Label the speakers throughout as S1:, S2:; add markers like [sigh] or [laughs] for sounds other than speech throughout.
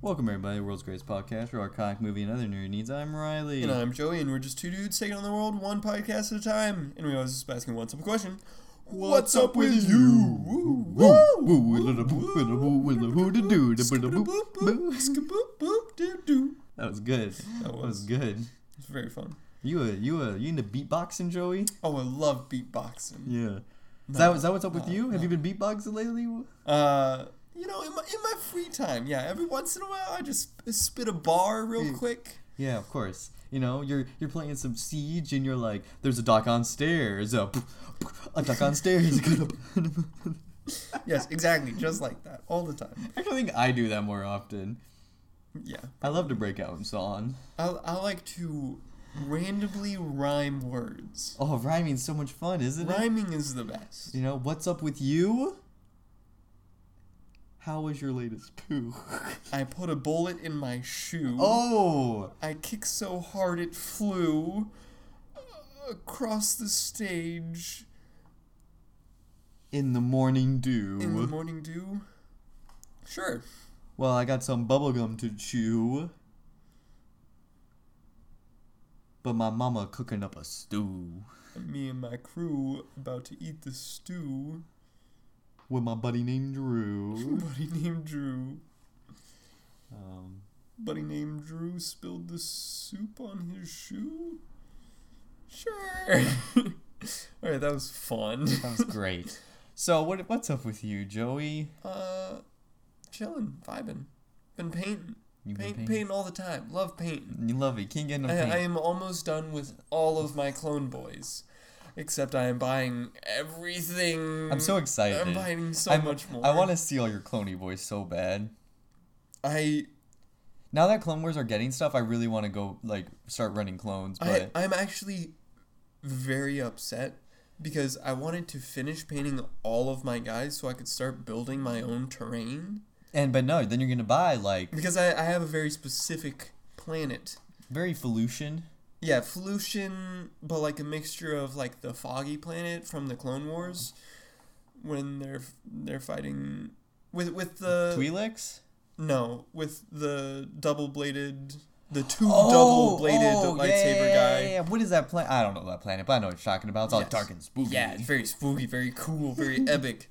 S1: Welcome, everybody, to World's Greatest Podcast, where our comic movie and other nerd needs. I'm Riley.
S2: And I'm Joey, and we're just two dudes taking on the world one podcast at a time. And we always just asking one simple question What's, up with you? Woo,
S1: Woo, woo,
S2: woo,
S1: woo, woo, woo, woo, to do, to boo, to
S2: Skaboop,
S1: boo.
S2: boop, skaboop, boop, doo, doo.
S1: That was good.
S2: That
S1: That was
S2: was
S1: good.
S2: it's very fun.
S1: You a you a you into beatboxing, Joey?
S2: Oh, I love beatboxing.
S1: Yeah. Is that
S2: No,
S1: is that what's up with
S2: no,
S1: you? Have you been beatboxing lately?
S2: Uh, you know, in my, in my free time, yeah, every once in a while I just spit a bar real
S1: Yeah.
S2: quick.
S1: Yeah, of course. You know, you're you're playing some siege, and you're like, "There's a duck on stairs. A, a duck on stairs."
S2: Yes, exactly, just like that, all the time.
S1: Actually, I think I do that more often.
S2: Yeah.
S1: I love to break out in song.
S2: I, I like to randomly rhyme words.
S1: Oh, rhyming's so much fun, isn't it?
S2: Rhyming is the best.
S1: You know, what's up with you? How was your latest poo? [laughs]
S2: I put a bullet in my shoe.
S1: oh,
S2: I kicked so hard it flew uh, across the stage
S1: in the morning
S2: in the
S1: dew.
S2: morning dew. Sure.
S1: Well, I got some bubblegum to chew. But my mama cooking up a stew
S2: Me and my crew about to eat the stew.
S1: with my buddy named Drew.
S2: Buddy named Drew.
S1: Um,
S2: Buddy named Drew spilled the soup on his shoe. Sure. [laughs] All right, that was fun.
S1: that
S2: [laughs]
S1: was great. So what what's up with you, Joey?
S2: Uh, chilling, vibing, been painting,
S1: You been
S2: paint,
S1: painting?
S2: painting? all the time. Love painting.
S1: You love it. Can't get enough
S2: I,
S1: paint.
S2: I am almost done with all of my clone boys, except I am buying everything.
S1: I'm so excited.
S2: I'm buying so
S1: I'm-
S2: much more.
S1: I want to see all your Cloney boys so bad.
S2: I,
S1: Now that Clone Wars are getting stuff, I really want to go like start running clones.
S2: I
S1: But
S2: I'm actually very upset because I wanted to finish painting all of my guys so I could start building my own terrain
S1: and but no, then you're gonna buy like
S2: because I, I have a very specific planet
S1: very Felucian.
S2: Yeah, Felucian, but like a mixture of like the Foggy Planet from the Clone Wars, when they're they're fighting with with the
S1: Twi'leks.
S2: no with the double bladed the two
S1: Oh,
S2: double bladed
S1: oh, yeah,
S2: lightsaber guy.
S1: yeah, yeah. What is that planet? I don't know that planet, but I know what you're talking about. It's all
S2: Yes.
S1: dark and Oh, spooky.
S2: Yeah, it's very spooky, very cool,
S1: [laughs]
S2: very epic.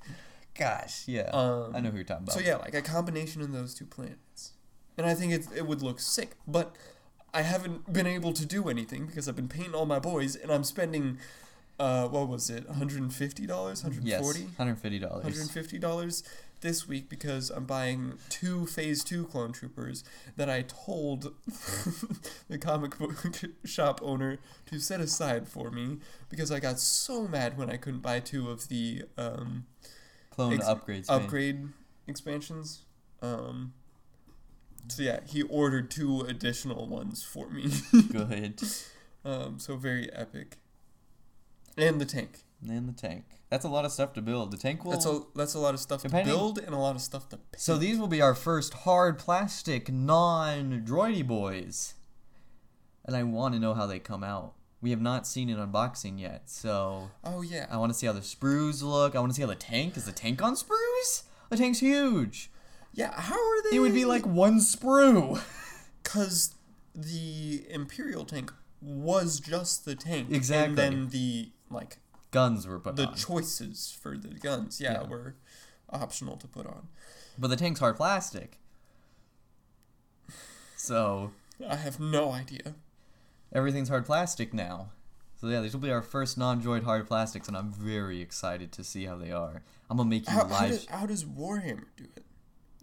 S1: Gosh, yeah.
S2: Um,
S1: I know who you're talking about.
S2: So yeah, like a combination of those two planets, and I think it it would look sick. But I haven't been able to do anything because I've been painting all my boys, and I'm spending, uh, what was it, one hundred and fifty dollars, one hundred
S1: yes,
S2: forty,
S1: hundred fifty
S2: one hundred
S1: dollars.
S2: fifty dollars this week because I'm buying two Phase Two clone troopers that I told [laughs] the comic book [laughs] shop owner to set aside for me because I got so mad when I couldn't buy two of the um
S1: Clone
S2: ex-
S1: upgrades. man.
S2: upgrade expansions. Um, so yeah, he ordered two additional ones for me. [laughs]
S1: Good.
S2: um, so very epic. And the tank.
S1: And the tank. That's a lot of stuff to build. The tank will.
S2: that's a that's a lot of stuff
S1: depending-
S2: to build and a lot of stuff to. Paint.
S1: So these will be our first hard plastic non-droidy boys. And I want to know how they come out. We have not seen an unboxing yet, so
S2: oh yeah,
S1: I want to see how the sprues look. I want to see how the tank is. The tank on sprues? The tank's huge.
S2: yeah. How are they?
S1: It would be like one sprue.
S2: because the imperial tank was just the tank.
S1: Exactly.
S2: And then the like
S1: Guns were put
S2: the
S1: on,
S2: choices for the guns, yeah,
S1: Yeah.
S2: were optional to put on.
S1: but the tank's hard plastic. So
S2: I have no idea.
S1: everything's hard plastic now. So yeah, these will be our first non-droid hard plastics, and I'm very excited to see how they are. I'm gonna make you
S2: How,
S1: live.
S2: how, does, how does Warhammer do it?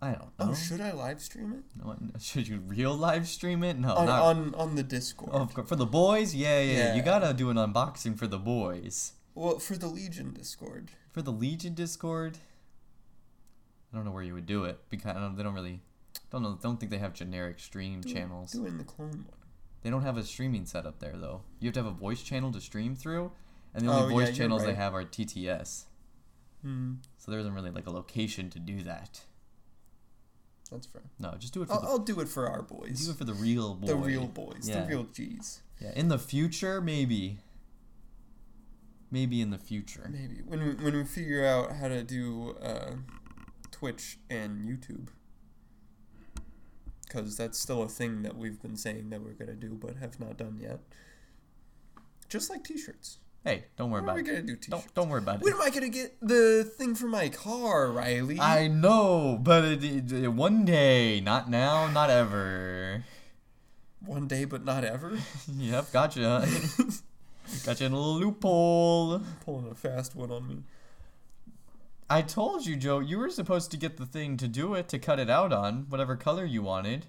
S1: I don't
S2: Oh,
S1: know.
S2: should I live stream it?
S1: No, I- [laughs] should you real live stream it? No,
S2: On,
S1: Oh, not.
S2: on on the Discord.
S1: oh, of course. for the boys, yeah, yeah, yeah. You
S2: Yeah.
S1: gotta do an unboxing for the boys.
S2: Well, for the Legion Discord.
S1: For the Legion Discord, I don't know where you would do it because I don't, they don't really, don't know, don't think they have generic stream
S2: Do it-
S1: channels.
S2: Do it in the clone one.
S1: They don't have a streaming setup there though. You have to have a voice channel to stream through, and the only
S2: Oh, yeah,
S1: voice
S2: you're
S1: channels they
S2: right.
S1: have are TTS.
S2: Hmm.
S1: So there isn't really like a location to do that.
S2: That's fair.
S1: No, just do it for
S2: I'll,
S1: the
S2: I'll do it for our boys.
S1: do it for the real boy.
S2: Oh, The real boys.
S1: Yeah.
S2: The real G's.
S1: Yeah, in the future, maybe. Maybe in the future.
S2: Maybe. When we, when we figure out how to do uh, Twitch and YouTube. because that's still a thing that we've been saying that we're gonna do but have not done yet. Just like T-shirts.
S1: Hey, don't worry
S2: What are
S1: about
S2: we
S1: it.
S2: gonna do T-shirts?
S1: Don't don't worry about
S2: When
S1: it.
S2: am I gonna get the thing for my car, Riley?
S1: I know, but it, it, it- one day, not now, not ever. [laughs]
S2: One day, but not ever. [laughs]
S1: yep, gotcha. [laughs] gotcha in a little loophole.
S2: Pulling a fast one on me.
S1: I told you, Joe, you were supposed to get the thing to do it to cut it out on whatever color you wanted.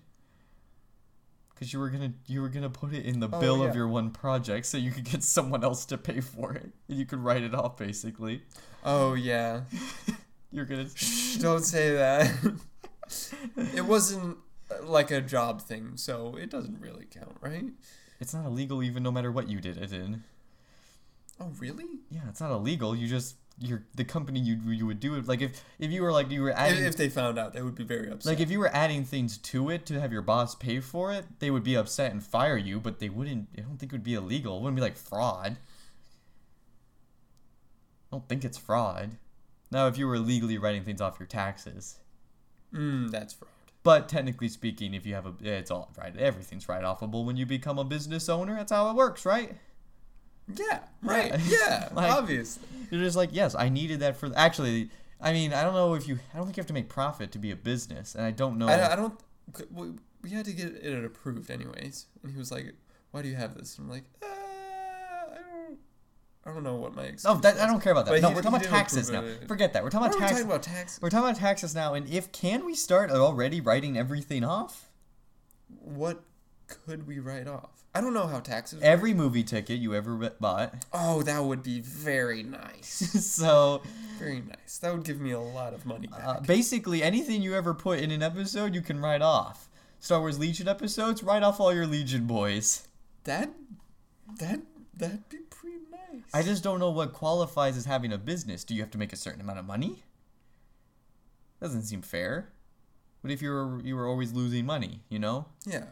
S1: Cause you were gonna you were gonna put it in the
S2: Oh,
S1: bill
S2: yeah.
S1: of your one project so you could get [laughs] someone else to pay for it and you could write it off basically.
S2: Oh yeah. [laughs]
S1: You're gonna
S2: Shh, don't say that. [laughs] it wasn't uh, like a job thing, so it doesn't really count, right?
S1: It's not illegal even no matter what you did it in.
S2: Oh really?
S1: Yeah, it's not illegal. You just you're the company you you would do it like if if you were like you were
S2: If,
S1: adding
S2: if they found out, they would be very upset.
S1: like if you were adding things to it to have your boss pay for it, they would be upset and fire you, but they wouldn't. I don't think it would be illegal. It wouldn't be like fraud. I don't think it's fraud. Now, if you were illegally writing things off your taxes,
S2: mm, that's fraud.
S1: but technically speaking, if you have a, it's all right. Everything's write offable when you become a business owner. That's how it works, right?
S2: Yeah.
S1: [laughs]
S2: Right.
S1: Yeah.
S2: Yeah.
S1: Like-
S2: obviously.
S1: You're just like, yes, I needed that for. Actually, I mean, I don't know if you. I don't think you have to make profit to be a business, and I don't know.
S2: I, I don't. c- We, we had to get it approved anyways, and he was like, "Why do you have this?" And I'm like, uh, "I don't. I don't know what my excuse."
S1: oh, that,
S2: was."
S1: I don't care about that.
S2: But
S1: no,
S2: he-
S1: we're
S2: he
S1: talking about
S2: didn't approve
S1: taxes now.
S2: it.
S1: Forget that. We're talking
S2: Why are
S1: about
S2: we
S1: taxes.
S2: talking about tax?
S1: We're talking about taxes now, and if can we start already writing everything off?
S2: What could we write off? I don't know how taxes.
S1: Every movie ticket you ever re- bought. [laughs]
S2: Oh, that would be very nice.
S1: so
S2: Very nice. That would give me a lot of money back.
S1: uh, basically, anything you ever put in an episode, you can write off. Star Wars Legion episodes, write off all your Legion boys.
S2: that that that'd be pretty nice.
S1: I just don't know what qualifies as having a business. Do you have to make a certain amount of money? Doesn't seem fair. What if you were you were always losing money? You know,
S2: yeah.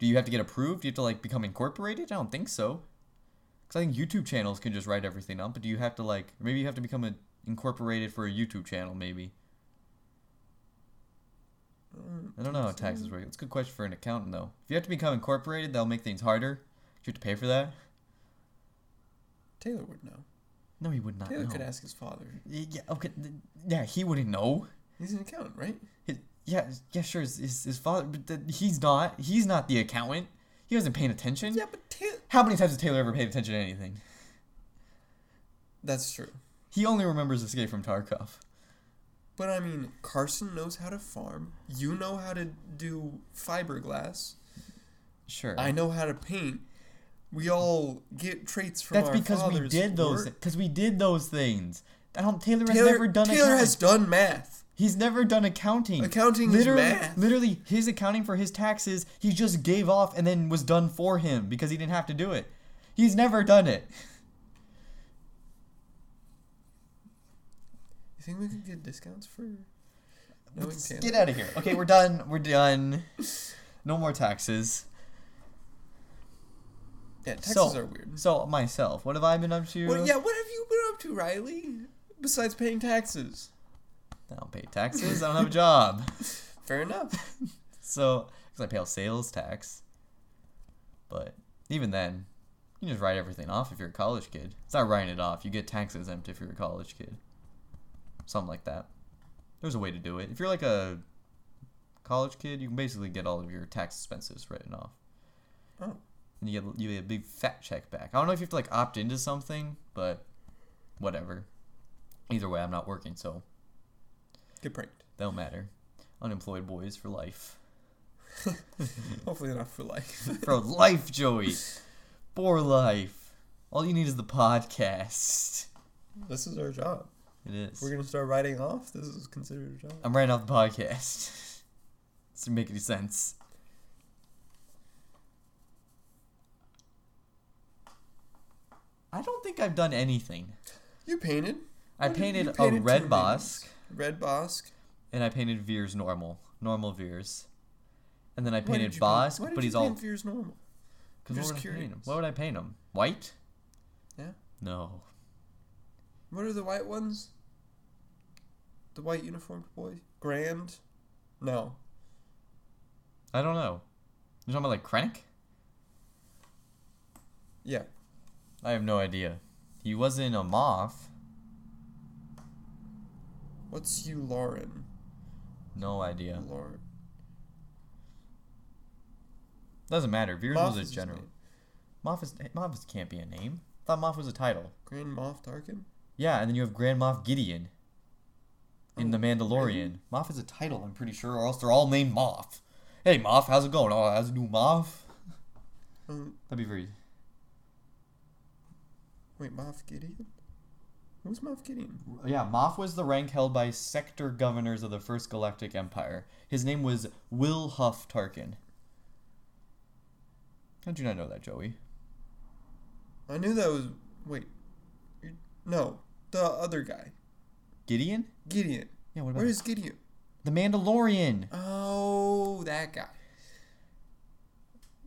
S1: do you have to get approved? Do you have to like become incorporated? I don't think so. Because I think YouTube channels can just write everything up, but do you have to like maybe you have to become a, incorporated for a YouTube channel? Maybe
S2: Mm,
S1: I don't know how taxes work. It's a good question for an accountant though. If you have to become incorporated, that'll make things harder. Do you have to pay for that?
S2: Taylor would know.
S1: No, he would not
S2: Taylor
S1: know.
S2: could ask his father.
S1: Yeah, okay. th- Yeah, he wouldn't know.
S2: He's an accountant, right?
S1: His, yeah, yeah, sure. His, his, his father, but th- he's not. He's not the accountant. He wasn't paying attention.
S2: Yeah, but Taylor.
S1: How many times has Taylor ever paid attention to anything?
S2: That's true.
S1: He only remembers Escape from Tarkov.
S2: But I mean, Carson knows how to farm. You know how to do fiberglass.
S1: Sure.
S2: I know how to paint. We all get traits from
S1: That's
S2: our
S1: because we
S2: father's
S1: did those.
S2: work.
S1: Because we did those things. I don't. Taylor, has
S2: Taylor,
S1: never done.
S2: Taylor
S1: accounting.
S2: has done math.
S1: He's never done accounting.
S2: Accounting is
S1: literally,
S2: math.
S1: Literally, his accounting for his taxes, he just gave off and then was done for him because he didn't have to do it. He's never done it.
S2: You think we could get discounts for knowing Taylor?
S1: Get out of here. Okay, we're done. We're done. No more taxes.
S2: Yeah, taxes
S1: so,
S2: are weird.
S1: So myself, what have I been up to?
S2: What, yeah, what have you been up to, Riley? Besides paying taxes.
S1: I don't pay taxes. I don't have a job. [laughs]
S2: Fair enough.
S1: So because I pay all sales tax. But even then, you can just write everything off if you're a college kid. It's not writing it off. You get tax exempt if you're a college kid. Something like that. There's a way to do it. If you're like a college kid, you can basically get all of your tax expenses written off.
S2: Oh.
S1: and you get you get a big fat check back. I don't know if you have to like opt into something, but whatever. Either way, I'm not working, so
S2: Get pranked.
S1: that don't matter. Unemployed boys for life.
S2: Hopefully not for life.
S1: For life, Joey. For life. All you need is the podcast.
S2: This is our job.
S1: It is.
S2: We're gonna start writing off. This is considered a job.
S1: I'm writing off the podcast. [laughs] Doesn't make any sense. I don't think I've done anything.
S2: You painted.
S1: I
S2: What did- you
S1: painted, a
S2: painted two
S1: red
S2: things.
S1: bosque.
S2: Red Bosque.
S1: and I painted Veers normal, normal Veers, and then I
S2: Why did
S1: painted
S2: you paint-
S1: Bosque,
S2: why did
S1: but
S2: you
S1: he's all.
S2: paint Fears normal.
S1: Cause what,
S2: Just
S1: would I paint
S2: curious.
S1: him? what would I paint him? White?
S2: Yeah.
S1: No.
S2: What are the white ones? The white uniformed boy. Grand. No.
S1: I don't know. You're talking about like Krennic?
S2: Yeah.
S1: I have no idea. He wasn't a moth.
S2: What's you, Lauren?
S1: No idea.
S2: Lauren.
S1: Doesn't matter. Veers was a
S2: is his
S1: general.
S2: name.
S1: Moff is eh, Moff is- can't be a name. I thought Moff was a title.
S2: Grand Moff Tarkin.
S1: Yeah, and then you have Grand Moff Gideon in The
S2: Oh,
S1: Mandalorian. Moff is a title, I'm pretty sure, or else they're all named Moff. Hey, Moff, how's it going? Oh, how's it new Moff?
S2: Um,
S1: That'd be very.
S2: wait, Moff Gideon. Who's Moff Gideon?
S1: Yeah, Moff was the rank held by sector governors of the First Galactic Empire. His name was Will Huff Tarkin. How'd you not know that, Joey?
S2: I knew that was wait. you- No, the other guy,
S1: Gideon?
S2: Gideon.
S1: Yeah, what about
S2: Where is Gideon?
S1: The Mandalorian?
S2: Oh, that guy.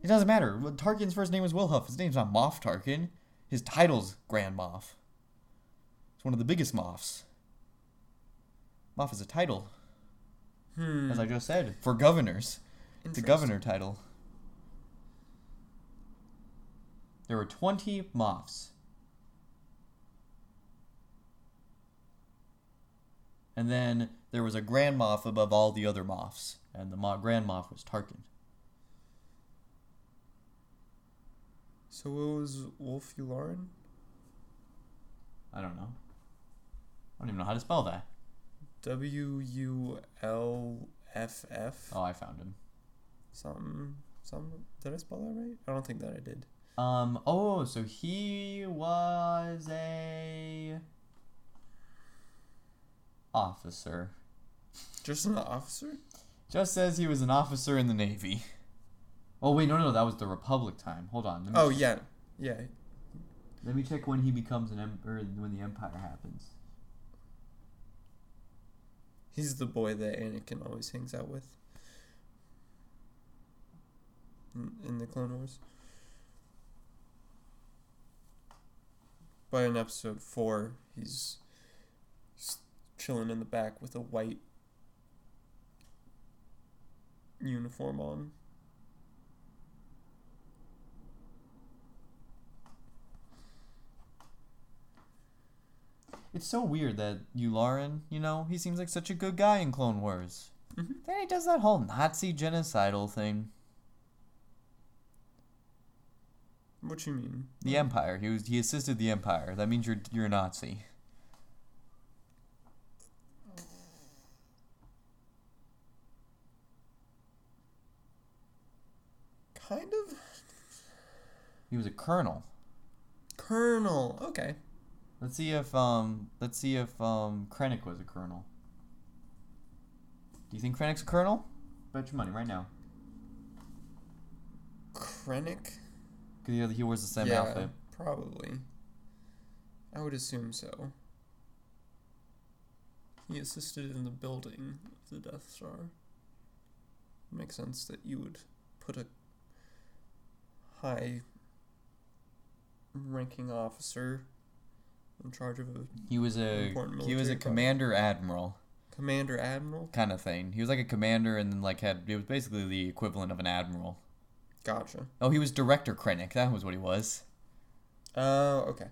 S1: It doesn't matter. Tarkin's first name was Wilhuff. His name's not Moff Tarkin. His title's Grand Moff. It's one of the biggest moffs. Moff is a title,
S2: Hmm.
S1: as I just said, for governors. It's a
S2: Interesting.
S1: governor title. There were 20 moffs. And then there was a grand moff above all the other moffs, and the mo- grand moff was Tarkin.
S2: So what was Wolf Ularen?
S1: I don't know. I don't even know how to spell that.
S2: W U L F F
S1: Oh, I found him.
S2: something something. Did I spell that right? I don't think that I did.
S1: Um. Oh, so he was a officer.
S2: Just an officer.
S1: Just says he was an officer in the navy. Oh wait, no, no, that was the Republic time. Hold on. Let me,
S2: Oh yeah, yeah.
S1: let me check when he becomes an em- or when the Empire happens.
S2: He's the boy that Anakin always hangs out with. In, in the Clone Wars. But in episode four, he's s- chilling in the back with a white uniform on.
S1: It's so weird that Yularen, you know, he seems like such a good guy in Clone Wars.
S2: Mhm.
S1: Then he does that whole Nazi genocidal thing.
S2: What you mean?
S1: The Empire. He was he assisted the Empire. That means you're you're a Nazi.
S2: Kind of?
S1: He was a colonel.
S2: Colonel. Okay.
S1: Let's see if um let's see if um Krennic was a colonel. Do you think Krennic's a colonel? Bet your money right now.
S2: Krennic?
S1: Cause he- he wears the same outfit.
S2: Probably. I would assume so. He assisted in the building of the Death Star. Makes sense that you would put a high ranking officer in charge of a
S1: He was a
S2: Important
S1: he was a
S2: military product.
S1: commander admiral
S2: commander admiral.
S1: kind of thing. He was like a commander and then like had it was basically the equivalent of an admiral.
S2: Gotcha.
S1: Oh, he was director Krennic. That was what he was.
S2: Oh, okay.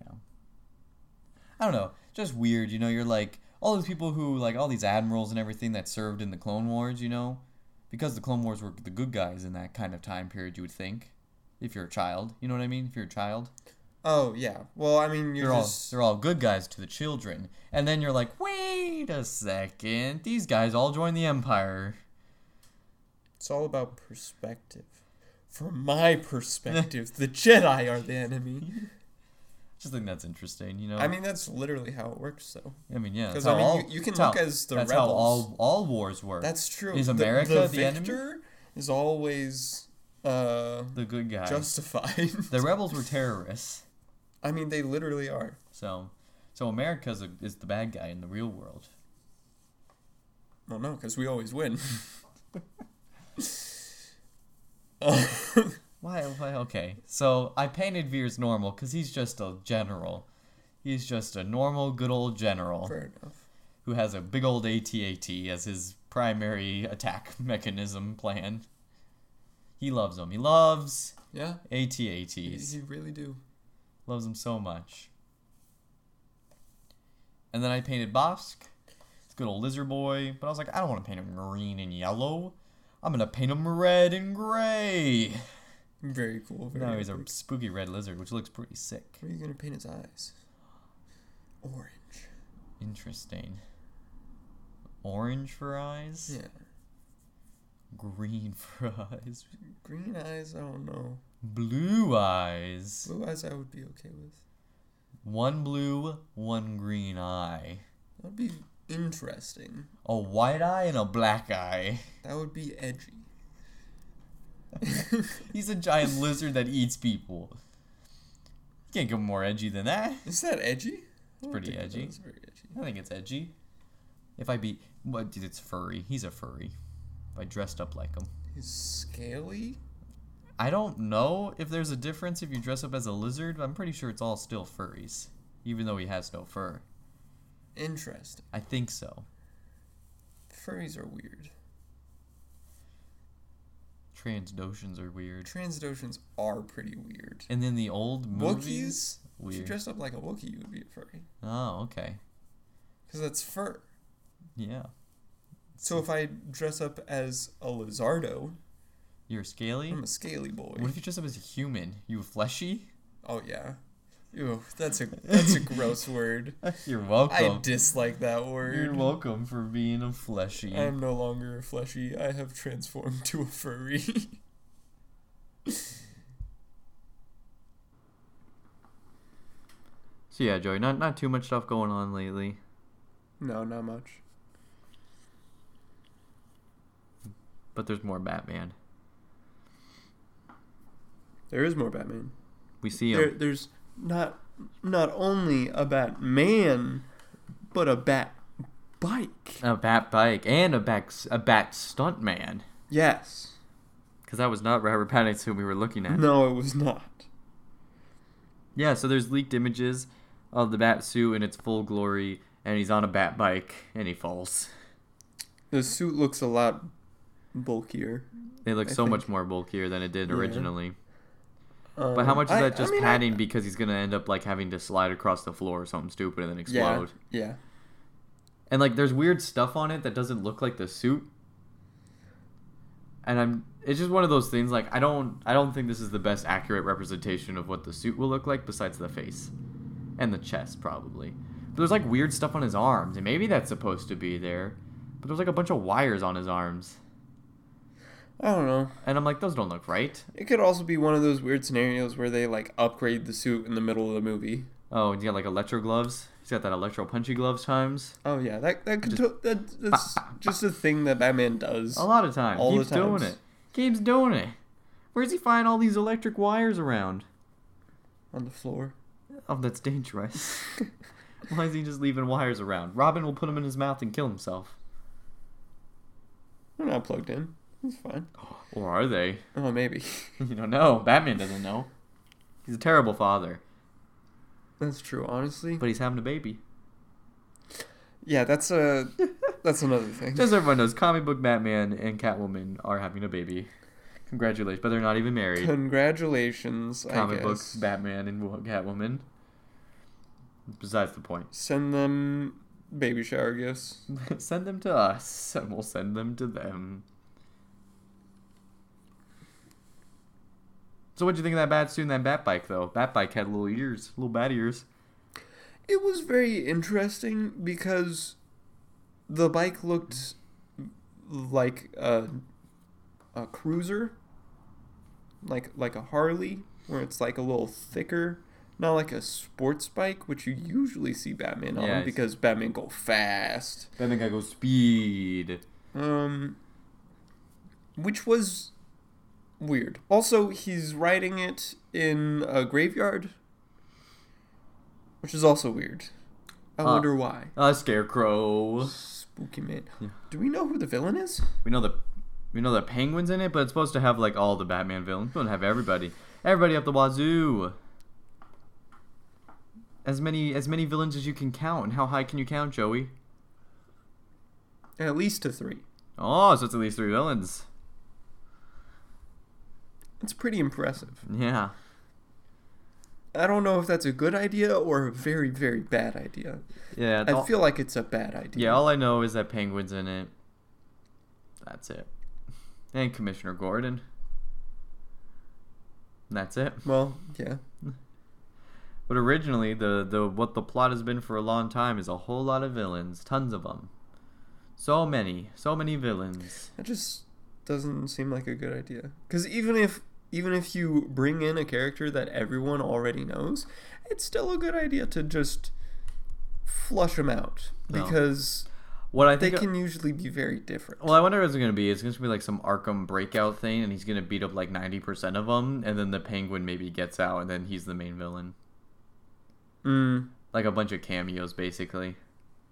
S1: Yeah. I don't know. Just weird, you know, you're like all those people who like all these admirals and everything that served in the Clone Wars, you know? Because the Clone Wars were the good guys in that kind of time period you would think. If you're a child. You know what I mean? If you're a child.
S2: Oh yeah. Well, I mean, you're
S1: They're all
S2: just
S1: they're all good guys to the children. And then you're like, wait a second, these guys all joined the Empire.
S2: It's all about perspective. From my perspective, the Jedi are
S1: [laughs]
S2: the enemy.
S1: Just think that's interesting, you know.
S2: I mean, that's literally how it works, though.
S1: I mean, yeah.
S2: 'Cause,
S1: that's
S2: I
S1: how
S2: mean, you- you can
S1: that's how-
S2: look as the
S1: that's how
S2: rebels.
S1: all all wars were.
S2: That's true.
S1: Is
S2: The-
S1: America
S2: the,
S1: the enemy?
S2: victor is always uh,
S1: the good guys.
S2: justified. [laughs]
S1: the rebels were terrorists.
S2: I mean, they literally are.
S1: So, so America's a, is the bad guy in the real world.
S2: Well, no, because we always
S1: [laughs]
S2: win. [laughs] Uh, [laughs]
S1: Why? why okay. So I painted Veer's normal because he's just a general. He's just a normal, good old general
S2: fair enough.
S1: who has a big old ATAT as his primary attack [laughs] mechanism plan. He loves them. He loves
S2: Yeah, you,
S1: ATATs.
S2: you really do.
S1: Loves them so much. And then I painted Bosk. It's good old lizard boy. But I was like, I don't want to paint him green and yellow. I'm going to paint him red and gray.
S2: Very cool. Very
S1: Now he's a
S2: cool.
S1: spooky red lizard, which looks pretty sick.
S2: What are you gonna paint his eyes? Orange.
S1: Interesting. Orange for eyes?
S2: Yeah.
S1: Green [laughs] for eyes?
S2: Green eyes. I don't know.
S1: Blue eyes?
S2: Blue eyes. I would be okay with.
S1: One blue, one green eye.
S2: That would be interesting.
S1: A white eye and a black eye.
S2: That would
S1: [laughs]
S2: be edgy.
S1: He's a giant lizard that eats people. You can't go more edgy than that.
S2: Is that edgy? It's
S1: pretty edgy.
S2: It's very edgy.
S1: I think it's edgy. If I be, what? It's furry. He's a furry. If I dressed up like him.
S2: He's scaly.
S1: I don't know if there's a difference if you dress up as a lizard, but I'm pretty sure it's all still furries, even though he has no fur.
S2: Interesting.
S1: I think so.
S2: Furries are weird.
S1: Transdotions are weird.
S2: Transdotions are pretty weird.
S1: And then the old movies.
S2: Wookiees. If you
S1: Weird.
S2: dressed up like a Wookiee, you would be a furry.
S1: Oh, okay.
S2: Because that's fur.
S1: Yeah.
S2: So if I dress up as a Lizardo,
S1: You're scaly.
S2: I'm a scaly boy.
S1: What if you dress up as a human? You fleshy? [laughs]
S2: Oh yeah. Ew, that's a that's
S1: [laughs]
S2: a gross word.
S1: You're
S2: I
S1: welcome.
S2: dislike that
S1: You're
S2: word.
S1: welcome for being a fleshy.
S2: I'm no longer a fleshy. I have transformed to a furry.
S1: so yeah, Joey, not not too much stuff going on lately.
S2: no, not much.
S1: But there's more Batman.
S2: There is more Batman.
S1: We see him.
S2: There, there's not not only a Batman, but a Bat bike.
S1: a bat bike and a bat a bat stunt man.
S2: Yes.
S1: Because that was not Robert Pattinson we were looking at.
S2: No, it was not.
S1: Yeah, so there's leaked images of the bat suit in its full glory, and he's on a bat bike, and he falls.
S2: The suit looks a lot bulkier.
S1: They look
S2: I
S1: so
S2: think-
S1: much more bulkier than it did
S2: Yeah.
S1: originally.
S2: Um,
S1: But how much is
S2: I-
S1: that
S2: I
S1: just
S2: mean, I-
S1: padding because he's gonna end up like having to slide across the floor or something stupid and then explode?
S2: Yeah, yeah.
S1: And like there's weird stuff on it that doesn't look like the suit. And I'm it's just one of those things like I don't I don't think this is the best accurate representation of what the suit will look like besides the face and the chest probably. But there's like weird stuff on his arms and maybe that's supposed to be there. But there's like a bunch of wires on his arms.
S2: I don't know.
S1: And I'm like those don't look right.
S2: It could also be one of those weird scenarios where they like upgrade the suit in the middle of the movie.
S1: Oh, and he's got like electro gloves. He's got that electro punchy gloves times.
S2: Oh yeah, that that could
S1: Just-
S2: to- that, that's just a thing that Batman does.
S1: A lot of times.
S2: All the
S1: Keeps doing
S2: times.
S1: it. Keeps doing it. Where's he find all these electric wires around?
S2: on the floor. [laughs]
S1: Oh, that's dangerous. [laughs] Why is he just leaving wires around? Robin will put them in his mouth and kill himself.
S2: They're not plugged in. It's fine.
S1: Or are they? [laughs]
S2: Oh maybe. [laughs]
S1: You don't know. Batman doesn't know. He's a terrible father,
S2: That's true. Honestly,
S1: but he's having a baby.
S2: yeah, that's a that's
S1: [laughs]
S2: another thing.
S1: Just so everyone knows, comic book Batman and Catwoman are having a baby. Congratulations, but they're not even married.
S2: Congratulations, I
S1: comic book
S2: guess.
S1: Batman and Wo- Catwoman. Besides the point.
S2: Send them baby shower gifts.
S1: [laughs] send them to us, [laughs] and we'll send them to them. So what'd you think of that bat suit and that bat bike though? Bat bike had little ears, little bat ears.
S2: It was very interesting because the bike looked like a, a cruiser, like like a Harley, where it's like a little thicker, not like a sports bike, which you usually see Batman on
S1: Yeah, it's-
S2: because Batman go fast.
S1: Then the guy goes speed.
S2: Um, which was weird. Also, he's riding it in a graveyard, which is also weird. I
S1: Huh.
S2: wonder why.
S1: A Uh, scarecrow.
S2: Spooky man.
S1: Yeah.
S2: Do we know who the villain is?
S1: We know the we know the penguins in it, but it's supposed to have like all the Batman villains. It's supposed to have everybody. Everybody up the wazoo. As many as many villains as you can count. And how high can you count, Joey?
S2: At least to three.
S1: Oh, so it's at least three villains.
S2: It's pretty impressive.
S1: Yeah.
S2: I don't know if that's a good idea or a very, very bad idea.
S1: Yeah.
S2: I
S1: all-
S2: feel like it's a bad idea.
S1: yeah, all I know is that Penguin's in it. That's it. [laughs] And Commissioner Gordon. And that's it.
S2: Well, yeah.
S1: But originally, the, the what the plot has been for a long time is a whole lot of villains, tons of them, so many, so many villains.
S2: That just doesn't seem like a good idea. Because even if even if you bring in a character that everyone already knows, it's still a good idea to just flush them out
S1: No.
S2: because
S1: What I
S2: they
S1: think, uh,
S2: can usually be very different.
S1: well, I wonder what it's gonna be. It's gonna be like some Arkham breakout thing, and he's gonna beat up like ninety percent of them, and then the Penguin maybe gets out, and then he's the main villain.
S2: Mm.
S1: Like a bunch of cameos, basically,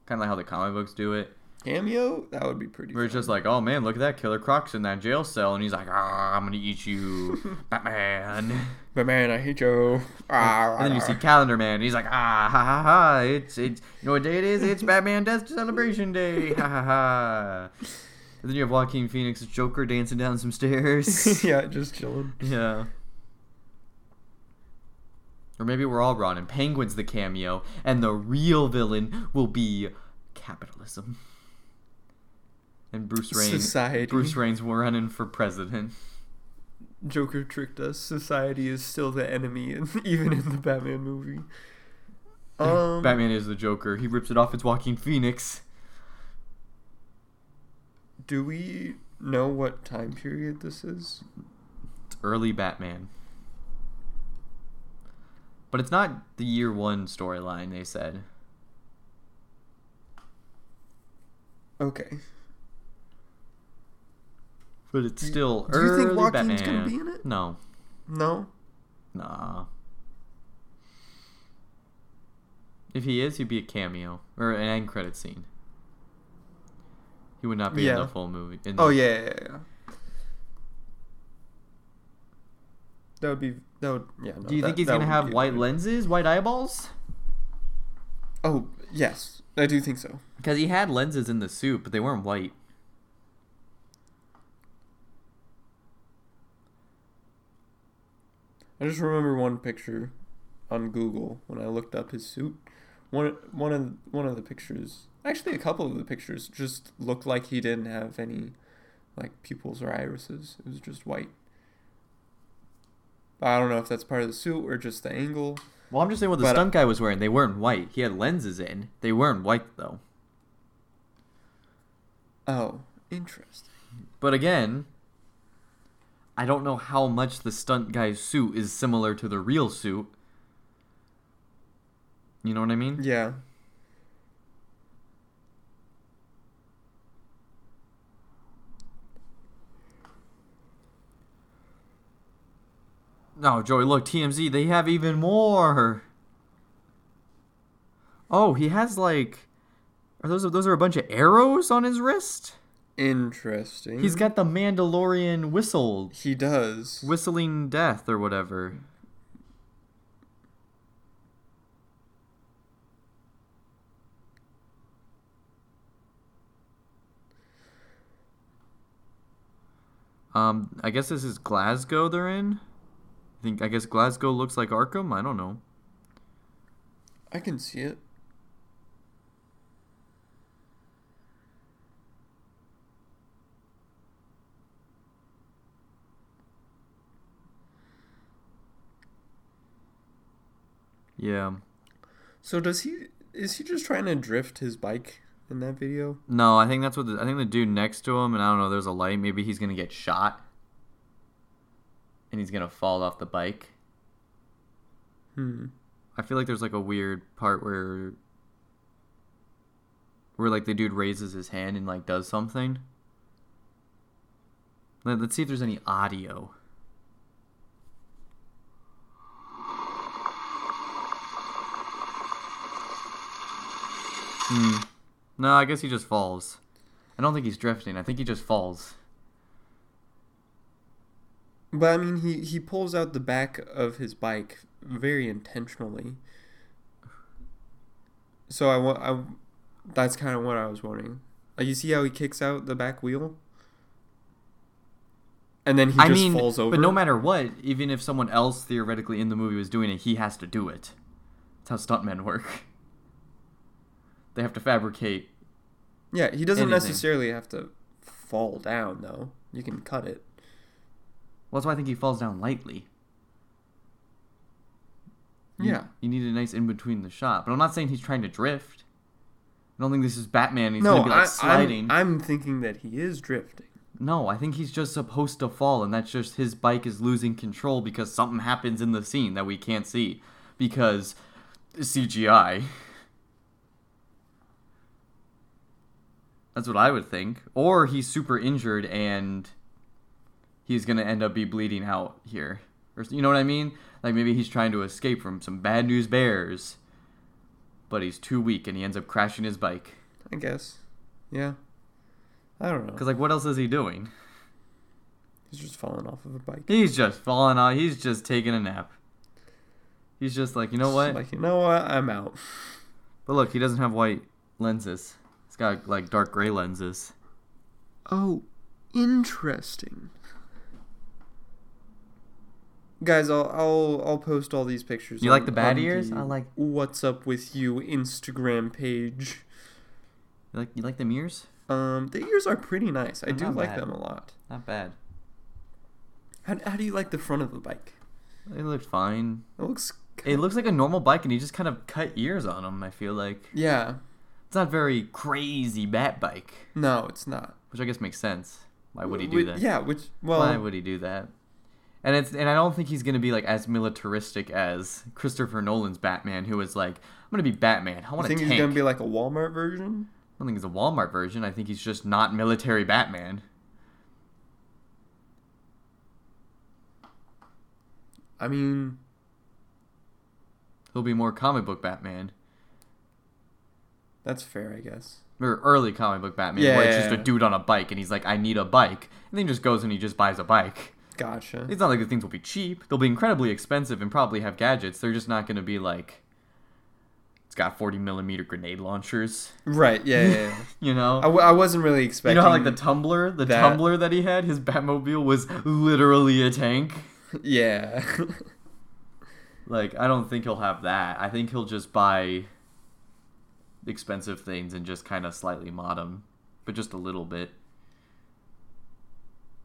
S1: kind of like how the comic books do it.
S2: Cameo? That would be pretty.
S1: Where it's
S2: fun.
S1: just like, oh man, look at that Killer Croc's in that jail cell, and he's like, ah, I'm gonna eat you, Batman.
S2: But man, I hate you. Ah,
S1: [laughs] And then you see Calendar Man, and he's like, ah, ha ha ha, it's, it's, you know what day it is? It's Batman Death Celebration Day, ha ha ha. And then you have Joaquin Phoenix's Joker dancing down some
S2: [laughs]
S1: stairs.
S2: ah. yeah, just chilling.
S1: yeah. Or maybe we're all wrong, and Penguin's the cameo, and the real villain will be capitalism. And Bruce Wayne,
S2: Society.
S1: Bruce Wayne's running for president.
S2: Joker tricked us. Society is still the enemy, [laughs] in, even in the Batman movie. Um,
S1: [laughs] Batman is the Joker. He rips it off. It's Joaquin Phoenix.
S2: Do we know what time period this is?
S1: It's early Batman. But it's not the year one storyline, they said.
S2: Okay.
S1: But it's still
S2: do you
S1: early
S2: think Joaquin's
S1: Batman.
S2: gonna be in it?
S1: No.
S2: No.
S1: Nah. If he is, he'd be a cameo. Or an end credit scene. He would not be in
S2: Yeah.
S1: the full movie. In
S2: Oh
S1: the-
S2: yeah, yeah, yeah. That would be that would yeah. No,
S1: Do you think
S2: that-
S1: he's
S2: that
S1: gonna
S2: would
S1: have
S2: be a
S1: white
S2: good-
S1: lenses, white eyeballs?
S2: Oh yes, I do think so.
S1: Because he had lenses in the suit, but they weren't white.
S2: I just remember one picture on Google when I looked up his suit. One one of one of the pictures, actually a couple of the pictures, just looked like he didn't have any like pupils or irises. It was just white. But I don't know if that's part of the suit or just the angle.
S1: Well, I'm just saying what the
S2: But- uh,
S1: stunt guy was wearing. They weren't white. He had lenses in. They weren't white though.
S2: Oh, interesting.
S1: But again, I don't know how much the stunt guy's suit is similar to the real suit. You know what I mean?
S2: Yeah.
S1: No, Joey, look, TMZ, they have even more. Oh, he has like are those those are a bunch of arrows on his wrist?
S2: Interesting.
S1: He's got the Mandalorian whistle,
S2: He does.
S1: whistling death or whatever. Um, I guess this is Glasgow they're in. I think I guess Glasgow looks like Arkham. I don't know.
S2: I can see it.
S1: Yeah.
S2: So does he? Is he just trying to drift his bike in that video?
S1: No, I think that's what the, I think the dude next to him, and I don't know. There's a light. Maybe he's gonna get shot, and he's gonna fall off the bike.
S2: Hmm.
S1: I feel like there's like a weird part where where like the dude raises his hand and like does something. Let, let's see if there's any audio. Hmm. No, I guess he just falls. I don't think he's drifting. I think he just falls.
S2: But I mean, he he pulls out the back of his bike very intentionally. So I wa- I, that's kind of what I was wondering. Like you see how he kicks out the back wheel, and then he
S1: I
S2: just
S1: mean,
S2: falls over.
S1: but no matter what, even if someone else theoretically in the movie was doing it, he has to do it. That's how stuntmen work. They have to fabricate.
S2: yeah, he doesn't
S1: anything.
S2: necessarily have to fall down though. You can cut it.
S1: Well, that's why I think he falls down lightly. You-
S2: Yeah.
S1: You need a nice in between the shot. But I'm not saying he's trying to drift. I don't think this is Batman. He's
S2: no,
S1: gonna be like
S2: I,
S1: sliding.
S2: I'm, I'm thinking that he is drifting.
S1: No, I think he's just supposed to fall, and that's just his bike is losing control because something happens in the scene that we can't see because CGI. That's what I would think. Or he's super injured and he's going to end up be bleeding out here. Or s- you know what I mean? Like maybe he's trying to escape from some bad news bears, but he's too weak and he ends up crashing his bike.
S2: I guess. Yeah. I don't know.
S1: Cuz like what else is he doing?
S2: He's just falling off of a bike.
S1: He's just falling out. He's just taking a nap. He's just like, you know what?
S2: Like you know what? I'm out.
S1: But look, he doesn't have white lenses. He's got like dark gray lenses.
S2: Oh, interesting. Guys, I'll I'll I'll post all these pictures.
S1: You like the bad ears?
S2: the
S1: I like-
S2: What's up with you Instagram page.
S1: You like you like the mirrors?
S2: Um, the ears are pretty nice. I
S1: They're
S2: do
S1: not
S2: like
S1: bad.
S2: them a lot.
S1: Not bad.
S2: How, how do you like the front of the bike?
S1: It looked fine.
S2: It looks.
S1: It
S2: Kind
S1: looks like a normal bike, and he just kind of cut ears on him. I feel like
S2: yeah.
S1: it's not very crazy bat bike,
S2: No, it's not.
S1: which I guess makes sense. Why would he
S2: Wh-
S1: do that?
S2: Yeah, which well,
S1: Why would he do that? And it's and I don't think he's gonna be like as militaristic as Christopher Nolan's Batman, who was like, I'm gonna be Batman. I
S2: I
S1: want to
S2: think
S1: tank.
S2: it's gonna be like a Walmart version.
S1: I don't think it's a Walmart version. I think he's just not military Batman.
S2: I mean,
S1: He'll be more comic book Batman
S2: that's fair, I guess.
S1: or early comic book Batman, where it's just a
S2: Yeah.
S1: dude on a bike and he's like, "I need a bike," and then he just goes and he just buys a bike.
S2: Gotcha.
S1: It's not like the things will be cheap. They'll be incredibly expensive and probably have gadgets. They're just not going to be like, it's got forty millimeter grenade launchers. [laughs]
S2: Right. Yeah. yeah, yeah.
S1: You
S2: I,
S1: know.
S2: w- I wasn't really
S1: You
S2: expecting.
S1: know how like the tumbler, the
S2: that-
S1: tumbler that he had, his Batmobile was literally a tank. [laughs]
S2: yeah.
S1: Like, I don't think he'll have that. I think he'll just buy expensive things and just kind of slightly mod them, but just a little bit.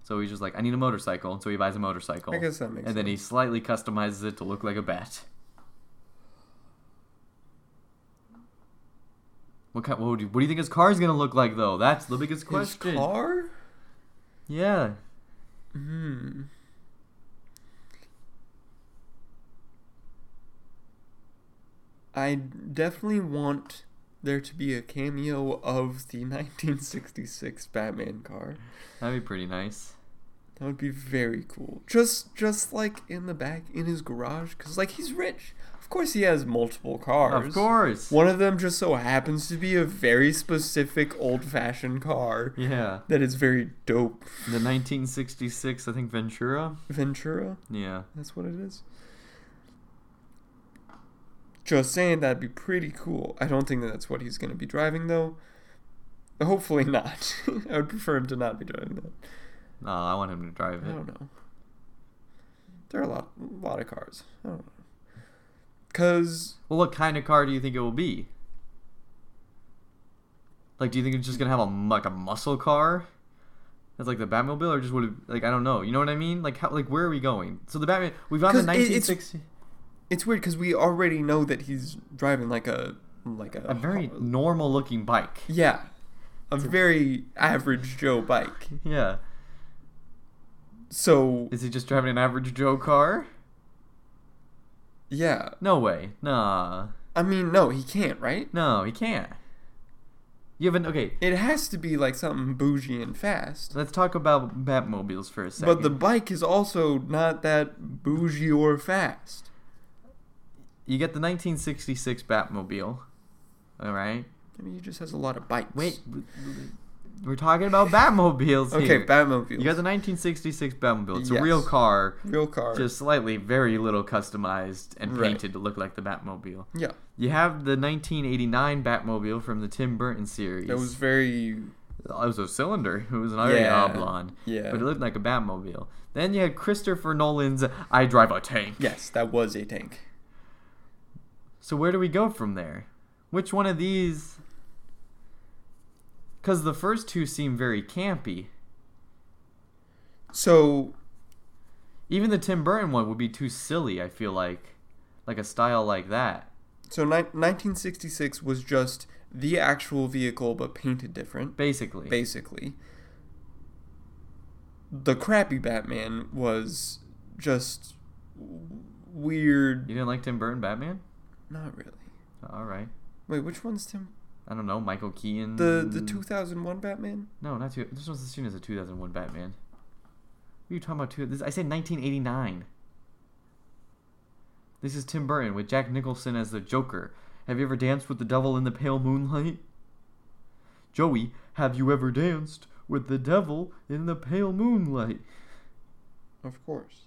S1: So he's just like, I need a motorcycle, and so he buys a motorcycle,
S2: I guess that makes.
S1: and then he slightly customizes it to look like a bat. What kind? What, would you, what do you think his car is gonna look like, though? That's the biggest
S2: sense.
S1: question.
S2: His car.
S1: Yeah,
S2: Hmm. I definitely want there to be a cameo of the [laughs] 1966 Batman car.
S1: that'd be pretty nice.
S2: That would be very cool. Just just like in the back in his garage cuz like he's rich. Of course he has multiple cars.
S1: Of course.
S2: One of them just so happens to be a very specific old-fashioned car
S1: Yeah,
S2: that is very dope.
S1: the 1966, I think Ventura.
S2: Ventura,
S1: Yeah.
S2: that's what it is. Just saying that'd be pretty cool. I don't think that that's what he's going to be driving though. Hopefully not. [laughs] I would prefer him to not be driving that.
S1: No, I want him to drive
S2: I
S1: it.
S2: don't know. There are a lot, a lot of cars. I don't know. Cause
S1: Well, what kind of car do you think it will be? Like, do you think it's just gonna have a mu- like a muscle car? That's like the Batmobile, or just would it, like I don't know. You know what I mean? Like how like where are we going? So the Batman we've got the
S2: 'Cause it- it's-
S1: 1960
S2: it's weird because we already know that he's driving like a like a,
S1: a very normal looking bike.
S2: yeah, a very average Joe bike.
S1: Yeah.
S2: So
S1: Is he just driving an average Joe car?
S2: yeah,
S1: No way. Nah.
S2: I mean no, he can't, right?
S1: No, he can't. You haven't okay.
S2: It has to be like something bougie and fast.
S1: Let's talk about Batmobiles for a second.
S2: But the bike is also not that bougie or fast.
S1: you get the 1966 Batmobile. All right.
S2: I mean, he just has a lot of bikes.
S1: Wait, w- w- we're talking about Batmobiles
S2: Okay,
S1: here.
S2: Batmobile.
S1: you got the 1966 Batmobile. It's
S2: Yes.
S1: a real car,
S2: real car.
S1: just slightly, very little customized and
S2: Right.
S1: painted to look like the Batmobile.
S2: yeah.
S1: You have the 1989 Batmobile from the Tim Burton series.
S2: That was very
S1: it was a cylinder. It was an already
S2: Yeah.
S1: oblong,
S2: Yeah.
S1: but it looked like a Batmobile. Then you had Christopher Nolan's "I Drive a Tank."
S2: Yes, that was a tank.
S1: So where do we go from there? Which one of these? Because the first two seem very campy.
S2: So
S1: Even the Tim Burton one would be too silly. I feel like, like a style like that.
S2: so ni- 1966 was just the actual vehicle but painted different.
S1: Basically,
S2: basically. The crappy Batman was just w-
S1: you
S2: weird.
S1: didn't like Tim Burton Batman?
S2: Not really.
S1: All right.
S2: Wait, which one's Tim?
S1: I don't know. Michael Keaton.
S2: The the 2001 Batman?
S1: No, not two. This one's the same as a 2001 Batman. What are you talking about? Two. This I said 1989. This is Tim Burton with Jack Nicholson as the Joker. Have you ever danced with the devil in the pale moonlight? Joey, have you ever danced with the devil in the pale moonlight?
S2: Of course.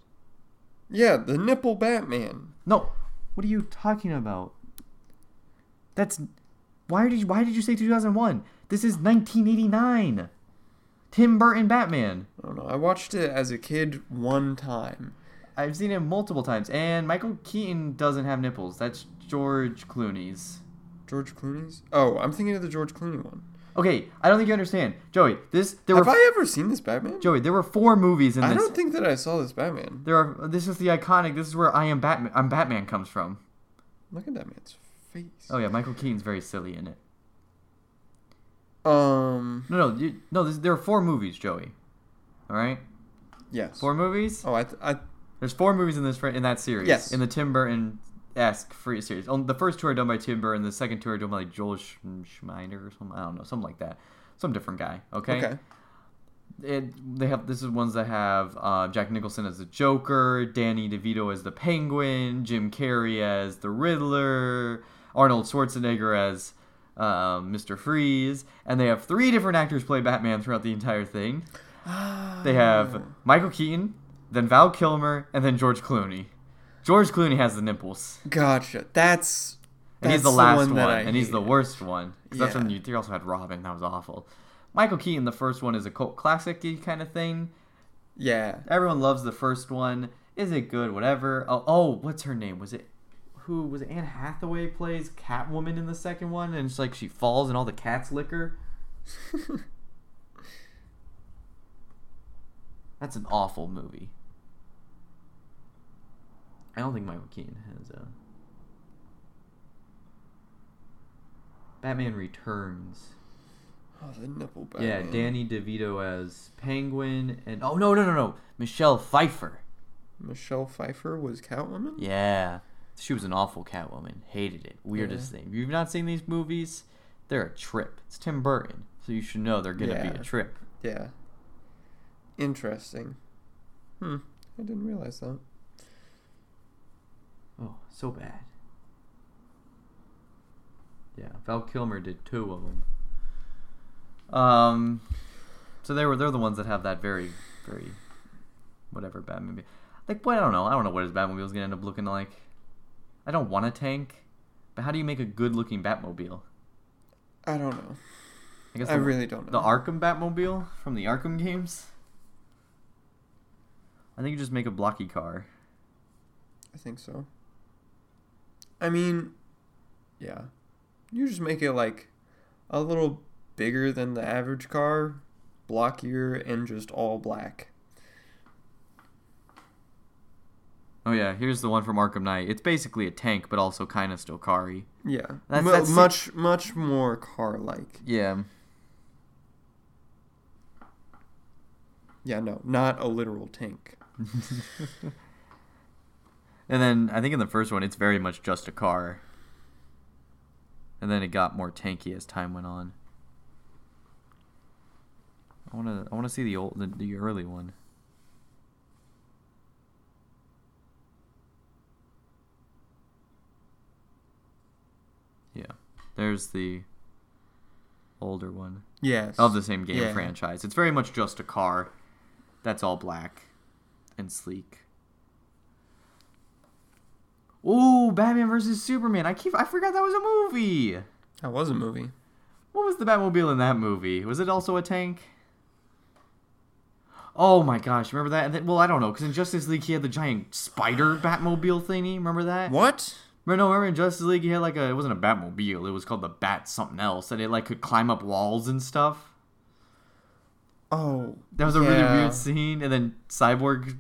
S2: Yeah, the nipple Batman.
S1: No. What are you talking about? That's why did you, why did you say 2001? This is 1989. Tim Burton Batman.
S2: I don't know. I watched it as a kid one time.
S1: I've seen him multiple times, and Michael Keaton doesn't have nipples. That's George Clooney's.
S2: George Clooney's? Oh, I'm thinking of the George Clooney one.
S1: Okay, I don't think you understand, Joey. This there
S2: Have
S1: were
S2: I ever seen this Batman?
S1: Joey. There were four movies in
S2: I
S1: this.
S2: don't think that I saw this Batman.
S1: There are. This is the iconic. This is where I am Batman. I'm Batman comes from.
S2: Look at that man's face.
S1: Oh yeah, Michael Keaton's very silly in it.
S2: Um.
S1: No, no, you, no. This, there are four movies, Joey. All right,
S2: Yes.
S1: four movies.
S2: Oh, I, th- I
S1: There's four movies in this fr- in that series.
S2: Yes.
S1: In the Tim Burton esque free series. Only the first two are done by Tim Burton. The second two are done by Joel Sch- Schmeider or something. I don't know, something like that. Some different guy.
S2: okay.
S1: it, they have this is ones that have uh, Jack Nicholson as the Joker, Danny DeVito as the Penguin, Jim Carrey as the Riddler, Arnold Schwarzenegger as um, Mr. Freeze, and they have three different actors play Batman throughout the entire thing. They
S2: Oh.
S1: have
S2: Ah,
S1: Michael Keaton, then Val Kilmer, and then George Clooney. George Clooney has the nipples.
S2: Gotcha. That's.
S1: And he's
S2: that's
S1: the last
S2: one,
S1: one,
S2: that I
S1: and he's the
S2: hated.
S1: worst one. 'Cause That's when
S2: Yeah.
S1: you, you also had Robin. That was awful. Michael Keaton, the first one, is a cult classic kind of thing.
S2: Yeah. [laughs]
S1: Everyone loves the first one. Is it good? Whatever. Oh, oh what's her name? Was it who was it? Anne Hathaway plays Catwoman in the second one, and it's like she falls and all the cats lick her.
S2: Oh,
S1: That's an awful movie. I don't think Michael Keaton has a. Batman Returns.
S2: Oh, the nipple
S1: Yeah,
S2: Batman.
S1: Danny DeVito as Penguin, and oh no no no no, Michelle Pfeiffer.
S2: Michelle Pfeiffer was Catwoman.
S1: Yeah. She was an awful Catwoman. Hated it. Weirdest thing. If you've not seen these movies, they're a trip. It's Tim Burton, so you should know they're going to be
S2: Yeah.
S1: a trip.
S2: Yeah. Interesting. Hmm. I didn't realize that.
S1: Oh, so bad. Yeah, Val Kilmer did two of them. Um, so they were they're the ones that have that very very whatever Batmobile. Like what I don't know. I don't know what his Batmobile's gonna end up looking like. I don't want a tank, but how do you make a good looking Batmobile?
S2: I don't know.
S1: I guess
S2: I
S1: the-
S2: really don't know.
S1: The Arkham Batmobile from the Arkham games? I think you just make a blocky car.
S2: I think so. I mean, yeah. You just make it like a little bigger than the average car, blockier, and just all black.
S1: Oh yeah, here's the one from Arkham Knight. It's basically a tank, but also kind of still car-y.
S2: Yeah.
S1: That's-
S2: Mu-
S1: that's-
S2: much much more car like.
S1: Yeah.
S2: Yeah, no, not a literal tank.
S1: And then I think in the first one, it's very much just a car. And then it got more tanky as time went on. I wanna, I wanna see the old, the, the early one. Yeah, there's the older one
S2: Yes.
S1: of the same game
S2: Yeah.
S1: franchise. It's very much just a car that's all black and sleek. Ooh, Batman versus Superman. I keep I forgot that was a movie.
S2: That was a movie.
S1: What was the Batmobile in that movie? Was it also a tank? Oh my gosh, remember that? And then, well, I don't know, because in Justice League he had the giant spider Batmobile thingy. Remember that?
S2: What?
S1: Remember, no, remember in Justice League he had like a it wasn't a Batmobile, it was called the Bat something else, and it like could climb up walls and stuff.
S2: Oh.
S1: That was a
S2: yeah.
S1: really weird scene, and then Cyborg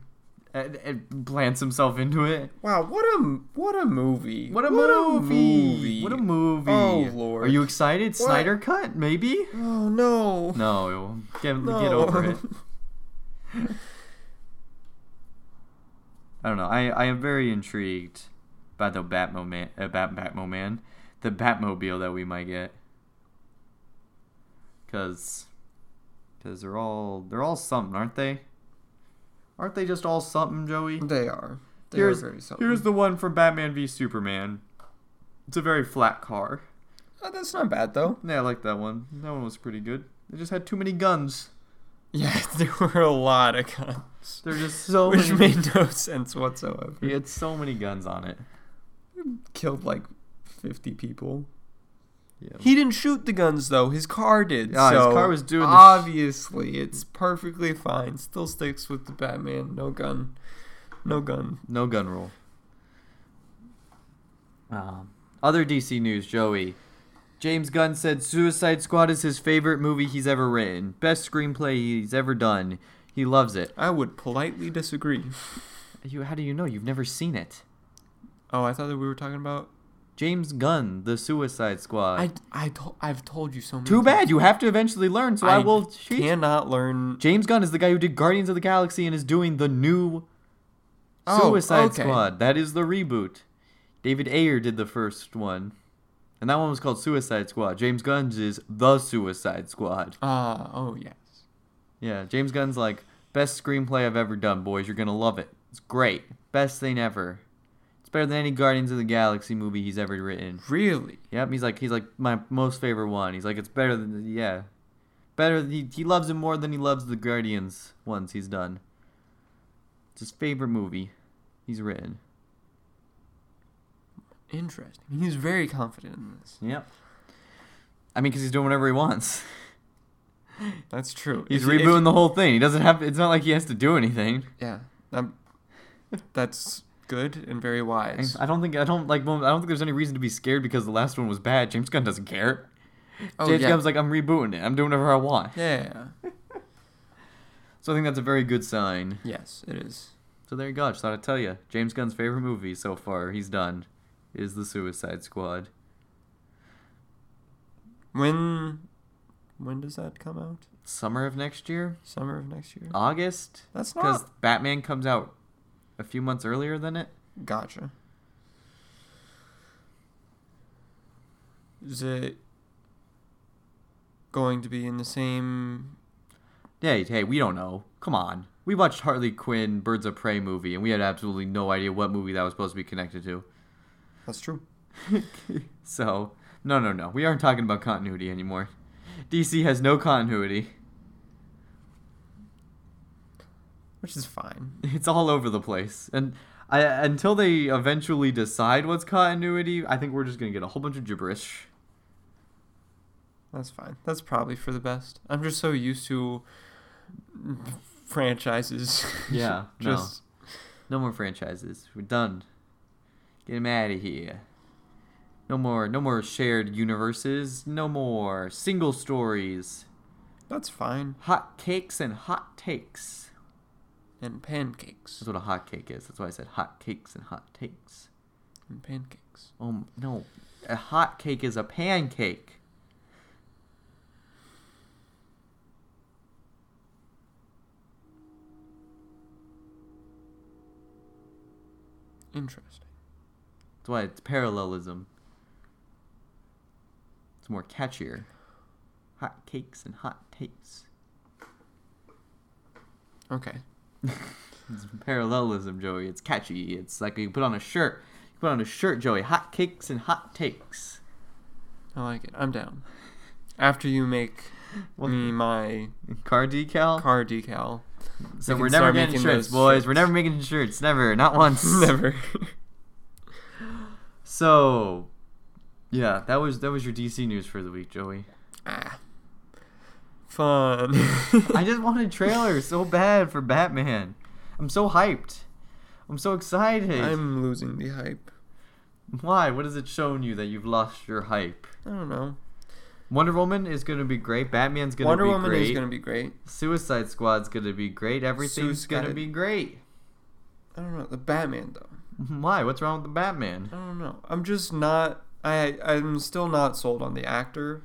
S1: uh, uh, plants himself into it.
S2: Wow, what a what a movie.
S1: What a movie! What a movie!
S2: Oh, Lord.
S1: Are you excited? Snyder cut, maybe?
S2: Oh no.
S1: No, get
S2: No.
S1: get over
S2: [laughs]
S1: it. I don't know. I, I am very intrigued by the Batmoman, uh, Bat Batmoman, the Batmobile that we might get. Cause, cause they're all they're all something, aren't they? Aren't they just all something, Joey?
S2: They are. They
S1: here's
S2: are very something.
S1: here's the one from Batman v Superman. It's a very flat car.
S2: Oh, that's not bad though.
S1: Yeah, I like that one. That one was pretty good. They just had too many guns.
S2: [laughs] Yeah, [laughs] there were a lot of guns.
S1: They're just [laughs] so
S2: Which
S1: many.
S2: made no sense whatsoever.
S1: He had so many guns on it.
S2: Killed like 50 people.
S1: Yeah.
S2: He didn't shoot the guns though. His car did.
S1: Ah, his
S2: so
S1: car was doing the sh-
S2: Obviously, it's perfectly fine. Still sticks with the Batman. No gun. No gun.
S1: No gun rule. Um, other DC news, Joey. James Gunn said Suicide Squad is his favorite movie he's ever written. Best screenplay he's ever done. He loves it.
S2: I would politely disagree.
S1: You, how do you know? You've never seen it.
S2: Oh, I thought that we were talking about.
S1: James Gunn, The Suicide Squad.
S2: I I to- I've told you so many.
S1: Too
S2: times.
S1: bad. You have to eventually learn, so I, will teach you.
S2: cannot learn.
S1: James Gunn is the guy who did Guardians of the Galaxy and is doing the new
S2: Oh,
S1: Suicide
S2: okay.
S1: Squad. That is the reboot. David Ayer did the first one. And that one was called Suicide Squad. James Gunn's is The Suicide Squad.
S2: Ah, oh yes.
S1: Yeah, James Gunn's like, best screenplay I've ever done, boys. You're going to love it. It's great. Best thing ever. It's better than any Guardians of the Galaxy movie he's ever written.
S2: Really?
S1: Yep, he's like he's like my most favorite one. He's like it's better than yeah, better. He he loves it more than he loves the Guardians ones he's done. It's his favorite movie he's written.
S2: Interesting. He's very confident in this.
S1: Yep. I mean, because he's doing whatever he wants.
S2: That's true.
S1: He's
S2: If he- if
S1: rebooting the whole thing. He doesn't have. It's not like he has to do anything.
S2: he- yeah. Um, that's good and very
S1: I,
S2: wise.
S1: I don't think. I don't like. I don't think there's any reason to be scared because the last one was bad. James Gunn doesn't care.
S2: Oh
S1: James
S2: yeah.
S1: Gunn's like, I'm rebooting it. I'm doing whatever I want.
S2: yeah.
S1: So I think that's a very good sign.
S2: Yes, it is.
S1: So there you go. Just thought I'd tell you. James Gunn's favorite movie so far, he's done, is The Suicide Squad.
S2: When when does that come out?
S1: Summer of next year?
S2: Summer of next year.
S1: August?
S2: That's
S1: Uh, Because
S2: not.
S1: Batman comes out a few months earlier than it.
S2: Gotcha. Is it going to be in the same?
S1: Hey, hey, we don't know. Come on. We watched Harley Quinn Birds of Prey movie, and we had absolutely no idea what movie that was supposed to be connected to.
S2: That's true.
S1: So, no, no, no. We aren't talking about continuity anymore. DC has no continuity.
S2: Which is fine.
S1: [laughs] it's all over the place and I, until they eventually decide what's continuity i think we're just going to get a whole bunch of gibberish
S2: That's fine. That's probably for the best. I'm just so used to franchises. [laughs]
S1: Yeah, no.
S2: just
S1: no more franchises we're done get them out of here no more no more shared universes no more single stories
S2: that's fine.
S1: hot cakes and hot takes
S2: And pancakes.
S1: that's what a hot cake is that's why i said hot cakes and hot takes
S2: And pancakes.
S1: oh m- no a hot cake is a pancake
S2: Interesting.
S1: that's why it's parallelism it's more catchier hot cakes and hot takes
S2: Okay.
S1: It's [laughs] parallelism, Joey. It's catchy. It's like you put on a shirt. You put on a shirt, Joey. Hot cakes and hot takes.
S2: I like it. I'm down. After you make
S1: Well-
S2: me my
S1: Car decal.
S2: car decal. [laughs]
S1: so
S2: we
S1: we're never
S2: can start
S1: getting
S2: making
S1: shirts,
S2: those
S1: boys. We're
S2: shirts.
S1: never making shirts. Never. Not once.
S2: [laughs] Never.
S1: So, yeah, that was that was your DC news for the week, Joey.
S2: Ah. Fun. [laughs]
S1: I just wanted trailers so bad for Batman. I'm so hyped. I'm so excited.
S2: I'm losing the hype.
S1: Why? What has it shown you that you've lost your hype?
S2: I don't know.
S1: Wonder Woman is gonna be great. Batman's gonna
S2: Wonder
S1: be
S2: Woman
S1: great.
S2: is gonna be great.
S1: Suicide Squad's gonna be great. Everything's gonna
S2: Suicide-
S1: be great. [laughs]
S2: I don't know. The Batman though.
S1: Why? What's wrong with the Batman?
S2: I don't know. I'm just not. I I'm still not sold on the actor.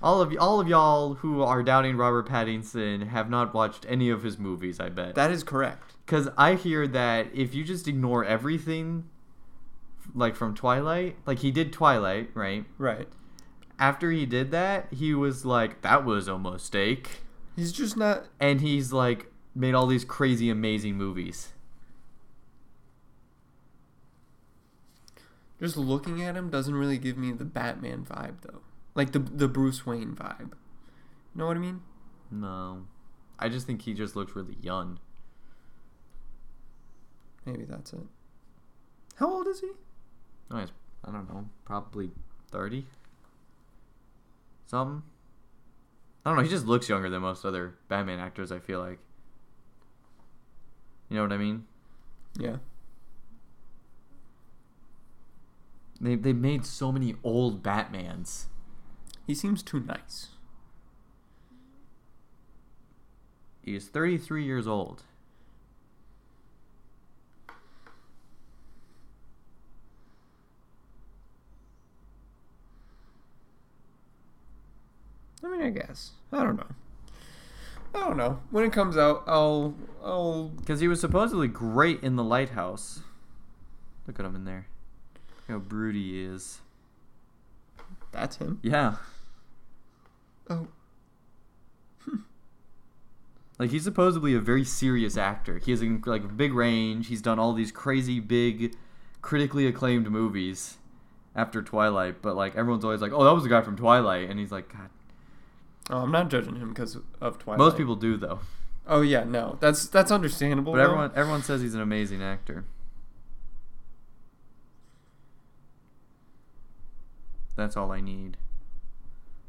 S1: All of y- all of y'all who are doubting Robert Pattinson have not watched any of his movies, I bet.
S2: That is correct.
S1: Cuz I hear that if you just ignore everything like from Twilight, like he did Twilight, right?
S2: Right.
S1: After he did that, he was like that was a mistake.
S2: He's just not.
S1: And he's like made all these crazy amazing movies.
S2: Just looking at him doesn't really give me the Batman vibe though. Like the the Bruce Wayne vibe. You know what I mean?
S1: No. I just think he just looks really young.
S2: Maybe that's it. How old is he?
S1: No, he's, I don't know, probably 30? Something? I don't know, he just looks younger than most other Batman actors, I feel like. You know what I mean?
S2: Yeah.
S1: They, they made so many old Batmans.
S2: He seems too nice.
S1: He's 33 years old.
S2: I mean, I guess. I don't know. I don't know. When it comes out, I'll I'll
S1: Because he was supposedly great in The Lighthouse. Look at him in there. Look how broody he is.
S2: That's him.
S1: Yeah.
S2: Oh.
S1: Like he's supposedly a very serious actor. He has like a big range. He's done all these crazy big, critically acclaimed movies after Twilight. But like everyone's always like, "Oh, that was the guy from Twilight," and he's like, "God."
S2: Oh, I'm not judging him because of Twilight.
S1: Most people do though.
S2: Oh yeah, no. That's that's understandable.
S1: But
S2: though.
S1: everyone everyone says he's an amazing actor. That's all I need.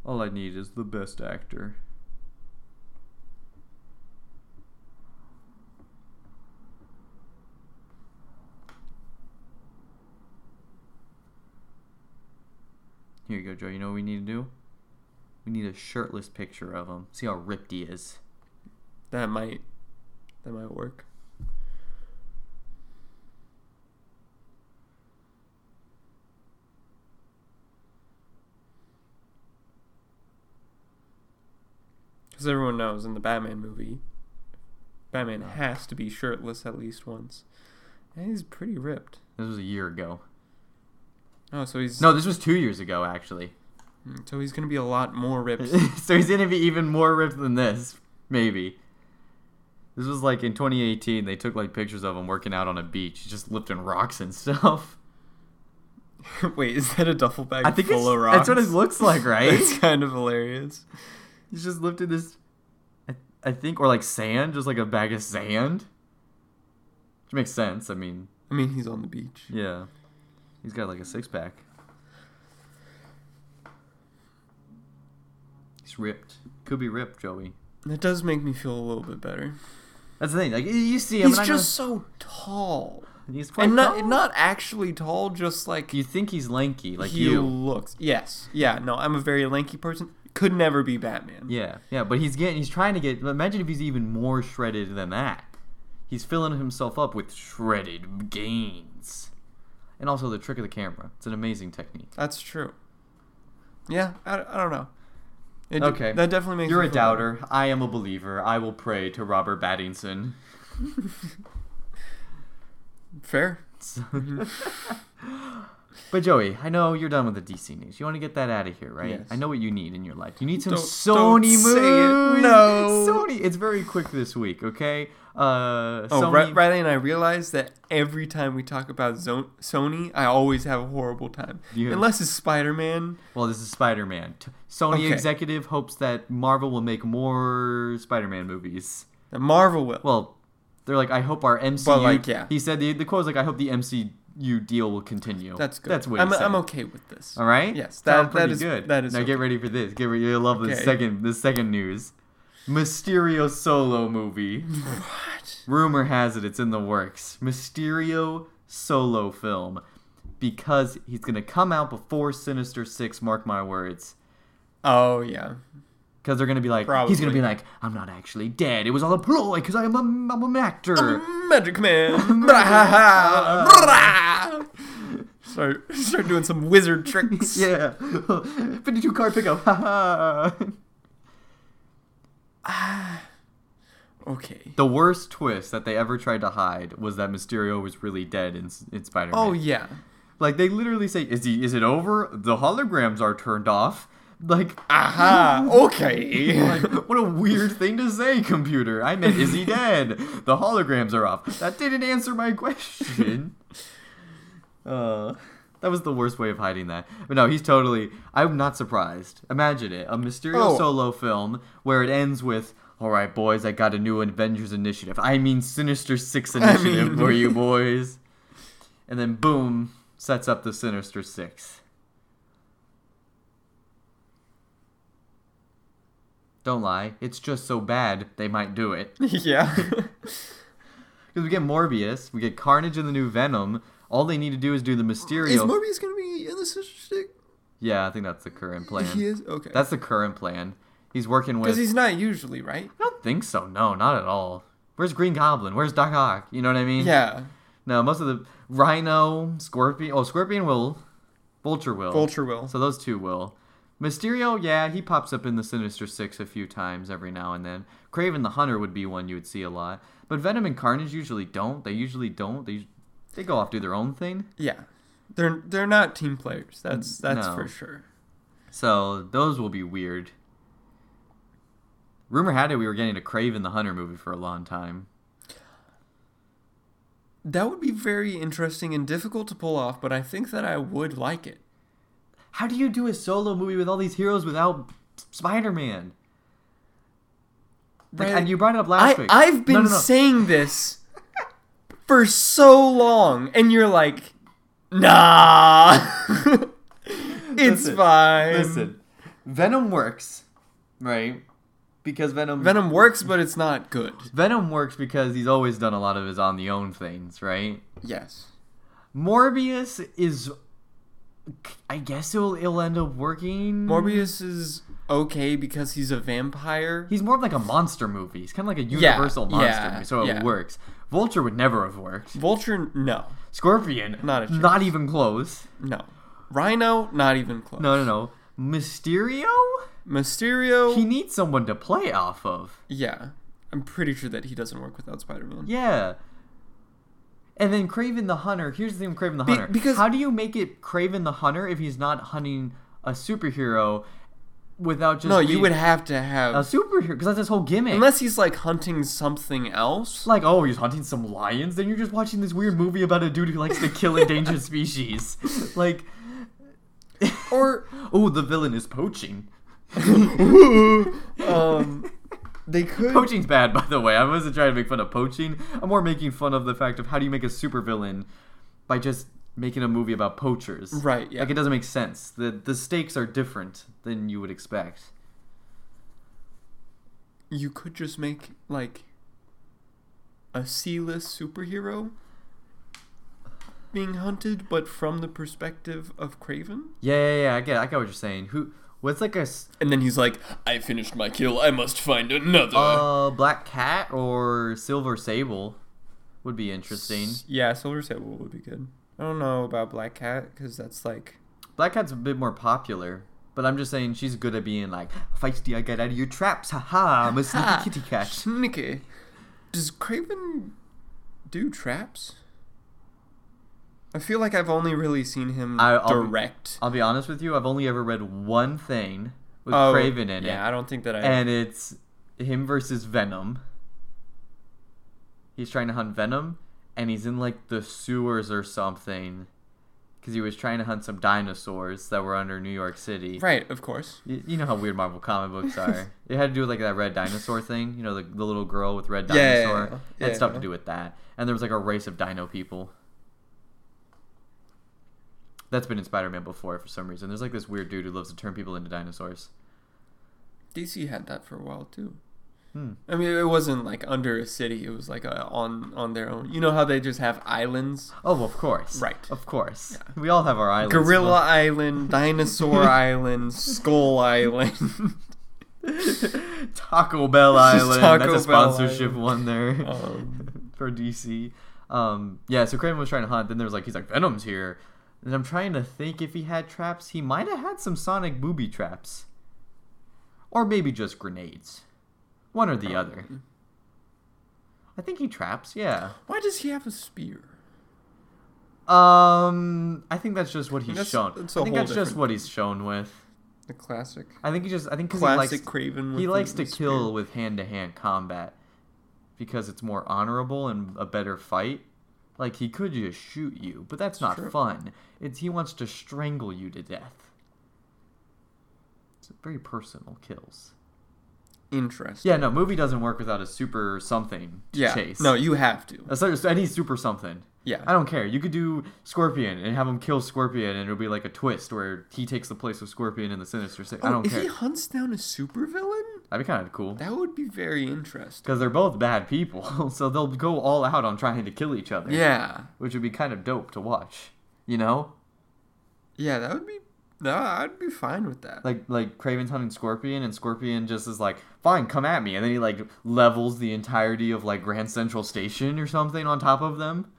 S1: All I need is the best actor. Here you go, Joe. You know what we need to do? We need a shirtless picture of him. See how ripped he is.
S2: that might that might work. Because everyone knows in the Batman movie, Batman has to be shirtless at least once, and he's pretty ripped.
S1: This was a year ago.
S2: Oh, so he's
S1: No, this was two years ago, actually.
S2: Mm, So he's gonna be a lot more ripped.
S1: [laughs]
S2: [laughs]
S1: so he's gonna be even more ripped than this, maybe. This was like in 2018. They took like pictures of him working out on a beach, just lifting rocks and [laughs] stuff.
S2: Wait, is that a duffel bag
S1: I think
S2: full
S1: it's,
S2: of rocks?
S1: that's what it looks
S2: [laughs]
S1: like, right?
S2: That's kind of hilarious.
S1: he's just lifting this, I, I think, or like sand, just like a bag of sand. Which makes sense. I mean,
S2: I mean, he's on the beach.
S1: yeah, he's got like a six pack. He's ripped. Could be ripped, Joey.
S2: That does make me feel a little bit better.
S1: That's the thing. Like you see him,
S2: he's
S1: and I
S2: just
S1: know-
S2: so tall,
S1: He's quite
S2: and not
S1: tall.
S2: not actually tall, just like
S1: You think he's lanky, like
S2: he
S1: you.
S2: looks. Yes, yeah, no, I'm a very lanky person. Could never be Batman.
S1: Yeah, yeah, but he's getting, he's trying to get. Imagine if he's even more shredded than that. He's filling himself up with shredded gains, and also the trick of the camera. It's an amazing technique.
S2: That's true. Yeah, I, I don't know. It,
S1: Okay.
S2: that definitely makes.
S1: You're
S2: me
S1: a
S2: feel better.
S1: doubter. I am a believer. I will pray to Robert
S2: [laughs]
S1: Pattinson.
S2: Fair.
S1: So- but Joey, I know you're done with the DC news. You want to get that out of here, right?
S2: Yes.
S1: I know what you need in your life. You need some
S2: Don't- don't
S1: Sony
S2: say it.
S1: movies.
S2: No.
S1: Sony. It's very quick this week. Okay. Uh,
S2: Oh,
S1: Sony-
S2: Ri- Riley and I realized that every time we talk about Zo- Sony, I always have a horrible time.
S1: Yeah.
S2: Unless it's Spider Man.
S1: Well, this is Spider Man. T- Sony
S2: Okay.
S1: executive hopes that Marvel will make more Spider Man movies.
S2: Marvel will.
S1: Well, they're like, I hope our MCU.
S2: like, yeah.
S1: He said the, the quote was like, I hope the MCU you deal will continue.
S2: That's good.
S1: That's what
S2: I'm,
S1: he said.
S2: I'm okay with this.
S1: All right.
S2: Yes,
S1: Sound
S2: that- that
S1: pretty
S2: is-
S1: good.
S2: that is
S1: Now get
S2: okay.
S1: ready for this. Get ready. You'll love the
S2: Okay.
S1: second. The second news. Mysterio solo movie.
S2: [laughs] What?
S1: Rumor has it it's in the works. Mysterio solo film. Because he's gonna come out before Sinister Six. Mark my words.
S2: Oh yeah.
S1: Because they're gonna be like, he's gonna
S2: Probably.
S1: be like, I'm not actually dead. It was all a ploy. Because I'm a, I'm an actor. [laughs]
S2: Magic Man. Bra-ha-ha. Bra. start start doing some wizard tricks.
S1: yeah. [laughs] 52 card pickup. [laughs] Ha ha.
S2: Okay.
S1: The worst twist that they ever tried to hide was that Mysterio was really dead in, in Spider-Man.
S2: Oh yeah.
S1: Like they literally say, "Is he? Is it over? The holograms are turned off." Like, [laughs]
S2: Aha. Okay. [laughs]
S1: like, what a weird thing to say, computer. I meant, is he dead? The holograms are off. That didn't answer my question. Uh, [laughs] that was the worst way of hiding that. But no, he's totally. I'm not surprised. Imagine it: a Mysterio
S2: Oh.
S1: solo film where it ends with. All right, boys, I got a new Avengers initiative. I mean, Sinister
S2: [laughs]
S1: Six initiative
S2: mean-
S1: for you boys. And then, boom, sets up the Sinister Six. Don't lie, it's just so bad they might do it.
S2: yeah.
S1: Because we get Morbius, we get Carnage in the new Venom. All they need to do is do the Mysterio.
S2: is Morbius gonna be in the Sinister
S1: yeah, I think that's the current
S2: Six? He
S1: plan.
S2: is. Okay.
S1: That's the current plan. He's working with.
S2: because he's not usually right.
S1: I don't think so. No, not at all. Where's Green Goblin? Where's Doc Ock? You know what I mean?
S2: Yeah.
S1: No, most of the Rhino, Scorpion. Oh, Scorpion will. Vulture will.
S2: Vulture will.
S1: So those two will. Mysterio, yeah, he pops up in the Sinister Six a few times every now and then. Craven the Hunter would be one you would see a lot, but Venom and Carnage usually don't. They usually don't. They they go off do their own thing.
S2: Yeah. They're they're not team players. That's that's
S1: Mm, no.
S2: for sure.
S1: So those will be weird. Rumor had it we were getting a Craven the Hunter movie for a long time.
S2: That would be very interesting and difficult to pull off, but I think that I would like it.
S1: How do you do a solo movie with all these heroes without Spider-Man? Like,
S2: Right.
S1: and you brought it up
S2: I,
S1: last week.
S2: I've been
S1: No, no, no.
S2: saying this for so long, and you're like, nah, [laughs] it's
S1: Listen,
S2: fine.
S1: Listen, Venom works, right? Because Venom
S2: Venom works, but it's not good.
S1: Venom works because he's always done a lot of his on the own things, right?
S2: Yes.
S1: Morbius is, I guess it'll it'll end up working.
S2: Morbius is okay because he's a vampire.
S1: He's more of like a monster movie. He's kind of like a
S2: Yeah,
S1: universal monster
S2: yeah,
S1: movie, so
S2: yeah.
S1: it works. Vulture would never have worked.
S2: Vulture, no,
S1: Scorpion,
S2: Not a chance.
S1: not even close.
S2: no. Rhino, not even close.
S1: No, no, no. Mysterio,
S2: Mysterio,
S1: he needs someone to play off of.
S2: yeah. I'm pretty sure that he doesn't work without Spider-Man.
S1: Yeah. And then Craven the Hunter. Here's the thing with Craven the Hunter.
S2: because-
S1: how do you make it Craven the Hunter if he's not hunting a superhero without just
S2: No, you
S1: being
S2: would have to have
S1: a superhero because that's his whole gimmick.
S2: unless he's like hunting something else.
S1: like, oh, he's hunting some lions. Then you're just watching this weird movie about a dude who likes to kill
S2: [laughs]
S1: endangered species. Like, [laughs]
S2: Or
S1: oh, the villain is poaching.
S2: [laughs] um,
S1: [laughs]
S2: they could.
S1: Poaching's bad, by the way. I wasn't trying to make fun of poaching. I'm more making fun of the fact of how do you make a supervillain by just making a movie about poachers.
S2: Right, yeah.
S1: Like it doesn't make sense. The the stakes are different than you would expect.
S2: You could just make like a C-list superhero being hunted, but from the perspective of Craven.
S1: Yeah, yeah, yeah. I get I get what you're saying. Who what's like a s-
S2: And then he's like, "I finished my kill. I must find another."
S1: uh black cat or silver sable would be interesting.
S2: yeah, Silver Sable would be good. I don't know about Black Cat because that's like
S1: Black cat's a bit more popular. But I'm just saying she's good at being like feisty. I get out of your traps. Ha ha! I'm a sneaky
S2: Ah,
S1: kitty cat.
S2: Sneaky. Does Craven do traps? I feel like I've only really seen him
S1: I- I'll be-
S2: direct.
S1: I'll be honest with you. I've only ever read one thing with
S2: Oh,
S1: Craven in
S2: Yeah,
S1: it,
S2: I don't think that I.
S1: and it's him versus Venom. He's trying to hunt Venom, and he's in like the sewers or something, because he was trying to hunt some dinosaurs that were under New York City.
S2: right, of course.
S1: You, you know how weird Marvel comic
S2: [laughs]
S1: books are. it had to do with like that red dinosaur thing. You know, the, the little girl with red
S2: Yeah, yeah,
S1: dinosaur.
S2: yeah,
S1: It had
S2: yeah.
S1: stuff to do with that, and there was like a race of dino people. That's been in Spider-Man before for some reason. There's like this weird dude who loves to turn people into dinosaurs.
S2: DC had that for a while too.
S1: Hmm.
S2: I mean, it wasn't like under a city. It was like uh on on their own. You know how they just have islands?
S1: Oh, of course.
S2: Right.
S1: Of course. We all have our islands.
S2: Gorilla
S1: [laughs]
S2: Island, Dinosaur Island, Skull Island. [laughs]
S1: [laughs] Taco Bell Island.
S2: Taco Bell
S1: That's a sponsorship
S2: Island.
S1: one there
S2: Um,
S1: [laughs] for DC. Um, yeah, so Kraven was trying to hunt. Then there was like, he's like, Venom's here. And I'm trying to think if he had traps. He might have had some Sonic booby traps. Or maybe just grenades. One or the other. I think he traps, yeah.
S2: why does he have a spear?
S1: Um, I think that's just what he's
S2: That's-
S1: shown.
S2: that's a
S1: I think
S2: whole
S1: that's just
S2: different-
S1: what he's shown with.
S2: The classic,
S1: I think he just. I think because he likes
S2: classic Craven.
S1: he
S2: with
S1: likes
S2: the-
S1: to
S2: the
S1: kill
S2: spear.
S1: with hand to hand combat because it's more honorable and a better fight. Like he could just shoot you, but that's not
S2: True.
S1: fun. It's he wants to strangle you to death. It's very personal kills.
S2: Interesting.
S1: Yeah, no, movie doesn't work without a super something to
S2: Yeah.
S1: chase.
S2: No, you have to.
S1: That's not- any super something.
S2: Yeah.
S1: I don't care. You could do Scorpion and have him kill Scorpion, and it'll be like a twist where he takes the place of Scorpion in the Sinister Six. I
S2: Oh,
S1: don't
S2: if
S1: care.
S2: he hunts down a supervillain,
S1: That'd be kind of cool.
S2: that would be very interesting.
S1: Because they're both bad people, [laughs] so they'll go all out on trying to kill each other.
S2: Yeah.
S1: Which would be kind of dope to watch. You know?
S2: Yeah, that would be. No, I'd be fine with that.
S1: Like like Craven's hunting Scorpion and Scorpion just is like, fine, come at me and then he like levels the entirety of like Grand Central Station or something on top of them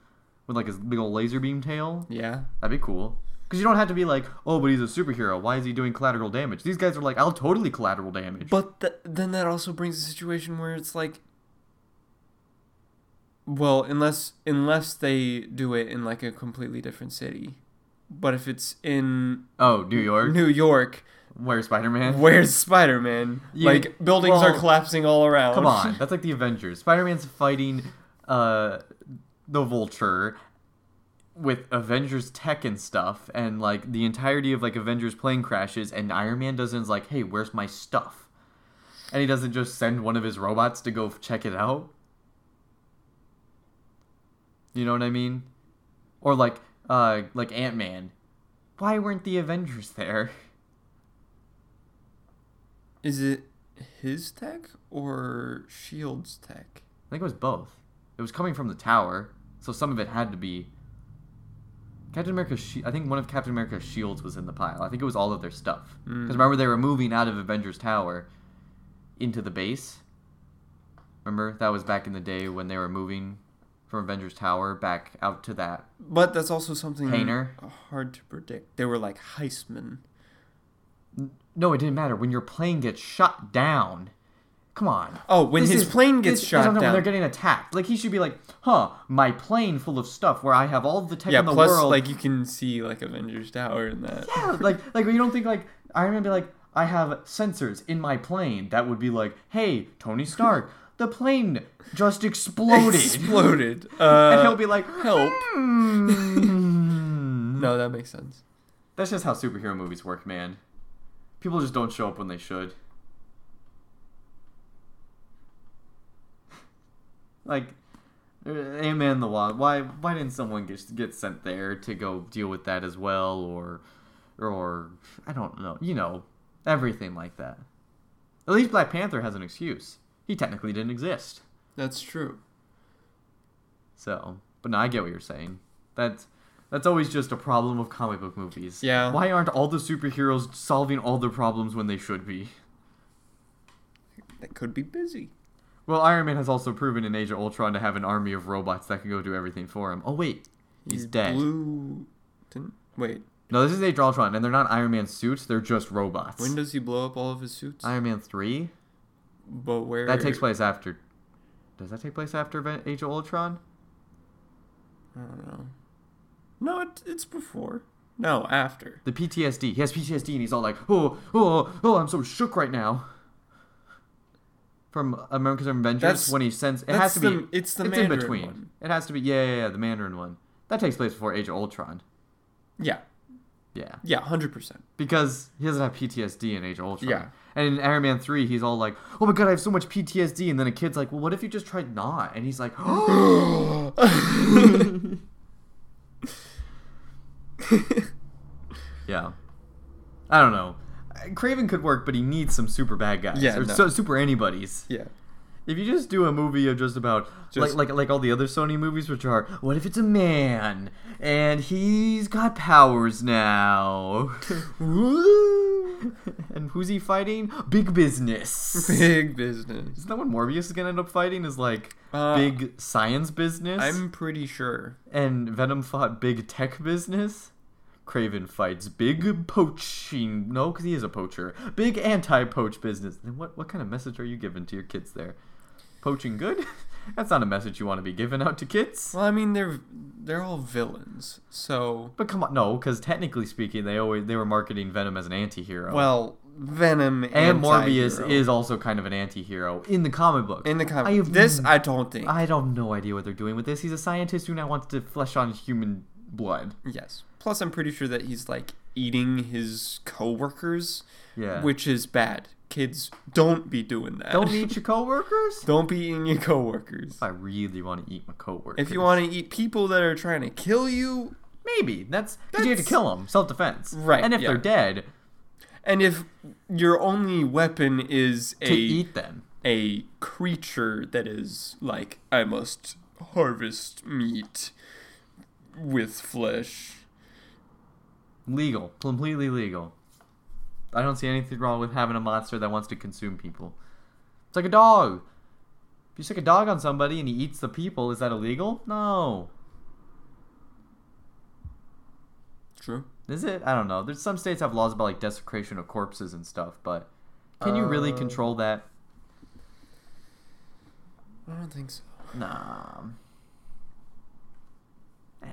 S1: with like his big old laser beam tail.
S2: yeah.
S1: That'd be cool. Because you don't have to be like, oh, but he's a superhero. Why is he doing collateral damage? These guys are like, I'll totally collateral damage.
S2: But th- then that also brings a situation where it's like, well, unless unless they do it in like a completely different city, but if it's in
S1: oh, New York,
S2: New York,
S1: where Spider Man?
S2: where's Spider Man?
S1: You-
S2: Like buildings are
S1: well,
S2: collapsing all around.
S1: Come on, that's like the Avengers. Spider Man's fighting uh, the Vulture with Avengers tech and stuff, and like the entirety of like Avengers plane crashes, and Iron Man doesn't is like, hey, where's my stuff? And he doesn't just send one of his robots to go check it out. You know what I mean? Or like, uh, like Ant Man. Why weren't the Avengers there? [laughs]
S2: Is it his tech or Shield's tech?
S1: I think it was both. It was coming from the tower, so some of it had to be. Captain America's. shi I think one of Captain America's shields was in the pile. I think it was all of their stuff. Because
S2: Mm.
S1: remember, they were moving out of Avengers Tower into the base. Remember that was back in the day when they were moving from Avengers Tower back out to that
S2: But that's also something
S1: Painter.
S2: hard to predict. They were like heistmen.
S1: No, it didn't matter. When your plane gets shot down, come on.
S2: Oh, when his plane gets
S1: this-
S2: shot
S1: I don't know,
S2: down.
S1: when they're getting attacked. Like he should be like, "Huh, my plane full of stuff where I have all the tech
S2: Yeah,
S1: in the
S2: plus
S1: world."
S2: like you can see like Avengers Tower in that.
S1: yeah, like like you don't think like Iron Man be like, "I have sensors in my plane." That would be like, "Hey, Tony Stark, the plane just exploded."
S2: [laughs] Exploded.
S1: and
S2: Uh,
S1: he'll be like,
S2: help.
S1: "Hmm."
S2: no, that makes sense.
S1: That's just how superhero movies work, man. People just don't show up when they should. [laughs] Like, Ant Man the Wasp. Why? Why didn't someone get get sent there to go deal with that as well, or, or I don't know. You know, everything like that. At least Black Panther has an excuse. He technically didn't exist.
S2: That's true.
S1: So, but no, I get what you're saying. That's that's always just a problem of comic book movies.
S2: Yeah.
S1: Why aren't all the superheroes solving all the problems when they should be?
S2: That could be busy.
S1: Well, Iron Man has also proven in Age of Ultron to have an army of robots that can go do everything for him. Oh wait, he's dead.
S2: Blue. Didn't, wait.
S1: No, this is Age of Ultron, and they're not Iron Man suits; they're just robots.
S2: When does he blow up all of his suits?
S1: Iron Man three
S2: but where?
S1: that takes place after. Does that take place after Aven- Age of Ultron?
S2: I don't know. No, it, it's before. No, after.
S1: The PTSD. He has PTSD and he's all like, oh, oh, oh, I'm so shook right now. From America's Avengers
S2: That's-
S1: when he sends. It
S2: that's
S1: has to be.
S2: the- it's the Mandarin one.
S1: It has to be. Yeah, yeah, yeah. The Mandarin one. That takes place before Age of Ultron.
S2: Yeah.
S1: Yeah.
S2: Yeah, hundred percent.
S1: Because he doesn't have PTSD in Age of Ultron.
S2: Yeah.
S1: And in Iron Man 3, he's all like, oh my god, I have so much PTSD. And then a kid's like, well, what if you just tried not? And he's like,
S2: [gasps]
S1: oh. Yeah. I don't know. Craven could work, but he needs some super bad guys.
S2: Yeah,
S1: or
S2: no.
S1: so, super [laughs] anybody's.
S2: Yeah.
S1: If you just do a movie of just about
S2: Just-
S1: like like like all the other Sony movies, which are what if it's a man and he's got powers
S2: [laughs]
S1: now, Woo! and who's he fighting? Big
S2: [laughs]
S1: business. Isn't
S2: Big business.
S1: that what Morbius is gonna end up fighting? Is like
S2: Uh,
S1: big science business.
S2: I'm pretty sure.
S1: and Venom fought big tech business. Craven fights big poaching. No, because he is a poacher. Big anti-poach business. Then what? What kind of message are you giving to your kids there? Poaching good? [laughs] That's not a message you want to be giving out to kids.
S2: Well, I mean, they're they're all villains. So,
S1: But come on, no, because technically speaking, they always they were marketing Venom as an anti-hero.
S2: well, Venom
S1: and Morbius
S2: anti-hero.
S1: is also kind of an anti-hero in the comic book.
S2: in the comic.
S1: I have-
S2: this I don't think.
S1: I don't know idea what they're doing with this. He's a scientist who now wants to flesh on human blood.
S2: yes. Plus, I'm pretty sure that he's like eating his coworkers,
S1: Yeah.
S2: which is bad. Kids, don't be doing that.
S1: don't eat your coworkers.
S2: [laughs] Don't be eating your coworkers.
S1: If I really want to eat my coworker.
S2: If you want to eat people that are trying to kill you,
S1: maybe that's because you have to
S2: That's-
S1: kill them, self defense,
S2: Right,
S1: And if
S2: yeah.
S1: they're dead,
S2: and if your only weapon is
S1: to
S2: a
S1: eat them.
S2: a creature that is like I must harvest meat with flesh.
S1: Legal, completely legal. I don't see anything wrong with having a monster that wants to consume people. It's like a dog. If you stick a dog on somebody and he eats the people, is that illegal? No.
S2: True.
S1: Is it? I don't know. There's some states have laws about like desecration of corpses and stuff, but can you really
S2: Uh,
S1: control that?
S2: I don't think so.
S1: Nah. Eh.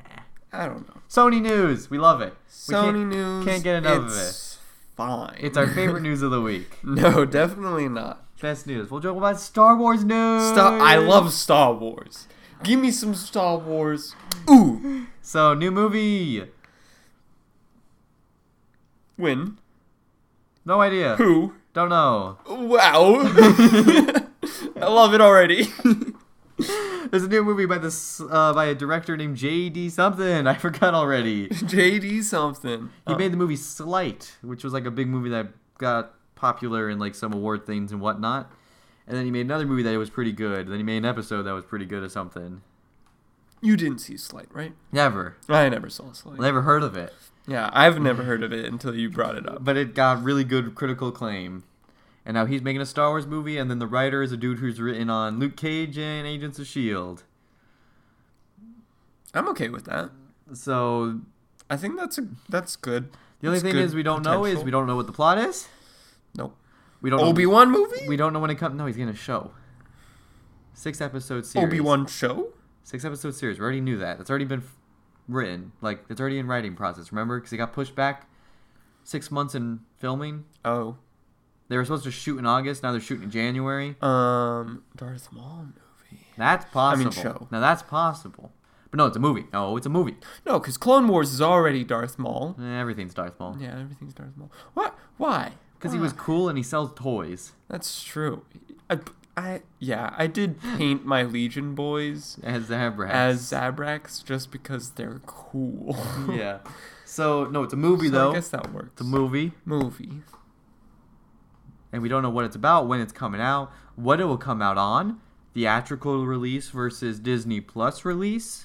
S2: I don't know.
S1: Sony news. We love it. We can't-
S2: Sony news.
S1: can't get enough of
S2: it's Fine.
S1: It's our favorite news of the week.
S2: [laughs] no, definitely not.
S1: Best news. We'll talk about Star Wars news.
S2: Star- I love Star Wars. Give me some Star Wars. Ooh.
S1: So new movie.
S2: When?
S1: No idea.
S2: [laughs] Who?
S1: Don't know.
S2: Wow. [laughs] I love it already. [laughs]
S1: There's a new movie by this uh, by a director named J.D. something. [laughs] I forgot already.
S2: JD something.
S1: He
S2: Uh,
S1: made the movie Slight, which was like a big movie that got popular in like some award things and whatnot. And then he made another movie that was pretty good. Then he made an episode that was pretty good or something.
S2: you didn't see Slight, right?
S1: Never,
S2: I never saw Slight.
S1: never heard of it.
S2: Yeah, I've never heard of it until you brought it up.
S1: but it got really good critical acclaim. And now he's making a Star Wars movie, and then the writer is a dude who's written on Luke Cage and Agents of Shield.
S2: I'm okay with that.
S1: So
S2: I think that's a that's good.
S1: the only
S2: It's
S1: thing
S2: good
S1: is we don't know is
S2: potential.
S1: we don't know what the plot is.
S2: Nope.
S1: We don't
S2: Obi
S1: know,
S2: Wan movie?
S1: We don't know when it comes. No, he's gonna show. Six episode series.
S2: Obi Wan show?
S1: Six episode series. We already knew that. It's already been f- written. Like it's already in writing process. Remember, because it got pushed back six months in filming.
S2: Oh.
S1: They were supposed to shoot in August. Now they're shooting in January.
S2: Um Darth Maul movie.
S1: That's possible.
S2: mean, show.
S1: Now that's possible. But no, it's a movie. No, it's a movie.
S2: No, because Clone Wars is already Darth Maul.
S1: Eh, Everything's Darth Maul.
S2: Yeah, everything's Darth Maul. What? Why?
S1: Because
S2: Ah.
S1: he was cool and he sells toys.
S2: That's true. I, I yeah, I did paint my Legion boys
S1: As Zabra has. [laughs]
S2: as Zabraks just because they're cool.
S1: yeah. So no, it's a movie
S2: So
S1: though.
S2: I guess that works.
S1: It's a movie,
S2: movie.
S1: and we don't know what it's about, when it's coming out, what it will come out on, theatrical release versus Disney Plus release.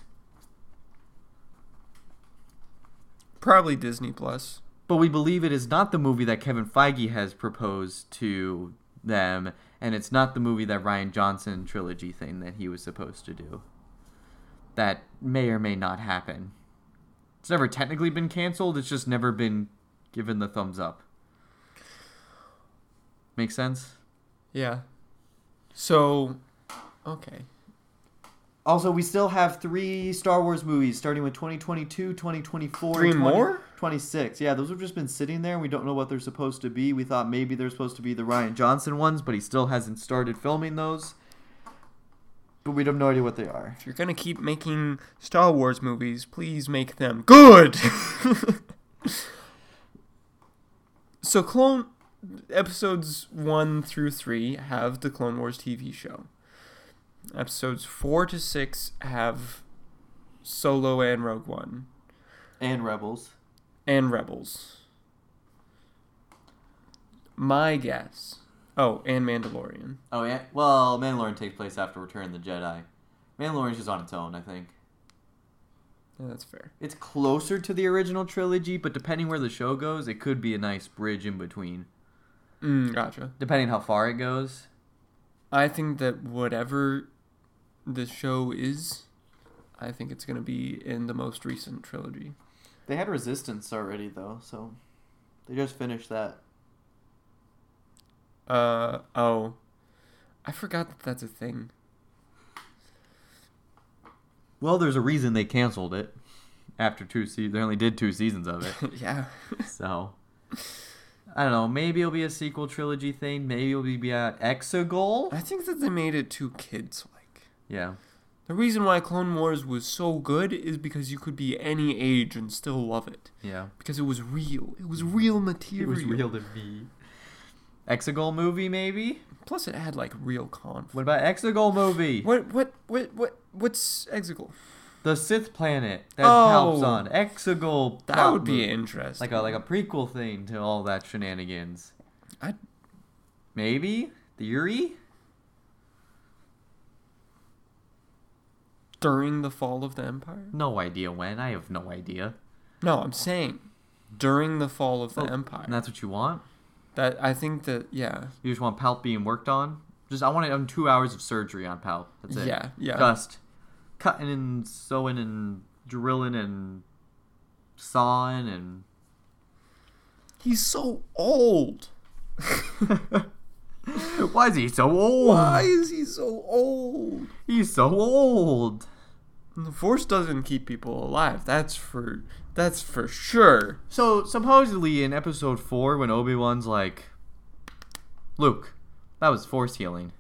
S2: Probably Disney Plus.
S1: But we believe it is not the movie that Kevin Feige has proposed to them, and it's not the movie that Ryan Johnson trilogy thing that he was supposed to do. That may or may not happen. It's never technically been canceled, it's just never been given the thumbs up. Make sense?
S2: Yeah. So, okay.
S1: Also, we still have three Star Wars movies, starting with 2022, 2024,
S2: Three
S1: and
S2: more?
S1: 26. Yeah, those have just been sitting there, and we don't know what they're supposed to be. We thought maybe they're supposed to be the Ryan Johnson ones, but he still hasn't started filming those. But we have no idea what they are.
S2: If you're gonna keep making Star Wars movies, please make them good. [laughs] so, Clone episodes one through three have the Clone Wars TV show. Episodes four to six have Solo and Rogue One
S1: And Rebels.
S2: and Rebels. My guess. Oh, and Mandalorian.
S1: Oh yeah. Well, Mandalorian takes place after Return of the Jedi. Mandalorian's just on its own, I think.
S2: Yeah, that's fair.
S1: It's closer to the original trilogy, but depending where the show goes, it could be a nice bridge in between.
S2: Mm, gotcha.
S1: Depending how far it goes.
S2: I think that whatever the show is, I think it's going to be in the most recent trilogy.
S1: They had Resistance already though, so they just finished that.
S2: Uh oh. I forgot that that's a thing. [laughs]
S1: Well, there's a reason they canceled it after two seasons. They only did two seasons of [laughs] it,
S2: yeah.
S1: so I don't know. Maybe it'll be a sequel trilogy thing. Maybe it'll be an Exegol.
S2: I think that they made it too kids like.
S1: Yeah,
S2: The reason why Clone Wars was so good is because you could be any age and still love it
S1: yeah.
S2: because it was real. It was real material.
S1: to me. Exegol movie, maybe.
S2: Plus, it had like real conflict.
S1: What about Exegol movie?
S2: What? What? What? What? What's Exegol?
S1: The Sith planet that
S2: Oh.
S1: Palp's on. Exegol.
S2: That
S1: plot
S2: would be
S1: movie.
S2: interesting.
S1: mm, like a like a prequel thing to all that shenanigans.
S2: I'd-
S1: maybe the Yuri.
S2: during the fall of the empire.
S1: No idea when. I have no idea.
S2: No, I'm saying during the fall of the
S1: Oh,
S2: empire.
S1: And that's what you want.
S2: That I think that yeah,
S1: You just want Palp being worked on. Just I want it on two hours of surgery on Palp. That's it.
S2: yeah, yeah.
S1: Just cutting and sewing and drilling and sawing and
S2: He's so old.
S1: why is he so old?
S2: Why is he so old?
S1: He's so old.
S2: The force doesn't keep people alive. That's for that's for sure.
S1: So supposedly in episode four, when Obi Wan's like, Luke, that was force healing.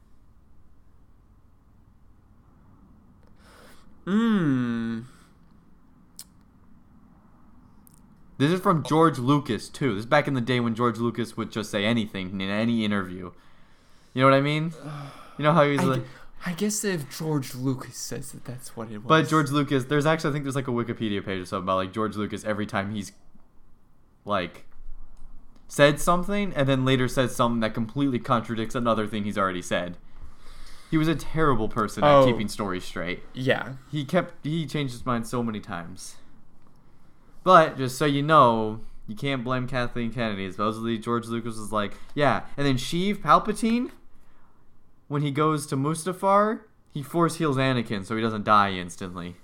S2: Mmm.
S1: This is from George Lucas too. This is back in the day when George Lucas would just say anything in any interview. You know what I mean? You know how he's
S2: I,
S1: like,
S2: gu- I guess if George Lucas says that, that's what it was.
S1: but George Lucas. There's actually I think there's like a Wikipedia page or something about like George Lucas every time he's like said something and then later says something that completely contradicts another thing he's already said. He was a terrible person at
S2: Oh.
S1: keeping stories straight.
S2: Yeah.
S1: he kept he changed his mind so many times. But just so you know, you can't blame Kathleen Kennedy. Supposedly George Lucas was like, yeah, and then Sheev Palpatine, when he goes to Mustafar, he force heals Anakin so he doesn't die instantly.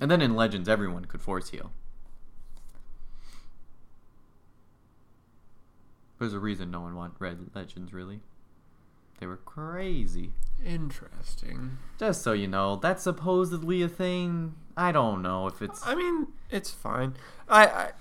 S1: And then in Legends, everyone could force heal. There's a reason no one want read Legends, really. They were crazy.
S2: Interesting.
S1: Just so you know, that's supposedly a thing. I don't know if it's.
S2: I mean, it's fine. I I,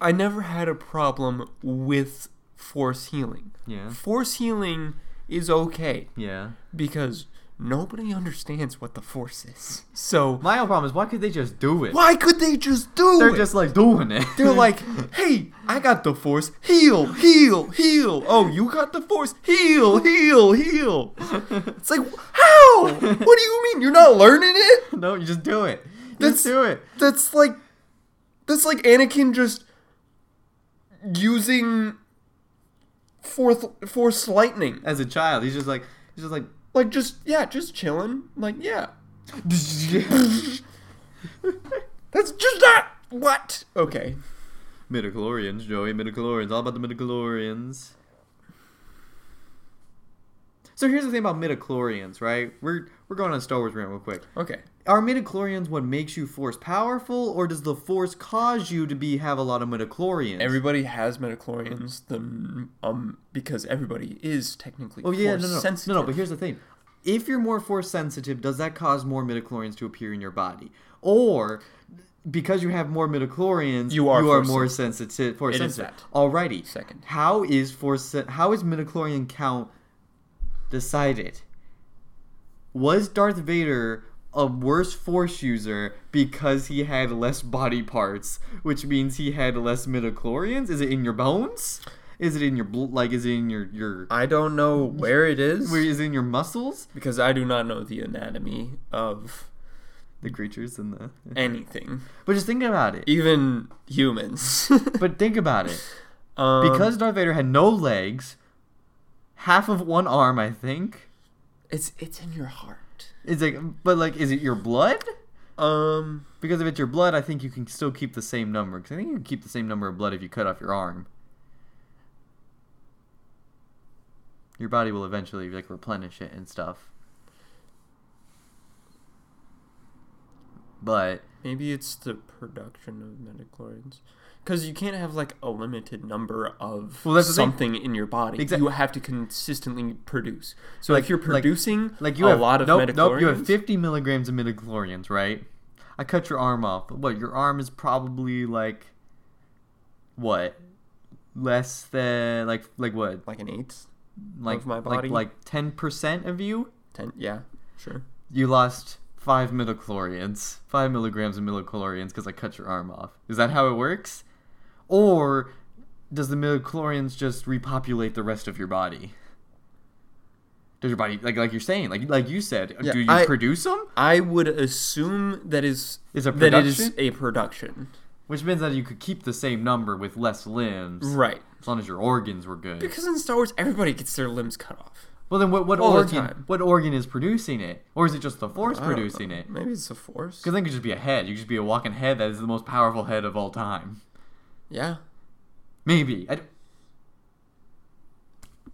S2: I never had a problem with force healing.
S1: Yeah.
S2: Force healing is okay
S1: Yeah.
S2: because nobody understands what the force is. So
S1: My own problem is why could they just do it?
S2: why could they just do
S1: They're
S2: it?
S1: just like doing it. [laughs]
S2: They're like, hey, I got the force. Heal, heal, heal. Oh, you got the force. Heal, heal, heal. It's like, how? What do you mean? You're not learning it?
S1: no, you just do it. You
S2: That's-
S1: just do it.
S2: That's like, that's like Anakin just using fourth force lightning.
S1: As a child, he's just like, he's just like. [laughs]
S2: Like, just yeah, just chilling. Like, yeah, that's just not what. Okay,
S1: midichlorians, Joey, midichlorians, all about the midichlorians. So here's the thing about midichlorians, right? We're we're going on a Star Wars rant real quick.
S2: okay.
S1: Are midichlorians what makes you force powerful, or does the force cause you to be have a lot of midichlorians?
S2: Everybody has metachlorians, the um because everybody is technically
S1: oh yeah,
S2: force
S1: no, no, no,
S2: sensitive.
S1: no, no. But here's the thing: if you're more force sensitive, does that cause more midichlorians to appear in your body, or because you have more midichlorians,
S2: You are
S1: you are
S2: force
S1: more sensitive. Force
S2: It is
S1: sensitive.
S2: that.
S1: Alrighty.
S2: Second.
S1: How is force? sen- How is midichlorian count decided? Was Darth Vader a worse force user because he had less body parts, which means he had less midichlorians? Is it in your bones? Is it in your bl- like? Is it in your your?
S2: I don't know where it is
S1: Is it in your muscles?
S2: because I do not know the anatomy of
S1: the creatures and the.
S2: anything,
S1: But just think about it.
S2: even humans. [laughs]
S1: But think about it.
S2: um,
S1: Because Darth Vader had no legs, half of one arm, I think.
S2: it's it's in your heart.
S1: It's like, but like, is it your blood?
S2: Um,
S1: Because if it's your blood, I think you can still keep the same number. Because I think you can keep the same number of blood if you cut off your arm. Your body will eventually like replenish it and stuff. But
S2: maybe it's the production of midichlorians. Because you can't have like a limited number of
S1: Well, that's the thing.
S2: something in your body.
S1: Exact-
S2: You have to consistently produce. So
S1: Like-
S2: if you're
S1: like-
S2: producing
S1: like you
S2: a
S1: have
S2: lot of
S1: nope, nope, you
S2: midichlorians-
S1: have 50 milligrams of midichlorians, right? I cut your arm off, but what? Your arm is probably like what? Less than like like what?
S2: like an eighth,
S1: Like
S2: my body?
S1: like like 10% of you?
S2: ten, yeah, sure.
S1: you lost five midichlorians, five milligrams of midichlorians because I cut your arm off. Is that how it works? Or does the midichlorians just repopulate the rest of your body? Does your body like like you're saying like like you said?
S2: Yeah,
S1: do you
S2: I-
S1: produce them?
S2: I would assume that is
S1: Is a
S2: that it
S1: production,
S2: is a production,
S1: which means that you could keep the same number with less limbs,
S2: right?
S1: as long as your organs were good.
S2: Because in Star Wars, everybody gets their limbs cut off.
S1: Well, then what what
S2: All the
S1: organ
S2: time.
S1: what organ is producing it, or is it just the force
S2: I don't
S1: producing
S2: know.
S1: it?
S2: Maybe it's the Force.
S1: Because then it could just be a head. You could just be a walking head that is the most powerful head of all time.
S2: Yeah.
S1: Maybe. I, d-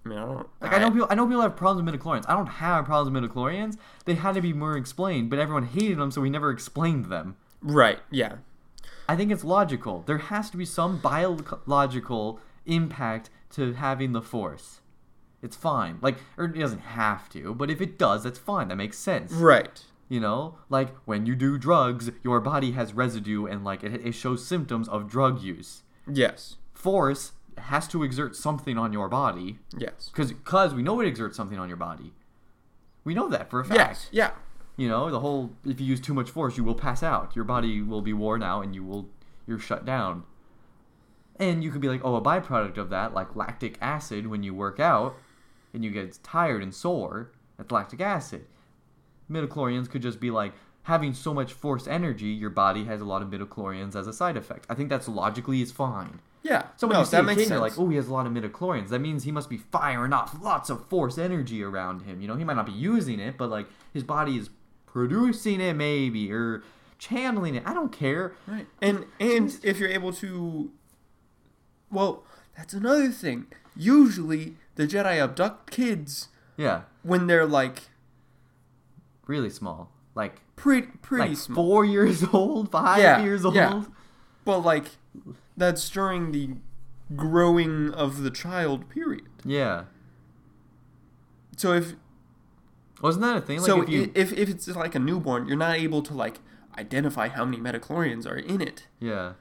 S2: I mean, I don't.
S1: like, I, know people. I know people have problems with midichlorians. I don't have problems with midichlorians. They had to be more explained, but everyone hated them, so we never explained them.
S2: Right. Yeah.
S1: I think it's logical. There has to be some biological impact to having the force. It's fine. Like, or it doesn't have to, but if it does, that's fine. That makes sense.
S2: Right.
S1: You know, like when you do drugs, your body has residue and like it, it shows symptoms of drug use.
S2: Yes.
S1: Force has to exert something on your body
S2: Yes.
S1: because because we know it exerts something on your body. We know that for a fact.
S2: Yes. Yeah.
S1: You know the whole. If you use too much force, you will pass out. Your body will be worn out, and you will you're shut down. And you could be like, oh, a byproduct of that, like lactic acid, when you work out, and you get tired and sore. That's lactic acid. Midichlorians could just be like having so much force energy, your body has a lot of midichlorians as a side effect. I think that's logically is fine.
S2: Yeah.
S1: So when
S2: no,
S1: you see
S2: that
S1: a
S2: makes
S1: kid,
S2: sense.
S1: you're like, oh, he has a lot of midichlorians. That means he must be firing off lots of force energy around him. You know, he might not be using it, but like his body is producing it maybe or channeling it. I don't care.
S2: Right. And and if you're able to well, that's another thing. Usually the Jedi abduct kids
S1: Yeah,
S2: when they're like
S1: really small, like
S2: pretty pretty
S1: like
S2: small.
S1: four [laughs] years old, five
S2: Yeah,
S1: years old.
S2: yeah. But like that's during the growing of the child period.
S1: Yeah.
S2: So if
S1: wasn't that a thing? Like
S2: so
S1: if you,
S2: i- if if it's like a newborn, you're not able to like identify how many metachlorians are in it.
S1: yeah,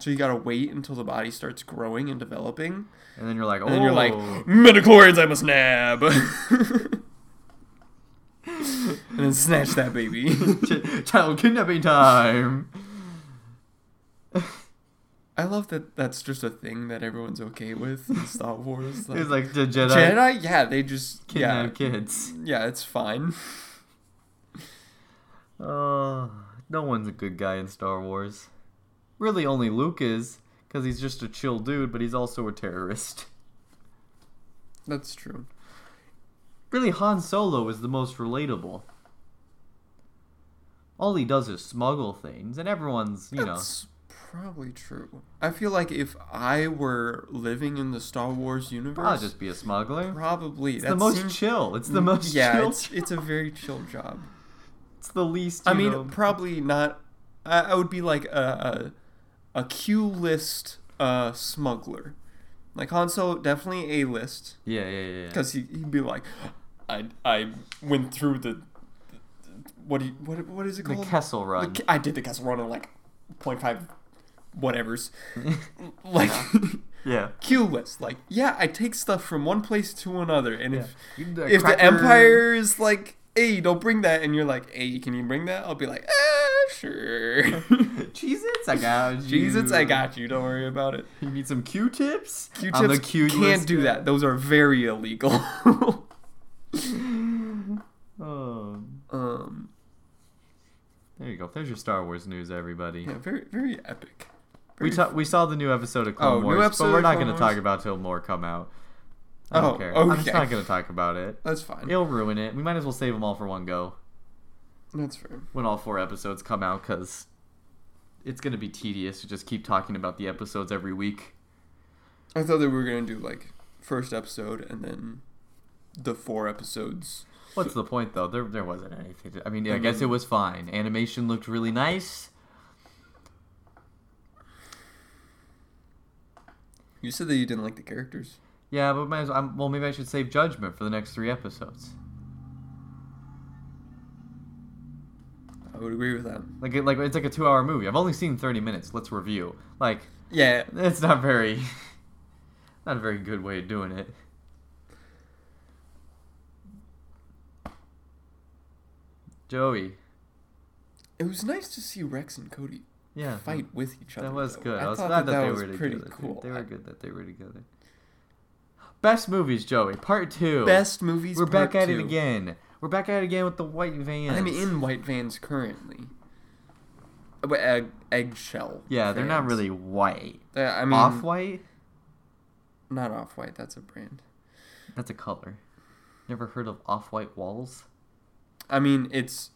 S2: So you gotta wait until the body starts growing and developing.
S1: and then you're like, oh, [laughs]
S2: And then you're like, Metachlorians I must nab. [laughs] and then snatch that baby.
S1: like, child kidnapping time.
S2: [laughs] I love that that's just a thing that everyone's okay with in
S1: [laughs]
S2: Star Wars. Like,
S1: It's like the Jedi
S2: Jedi? Yeah, they just. Yeah,
S1: kidnap kids.
S2: yeah, it's fine.
S1: [laughs] Uh, no one's a good guy in Star Wars. Really, only Luke is, because he's just a chill dude, but he's also a terrorist. [laughs]
S2: That's true.
S1: Really, Han Solo is the most relatable. All he does is smuggle things, and everyone's, you know.
S2: That's probably true. I feel like if I were living in the Star Wars universe,
S1: I'll just be a smuggler.
S2: probably
S1: It's
S2: that
S1: the most
S2: seems-
S1: chill. [laughs] It's the most
S2: yeah,
S1: chill.
S2: it's, it's a very chill job.
S1: It's the least. You
S2: I mean,
S1: know,
S2: probably not. I, I would be like a a, a Q list uh, smuggler, like Han Solo, definitely A list
S1: yeah, yeah, yeah. yeah.
S2: because he he'd be like, I I went through the, what do you, what what is it
S1: The
S2: called?
S1: Kessel Run.
S2: The Ke- I did the Kessel Run in like 0.5 whatevers,
S1: [laughs]
S2: like
S1: Mm, yeah.
S2: [laughs] Q list. Like yeah, I take stuff from one place to another, and if
S1: The
S2: if
S1: cracker-
S2: the Empire is like, hey, don't bring that, and you're like, hey, can you bring that? I'll be like, ah,
S1: [laughs] [laughs]
S2: sure.
S1: Cheez-Its, I
S2: [laughs]
S1: got you.
S2: Jesus, I got you. Don't worry about it.
S1: You need some Q-tips?
S2: Q-tips
S1: I'm the Q
S2: can't do that. Those are very illegal. [laughs]
S1: Um,
S2: um,
S1: I There's your Star Wars news, everybody.
S2: Yeah, very very epic.
S1: We
S2: Very
S1: ta- we saw the new episode of Clone
S2: Oh, new
S1: Wars,
S2: episode
S1: but we're
S2: of
S1: not
S2: Clone
S1: going to
S2: Wars?
S1: talk about it till more come out. I don't
S2: Oh,
S1: care. I'm just
S2: okay.
S1: not going to talk about
S2: [laughs]
S1: it.
S2: That's fine.
S1: It'll ruin it. We might as well save them all for one go
S2: That's fair.
S1: when all four episodes come out because it's going to be tedious to just keep talking about the episodes every week.
S2: I thought that we were gonna do like first episode and then the four episodes.
S1: What's the point though? There there wasn't anything. To, I mean, I
S2: I
S1: guess it
S2: mean-
S1: was fine. Animation looked really nice.
S2: You said that you didn't like the characters.
S1: Yeah, but might as well, I'm, well maybe I should save judgment for the next three episodes.
S2: I would agree with that.
S1: Like it, like it's like a two hour movie. I've only seen thirty minutes. Let's review. Like
S2: Yeah.
S1: It's not very, [laughs] not a very good way of doing it. Joey,
S2: It was nice to see Rex and Cody
S1: yeah,
S2: fight with each other.
S1: Uh-huh. that was
S2: though.
S1: good.
S2: I,
S1: I, was
S2: thought
S1: glad that,
S2: that,
S1: they
S2: was
S1: were
S2: pretty
S1: together.
S2: cool.
S1: They were good that they were together. Best movies, Joey, part two.
S2: Best movies.
S1: We're back
S2: part
S1: at it
S2: two.
S1: again. We're back at it again with the white vans.
S2: I'm in white vans currently. Uh, but Egg, eggshell.
S1: Yeah, they're not
S2: vans.
S1: really white.
S2: Uh, I mean,
S1: Off white.
S2: Not off white. That's a brand.
S1: That's a color. Never heard of off white walls.
S2: I mean, it's.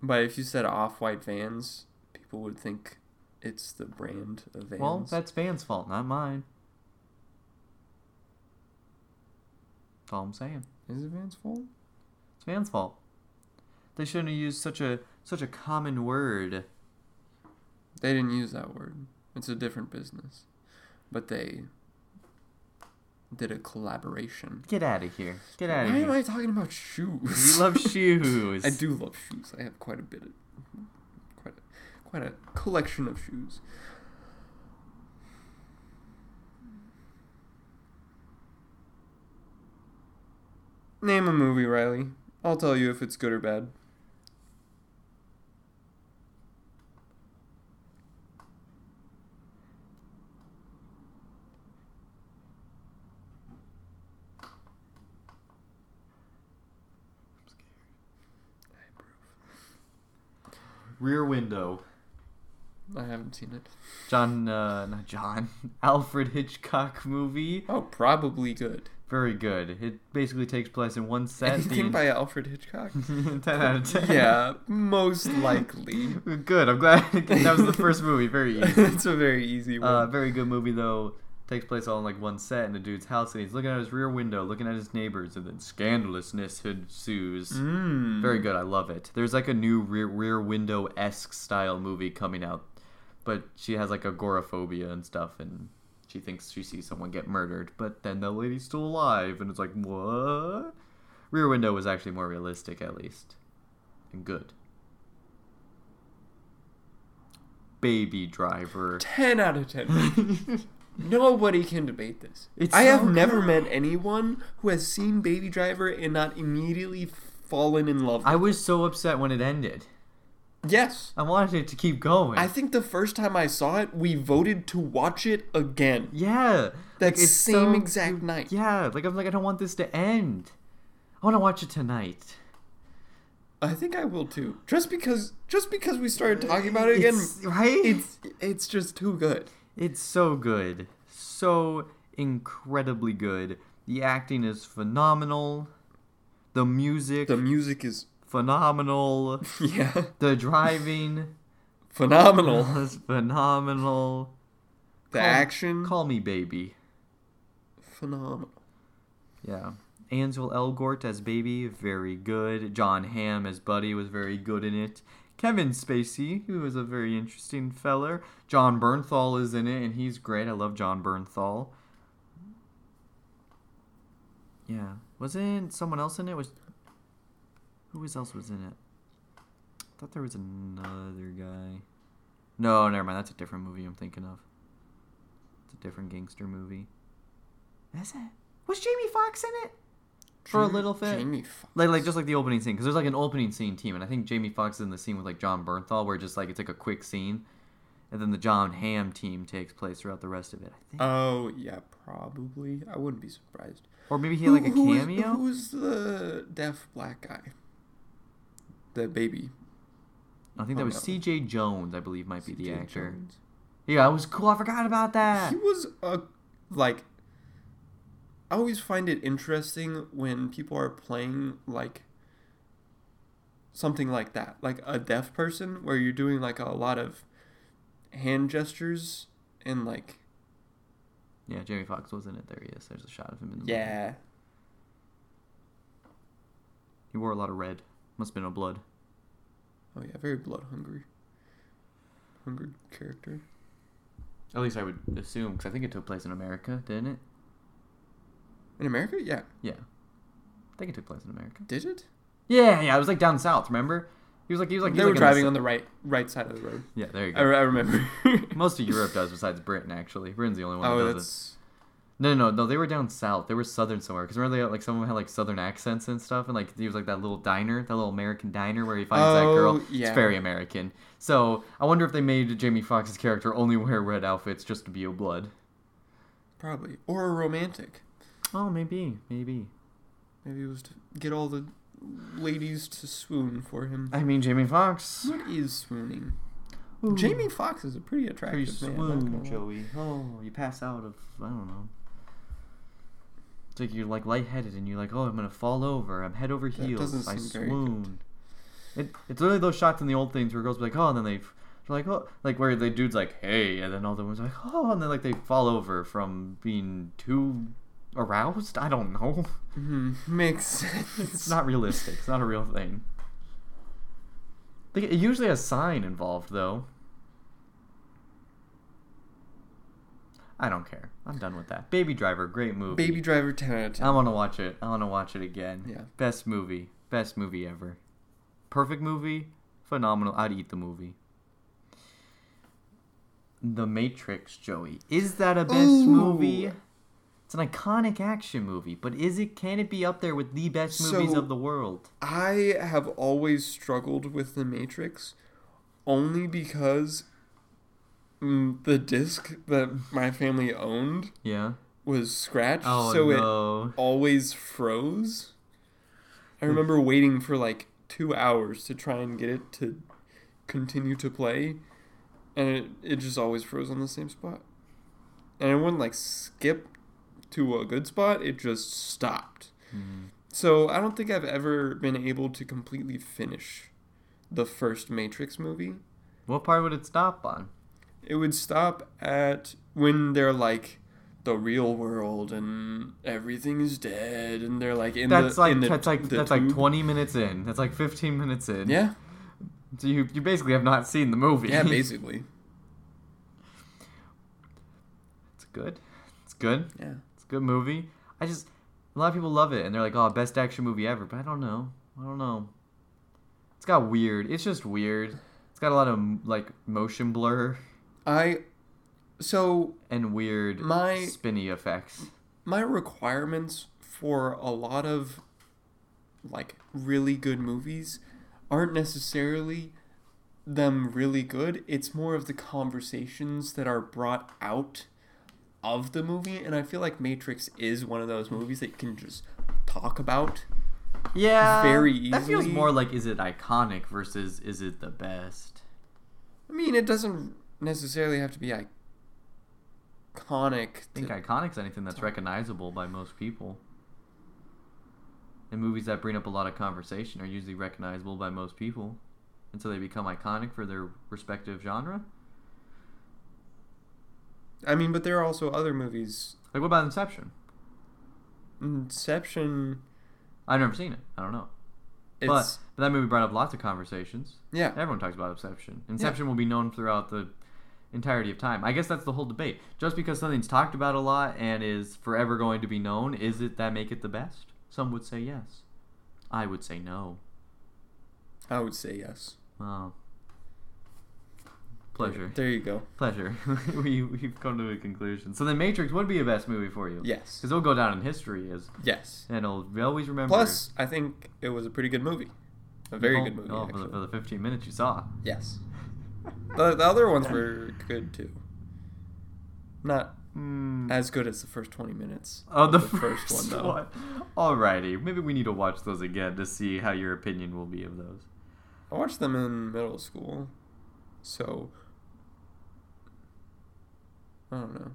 S2: But if you said off white vans, people would think it's the brand of vans.
S1: Well, that's Van's fault, not mine. That's all I'm saying.
S2: is it Vans' fault.
S1: It's Van's fault. They shouldn't have used such a such a common word.
S2: They didn't use that word. It's a different business, but they did a collaboration.
S1: Get out of here. Get
S2: Why
S1: out of
S2: am
S1: here.
S2: I talking about shoes?
S1: You love
S2: [laughs]
S1: shoes.
S2: I do love shoes. I have quite a bit of quite a, quite a collection of shoes. Name a movie, Riley. I'll tell you if it's good or bad.
S1: Rear window.
S2: I haven't seen it.
S1: John, uh, not John. [laughs] Alfred Hitchcock movie.
S2: Oh, probably good.
S1: Very good. It basically takes place in one set.
S2: Anything
S1: the- [laughs]
S2: by Alfred Hitchcock?
S1: 10 out of 10.
S2: yeah, most likely.
S1: [laughs] Good. I'm glad that was the first movie. Very
S2: [laughs]
S1: easy.
S2: it's a very easy one.
S1: Uh, very good movie though. Takes place all in like one set in a dude's house, and he's looking out his rear window, looking at his neighbors, and then scandalousness ensues.
S2: Mm.
S1: Very good, I love it. There's like a new rear rear window esque style movie coming out, but she has like agoraphobia and stuff, and she thinks she sees someone get murdered, but then the lady's still alive, and it's like what? Rear Window was actually more realistic, at least, and good. Baby Driver.
S2: 10 out of 10.
S1: [laughs]
S2: Nobody can debate this.
S1: It's
S2: I have
S1: so
S2: never
S1: good.
S2: met anyone who has seen Baby Driver and not immediately fallen in love.
S1: I was so upset when it ended.
S2: yes.
S1: I wanted it to keep going.
S2: I think the first time I saw it, we voted to watch it again.
S1: yeah,
S2: That
S1: like, it's
S2: same
S1: so-
S2: exact night.
S1: Yeah, like I'm like I don't want this to end. I want to watch it tonight.
S2: I think I will too. Just because just because we started talking about it again,
S1: It's- right?
S2: it's it's just too good.
S1: It's so good, so incredibly good. The acting is phenomenal. The music
S2: The music is [laughs]
S1: phenomenal.
S2: yeah,
S1: The driving [laughs]
S2: phenomenal.
S1: was phenomenal.
S2: The
S1: Call-
S2: action
S1: Call me baby.
S2: phenomenal.
S1: Yeah. Ansel Elgort as Baby, very good. John Hamm as Buddy was very good in it. Kevin Spacey, who was a very interesting feller. John Bernthal is in it, and he's great. I love John Bernthal. Yeah. Wasn't someone else in it? Was who was else was in it? I thought there was another guy. No, never mind. That's a different movie I'm thinking of. It's a different gangster movie. Is it? Was Jamie Foxx in it? For a
S2: Jamie-
S1: little bit.
S2: Jamie Foxx.
S1: Like, like just like the opening scene, because there's like an opening scene team, and I think Jamie Foxx is in the scene with like John Bernthal, where just like it's like a quick scene, and then the John Hamm team takes place throughout the rest of it. I think,
S2: Oh yeah, probably. I wouldn't be surprised.
S1: or maybe he had like a
S2: Who- who is-
S1: cameo.
S2: Who's, the deaf black guy? The baby.
S1: I think that
S2: Oh,
S1: was
S2: yeah.
S1: C.J. Jones, I believe, might be the
S2: J.
S1: actor. Ah.
S2: Jones.
S1: Yeah, it was cool. I forgot about that.
S2: He was a like. I always find it interesting when people are playing like something like that, like a deaf person, where you're doing like a lot of hand gestures and like
S1: Yeah, Jamie Foxx was in it. There he is. There's a shot of him in the movie.
S2: yeah,
S1: He wore a lot of red. Must have been a blood.
S2: oh yeah, very blood hungry, hungry character.
S1: At least I would assume, because I think it took place in America, didn't it?
S2: In America, yeah,
S1: Yeah. I think it took place in America.
S2: did it?
S1: Yeah, yeah. It was like down south, remember? He was like, he was like, he
S2: they
S1: was
S2: were
S1: like in
S2: driving
S1: the,
S2: on the right right side of the road.
S1: Yeah, there you
S2: I,
S1: go.
S2: I remember.
S1: Most of Europe does, besides Britain, actually. Britain's the only one that
S2: oh,
S1: does it.
S2: that's
S1: No, no, no, no. They were down south. They were southern somewhere. Because remember, they had, like someone had like southern accents and stuff, and like he was like that little diner, that little American diner where he finds that girl.
S2: Oh, yeah.
S1: It's very American. So I wonder if they made Jamie Foxx's character only wear red outfits just to be a blood.
S2: probably or a romantic.
S1: Oh, maybe, maybe.
S2: Maybe it was to get all the ladies to swoon for him.
S1: I mean, Jamie Foxx.
S2: What is swooning? Jamie Foxx is a pretty
S1: you
S2: attractive man.
S1: swoon,
S2: not gonna lie.
S1: Joey. Oh, you pass out of I don't know. It's like you're like lightheaded and you're like, oh, I'm gonna fall over. I'm head over
S2: That
S1: heels.
S2: doesn't
S1: I
S2: seem very
S1: swoon. It, it's really those shots in the old things where girls be like, oh, and then they, f- they're like, oh, like where the dude's like, hey, and then all the women's like, oh, and then like they fall over from being too aroused. I don't know. [laughs]
S2: Mhm, Makes sense.
S1: It's not realistic. It's not a real thing. They, it usually has sign involved, though. I don't care. I'm done with that. Baby Driver, great movie.
S2: Baby Driver 10 out of 10.
S1: I want to watch it. I want to watch it again.
S2: Yeah.
S1: Best movie. Best movie ever. Perfect movie. Phenomenal. I'd eat the movie. The Matrix, Joey. Is that a best
S2: Ooh.
S1: movie? It's an iconic action movie, but is it can it be up there with the best movies
S2: So-
S1: of the world?
S2: I have always struggled with The Matrix only because mm, the disc that my family owned
S1: Yeah.
S2: was scratched,
S1: Oh
S2: so it
S1: no.
S2: always froze. I
S1: Hmm.
S2: remember waiting for like two hours to try and get it to continue to play, and it, it just always froze on the same spot. And it wouldn't like skip to a good spot, it just stopped.
S1: Hmm.
S2: So I don't think I've ever been able to completely finish the first Matrix movie.
S1: What part would it stop on?
S2: It would stop at when they're like the real world and everything is dead and they're like in
S1: that's
S2: the
S1: like
S2: in the,
S1: that's like
S2: the
S1: that's like
S2: tube.
S1: twenty minutes in. That's like fifteen minutes in. [laughs]
S2: yeah
S1: So you you basically have not seen the movie.
S2: yeah basically
S1: [laughs] it's good. It's good.
S2: yeah
S1: It's a good movie. I just a lot of people love it and they're like, "Oh, best action movie ever." But I don't know. I don't know. It's got weird. It's just weird. It's got a lot of like motion blur
S2: I so
S1: and weird
S2: My-
S1: spinny effects.
S2: my requirements for a lot of like really good movies aren't necessarily them really good. It's more of the conversations that are brought out of the movie and I feel like Matrix is one of those movies that you can just talk about.
S1: Yeah.
S2: Very
S1: That feels
S2: easily.
S1: more like is it iconic versus is it the best?
S2: I mean, it doesn't necessarily have to be iconic.
S1: I think
S2: to-
S1: iconic's anything that's recognizable by most people. And movies that bring up a lot of conversation are usually recognizable by most people. And so they become iconic for their respective genre.
S2: I mean, but there are also other movies.
S1: Like, what about Inception?
S2: Inception.
S1: I've never seen it. I don't know. But,
S2: It's
S1: but that movie brought up lots of conversations.
S2: yeah.
S1: Everyone talks about Inception. Inception will be known throughout the entirety of time. I guess that's the whole debate. Just because something's talked about a lot and is forever going to be known, is it that make it the best? Some would say yes. I would say no.
S2: I would say yes.
S1: Wow. Pleasure.
S2: There you go.
S1: Pleasure. [laughs] we, we've come to a conclusion. So then Matrix would be a best movie for you.
S2: Yes.
S1: Because it'll go down in history as,
S2: Yes.
S1: and it'll be always remember.
S2: Plus, I think it was a pretty good movie. A very good movie,
S1: Oh, for
S2: actually.
S1: the, for the 15 minutes you saw.
S2: Yes. The, the other ones were good, too. Not
S1: Mm.
S2: as good as the first 20 minutes.
S1: Oh,
S2: of
S1: the, first, one, Alrighty. Maybe we need to watch those again to see how your opinion will be of those.
S2: I watched them in middle school, so I don't know.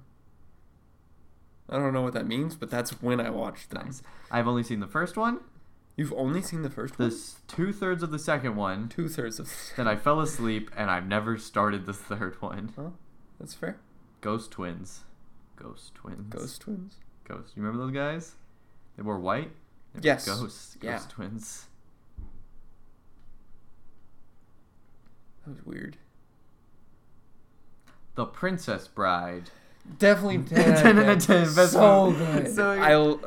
S2: I don't know what that means, but that's when I watched them.
S1: Nice. I've only seen the first one,
S2: You've only seen the first one,
S1: this two thirds of the second one,
S2: two thirds of.
S1: then I fell asleep, and I've never started the [laughs] third one.
S2: Huh? That's fair.
S1: Ghost twins, ghost twins,
S2: Ghost twins.
S1: ghost. You remember those guys? They were white. They were
S2: Yes.
S1: ghosts, ghost
S2: Yeah.
S1: twins.
S2: That was weird.
S1: The Princess Bride.
S2: Definitely [laughs] ten out of
S1: 10 out
S2: ten.
S1: of 10, best
S2: So
S1: movie.
S2: good.
S1: So good.
S2: I'll.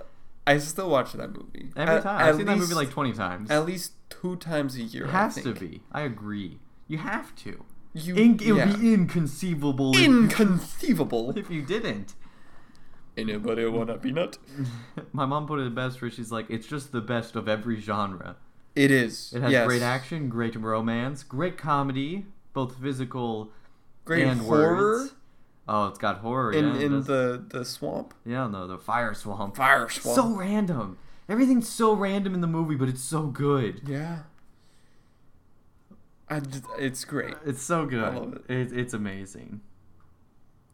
S2: I still watch that movie
S1: Every
S2: At-
S1: time
S2: at
S1: I've seen that movie
S2: least-
S1: like twenty times.
S2: at least two times a year.
S1: It
S2: I
S1: has to
S2: think.
S1: be. I agree. You have to.
S2: You,
S1: Inc- it
S2: yeah.
S1: would be inconceivable if- [laughs]
S2: inconceivable.
S1: if you didn't.
S2: Anybody want a peanut?
S1: My mom put it the best where she's like, it's just the best of every genre.
S2: It is.
S1: It has
S2: yes.
S1: great action, great romance, great comedy, both physical
S2: great
S1: and
S2: horror
S1: words. Oh, it's got horror
S2: in,
S1: yeah, it
S2: in
S1: does.
S2: the the swamp.
S1: yeah, no, the fire swamp.
S2: Fire
S1: So random. Everything's so random in the movie, but it's so good.
S2: yeah, I d it's great.
S1: It's so good.
S2: I love it.
S1: It's amazing.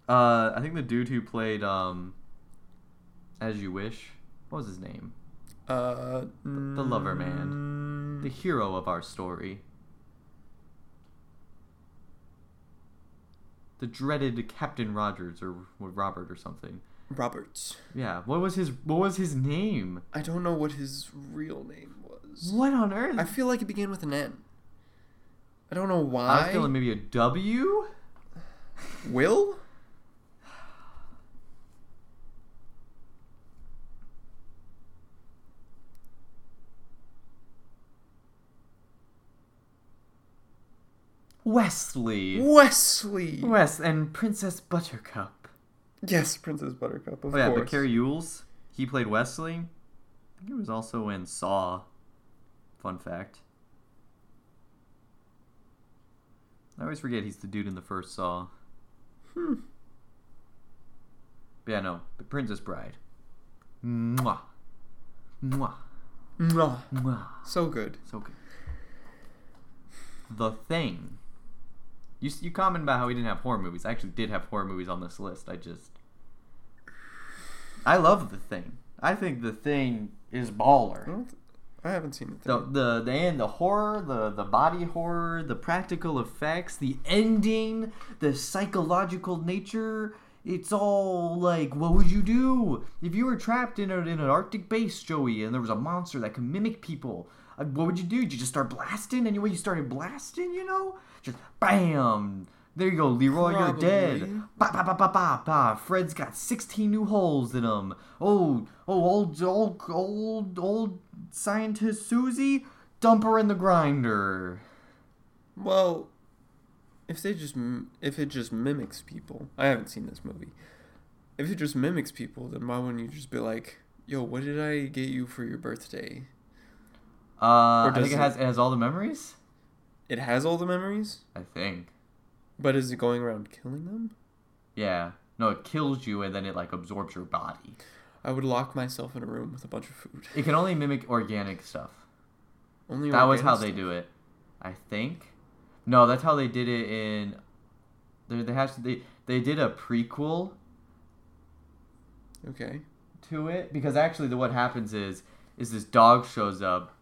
S1: Uh, I think the dude who played um, As You Wish, what was his name?
S2: Uh, the
S1: Lover Man. The hero of our story. The dreaded Captain Rogers or Robert or something.
S2: Roberts.
S1: Yeah, what was his what was his name?
S2: I don't know what his real name was.
S1: What on earth?
S2: I feel like it began with an N. I don't know
S1: I
S2: why.
S1: was feeling maybe a W.
S2: Will?
S1: Wesley.
S2: Wesley.
S1: Wes and Princess Buttercup.
S2: yes, Princess Buttercup. Of
S1: Oh yeah, but
S2: course.
S1: Carrie Yules, he played Wesley. I think he was also in Saw. Fun fact. I always forget he's the dude in the first Saw.
S2: Hmm.
S1: But yeah, no, The Princess Bride. Mwah, mwah,
S2: Mwah.
S1: mwah.
S2: So good.
S1: So good. The Thing. You s- you comment about how we didn't have horror movies. I actually did have horror movies on this list. I just I love The Thing. I think The Thing is
S2: I,
S1: baller.
S2: don't th- I haven't seen it.
S1: The the the and the horror, the the body horror, the practical effects, the ending, the psychological nature. It's all like, what would you do if you were trapped in, a, in an Arctic base, Joey, and there was a monster that could mimic people? Uh, what would you do? Did you just start blasting? Anyway, you started blasting, you know? Just bam! There you go, Leroy, you're dead.
S2: Probably.
S1: Ba ba ba ba ba ba. Fred's got 16 new holes in him. Oh, oh, old, old, old, old scientist Susie, dump her in the grinder.
S2: Well, if they just m- if it just mimics people, I haven't seen this movie. If it just mimics people, then why wouldn't you just be like, "Yo, what did I get you for your birthday?"
S1: Uh,
S2: Or
S1: I think
S2: does
S1: it
S2: it-
S1: has it has all the memories.
S2: It has all the memories,
S1: I think.
S2: but is it going around killing them?
S1: Yeah. No, it kills you and then it like absorbs your body.
S2: I would lock myself in a room with a bunch of food.
S1: It can only mimic organic stuff.
S2: [laughs] Only
S1: That was how
S2: organic
S1: they do
S2: stuff.
S1: it. I think. No, that's how they did it in. They they has they they did a prequel
S2: Okay.
S1: to it because actually the what happens is is this dog shows up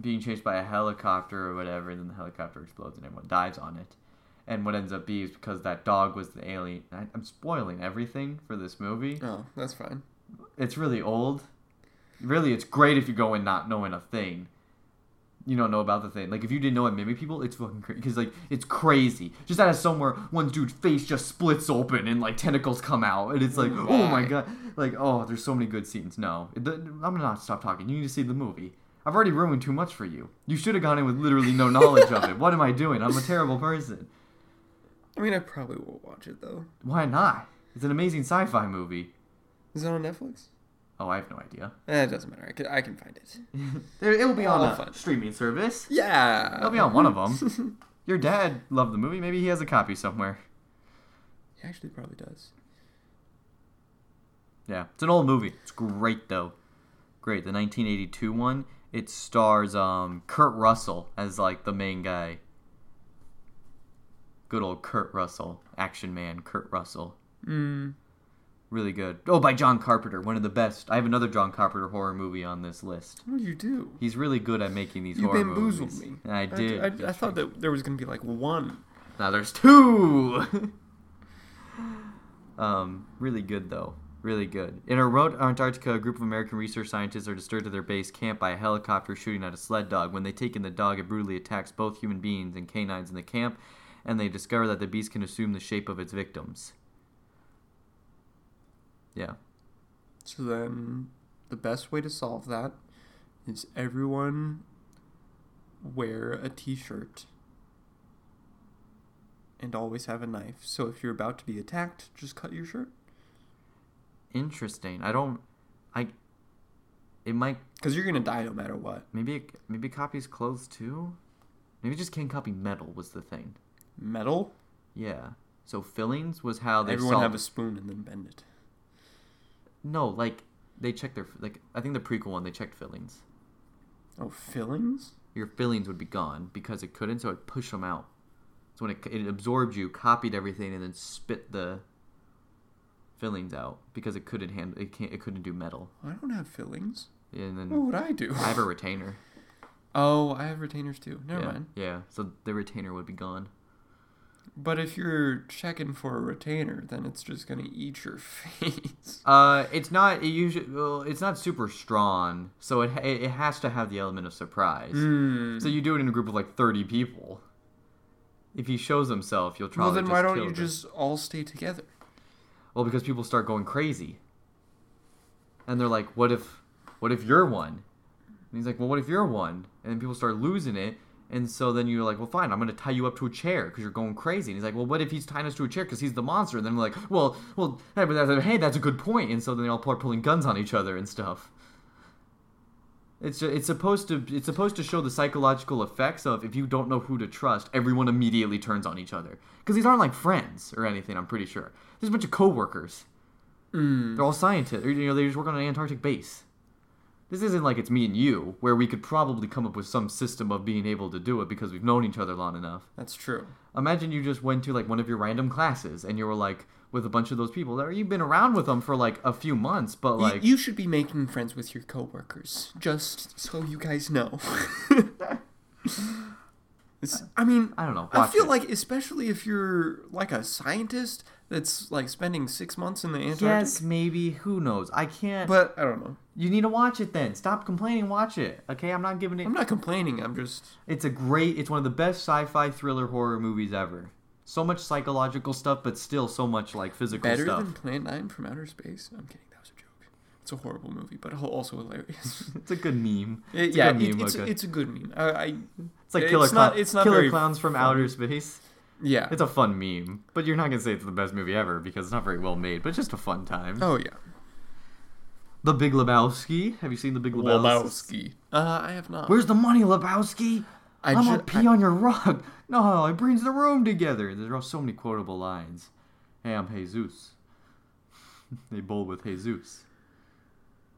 S1: being chased by a helicopter or whatever and then the helicopter explodes and everyone dives on it and what ends up being is because that dog was the alien I, i'm spoiling everything for this movie
S2: Oh, that's fine.
S1: it's really old. Really, it's great if you go in not knowing a thing. You don't know about the thing. Like if you didn't know it mimic people, it's fucking crazy. Because like it's crazy. Just out of somewhere, one dude's face just splits open and like tentacles come out, and it's like, oh my
S2: Why?
S1: god, like oh, there's so many good scenes. No, It- the- I'm gonna not stop talking. You need to see the movie. I've already ruined too much for you. You should have gone in with literally no knowledge of it. What am I doing? I'm a terrible person.
S2: I mean, I probably will watch it though.
S1: Why not? It's an amazing sci-fi movie.
S2: Is it on Netflix?
S1: Oh, I have no idea.
S2: Eh, it doesn't matter. I can, I can
S1: [laughs]
S2: find it.
S1: There- It'll be on
S2: I'll
S1: a
S2: find-
S1: streaming service.
S2: Yeah.
S1: It'll be on one of them. Your dad loved the movie. Maybe he has a copy somewhere.
S2: [laughs] He actually probably does.
S1: Yeah, it's an old movie. It's great though. Great. The 1982 one. It stars um Kurt Russell as like the main guy. Good old Kurt Russell, action man Kurt Russell.
S2: Mm.
S1: Really good. Oh, by John Carpenter, one of the best. I have another John Carpenter horror movie on this list.
S2: What do you do?
S1: He's really good at making these
S2: You
S1: horror
S2: bamboozled
S1: movies.
S2: me.
S1: I did.
S2: I, I, I thought that there was gonna be like one.
S1: Now there's two. [laughs] um, really good though. Really good. In a remote Antarctica, a group of American research scientists are disturbed at their base camp by a helicopter shooting at a sled dog. When they take in the dog, it brutally attacks both human beings and canines in the camp, and they discover that the beast can assume the shape of its victims. Yeah.
S2: So then, the best way to solve that is everyone wear a T-shirt and always have a knife. So if you're about to be attacked, just cut your shirt.
S1: Interesting. I don't. I. It might.
S2: Because you're gonna die no matter what.
S1: Maybe it, maybe it copies clothes too? Maybe it just can't copy metal, was the thing.
S2: Metal.
S1: Yeah. So fillings was how they
S2: Everyone
S1: solved.
S2: have a spoon and then bend it.
S1: No, like they checked their like I think the prequel one they checked fillings.
S2: Oh, fillings.
S1: Your fillings would be gone because it couldn't, so it pushed them out. So when it it absorbed you, copied everything, and then spit the fillings out because it couldn't handle it can't it couldn't do metal.
S2: I don't have fillings.
S1: And then
S2: What would I do?
S1: I have a retainer.
S2: oh, I have retainers too. Never
S1: yeah,
S2: mind.
S1: Yeah, so the retainer would be gone.
S2: But if you're checking for a retainer, then it's just gonna eat your [laughs] face.
S1: Uh, it's not it usually well, it's not super strong, so it ha- it has to have the element of surprise.
S2: Hmm.
S1: So you do it in a group of like 30 people. If he shows himself, you'll
S2: Well,
S1: probably
S2: then
S1: just
S2: why don't
S1: kill
S2: you
S1: him.
S2: just all stay together?
S1: Well, because people start going crazy. And they're like, "What if what if you're one?" And he's like, "Well, what if you're one?" And then people start losing it. And so then you're like, "Well, fine, I'm going to tie you up to a chair because you're going crazy." And he's like, "Well, what if he's tying us to a chair because he's the monster?" And then we're like, "Well, well, hey, but that's- hey, that's a good point." And so then they all start pulling guns on each other and stuff. It's ju- it's supposed to it's supposed to show the psychological effects of if you don't know who to trust, everyone immediately turns on each other. Because these aren't like friends or anything. I'm pretty sure there's a bunch of coworkers.
S2: Mm.
S1: They're all scientists. Or, you know, they just work on an Antarctic base. This isn't like it's me and you, where we could probably come up with some system of being able to do it because we've known each other long enough.
S2: That's true.
S1: Imagine you just went to like one of your random classes and you were like with a bunch of those people that you've been around with them for like a few months, but
S2: Y-
S1: like
S2: you should be making friends with your coworkers, just so you guys know. [laughs] It's- I mean,
S1: I don't know.
S2: I
S1: watch
S2: feel
S1: it.
S2: like, especially if you're like a scientist that's like spending six months in the Antarctic.
S1: yes, maybe who knows? I can't.
S2: But I don't know.
S1: You need to watch it then. Stop complaining. Watch it. Okay, I'm not giving it.
S2: I'm not complaining. I'm just.
S1: It's a great. It's one of the best sci-fi thriller horror movies ever. So much psychological stuff, but still so much like physical
S2: Better
S1: stuff.
S2: than Plan 9 from Outer Space? I'm kidding, that was a joke. It's a horrible movie, but ho- also hilarious.
S1: [laughs]
S2: [laughs]
S1: It's a good meme. It's
S2: It-
S1: a
S2: Uh, yeah,
S1: good
S2: it-
S1: meme,
S2: it's,
S1: okay.
S2: it's a good meme. I, I
S1: It's like
S2: it's
S1: killer,
S2: not-
S1: Clown-
S2: it's not
S1: killer
S2: very
S1: clowns from outer space.
S2: yeah.
S1: It's a fun meme, but you're not gonna say it's the best movie ever because it's not very well made. But it's just a fun time.
S2: oh yeah.
S1: The Big Lebowski. Have you seen The Big Lebowski?
S2: Uh, I have not.
S1: Where's the money, Lebowski?
S2: I
S1: I am
S2: ju-
S1: gonna pee on your rug. [laughs] No, it brings the room together. There are so many quotable lines. Hey, I'm Jesus. [laughs] they bowl with Jesus.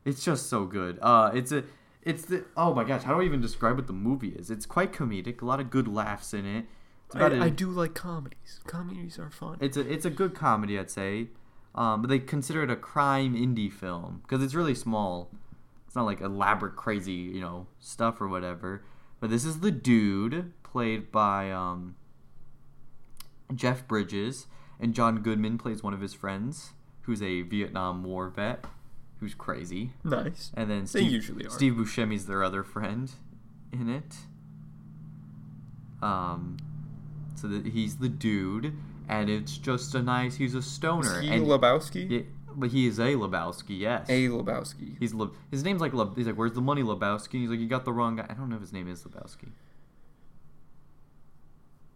S1: It's just so good. Uh, it's a, it's the. Oh my gosh, how do I even describe what the movie is? It's quite comedic. A lot of good laughs in it. It's about
S2: I, I
S1: a-
S2: do like comedies. Comedies are fun.
S1: it's a it's a good comedy, I'd say. Um, but they consider it a crime indie film because it's really small. It's not like elaborate, crazy, you know, stuff or whatever. But this is the dude played by um, Jeff Bridges, and John Goodman plays one of his friends who's a Vietnam War vet who's crazy.
S2: nice.
S1: And then
S2: They
S1: Steve,
S2: usually are.
S1: Steve Buscemi's their other friend in it. Um, so that he's the dude, and it's just a nice. He's a stoner, and
S2: Lebowski?
S1: yeah, but he is a Lebowski. Yes,
S2: A Lebowski.
S1: he's Le, his name's like Le, he's like where's the money Lebowski? And he's like you got the wrong guy. I don't know if his name is Lebowski.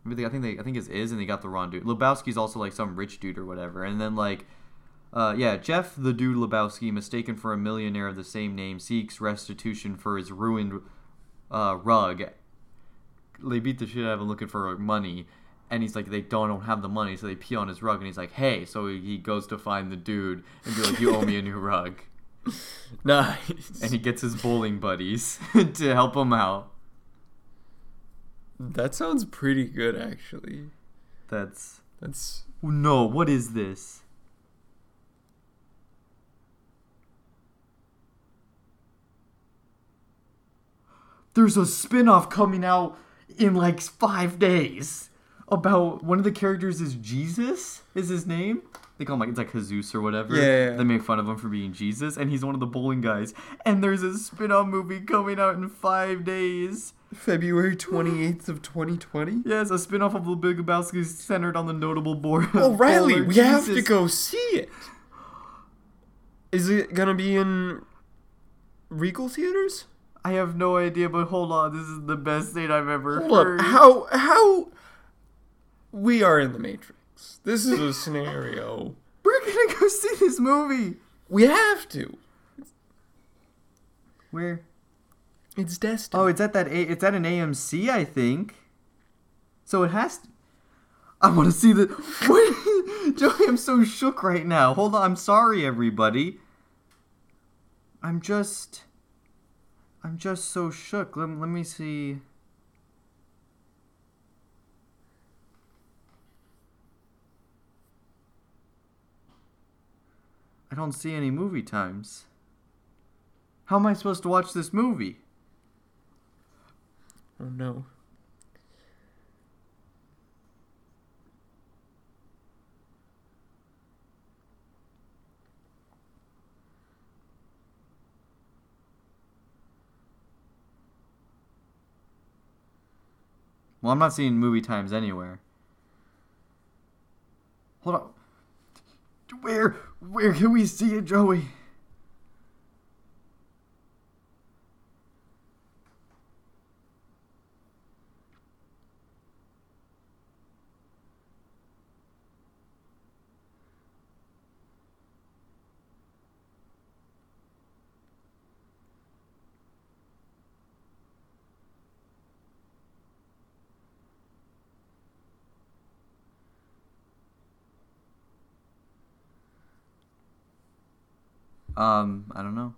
S1: I mean, they- I think they I think his is and they got the wrong dude. Lebowski's also like some rich dude or whatever, and then like. Uh, yeah, Jeff the Dude Lebowski, mistaken for a millionaire of the same name, seeks restitution for his ruined uh, rug. They beat the shit out of him looking for money, and he's like, they don't, don't have the money, so they pee on his rug, and he's like, hey, so he goes to find the dude and be like, you owe me a new rug,
S2: Nice.
S1: and he gets his bowling buddies [laughs] to help him out.
S2: [laughs] that sounds pretty good, actually.
S1: That's
S2: That's
S1: no. What is this? There's a spin-off coming out in like 5 days about one of the characters is Jesus is his name. They call him like it's like Jesus or whatever.
S2: Yeah, yeah, yeah.
S1: They make fun of him for being Jesus and he's one of the bowling guys. And there's a spin-off movie coming out in 5 days.
S2: February 28th of [gasps] 2020.
S1: Yes, a spin-off of The Big Lebowski is centered on the notable board.
S2: Oh, Riley, we have to go see it. Is it gonna be in Regal theaters?
S1: I have no idea, but hold on, this is the best thing I've ever
S2: Hold
S1: heard.
S2: up. Ah. How how we are in the Matrix. This
S1: [laughs]
S2: is a scenario.
S1: We're gonna go see this movie.
S2: We have to.
S1: Where?
S2: It's destined.
S1: Oh, it's at that. A- it's at an AMC, I think. So it has. To- I want to see the. [laughs] What? Joey, I'm so shook right now. Hold on. I'm sorry, everybody. I'm just. I'm just so shook. Let, let me see. I don't see any movie times. How am I supposed to watch this movie?
S2: oh no.
S1: Well, I'm not seeing movie times anywhere. Hold on. Where where can we see it, Joey? Um, I don't know.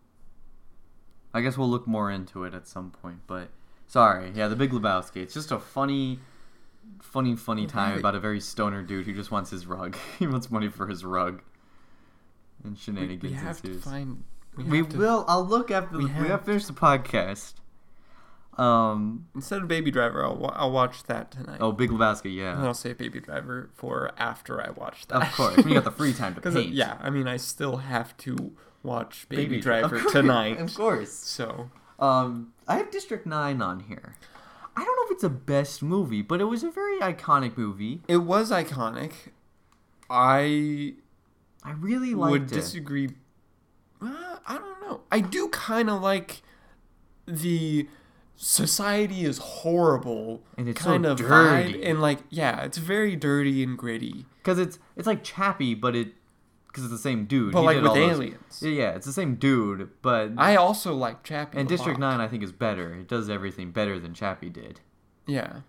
S1: I guess we'll look more into it at some point, but sorry. Yeah, the Big Lebowski. It's just a funny funny funny time
S2: Right.
S1: about a very stoner dude who just wants his rug. [laughs] he wants money for his rug. And
S2: We,
S1: shenanigans
S2: we have to
S1: ensues.
S2: find.
S1: we
S2: have to-
S1: will. I'll look after
S2: we
S1: the, we
S2: have
S1: have finished the podcast. Um.
S2: Instead of Baby Driver, I'll, wa- I'll watch that tonight.
S1: Oh, Big Lebowski. Yeah.
S2: And I'll save Baby Driver for after I watch that.
S1: Of course, when you got
S2: [laughs]
S1: the free time to
S2: 'Cause, uh,
S1: paint.
S2: yeah, I mean, I still have to watch Baby,
S1: Baby Dri- [laughs]
S2: Driver
S1: of course,
S2: tonight.
S1: Of course.
S2: So
S1: Um, I have District Nine on here. I don't know if it's the best movie, but it was a very iconic movie.
S2: it was iconic. I
S1: I really liked
S2: would
S1: it.
S2: disagree. Uh, I don't know. I do kind of like the society is horrible
S1: And it's so
S2: kind of
S1: dirty.
S2: vibe, and like yeah, it's very dirty and gritty.
S1: Because it's it's like Chappie, but it because it's the same dude.
S2: But
S1: He
S2: like
S1: did
S2: with
S1: all those-
S2: aliens,
S1: Yeah, yeah, it's the same dude, but
S2: I also like Chappie
S1: and
S2: a
S1: District
S2: lot.
S1: Nine I think is better. It does everything better than Chappie did.
S2: Yeah,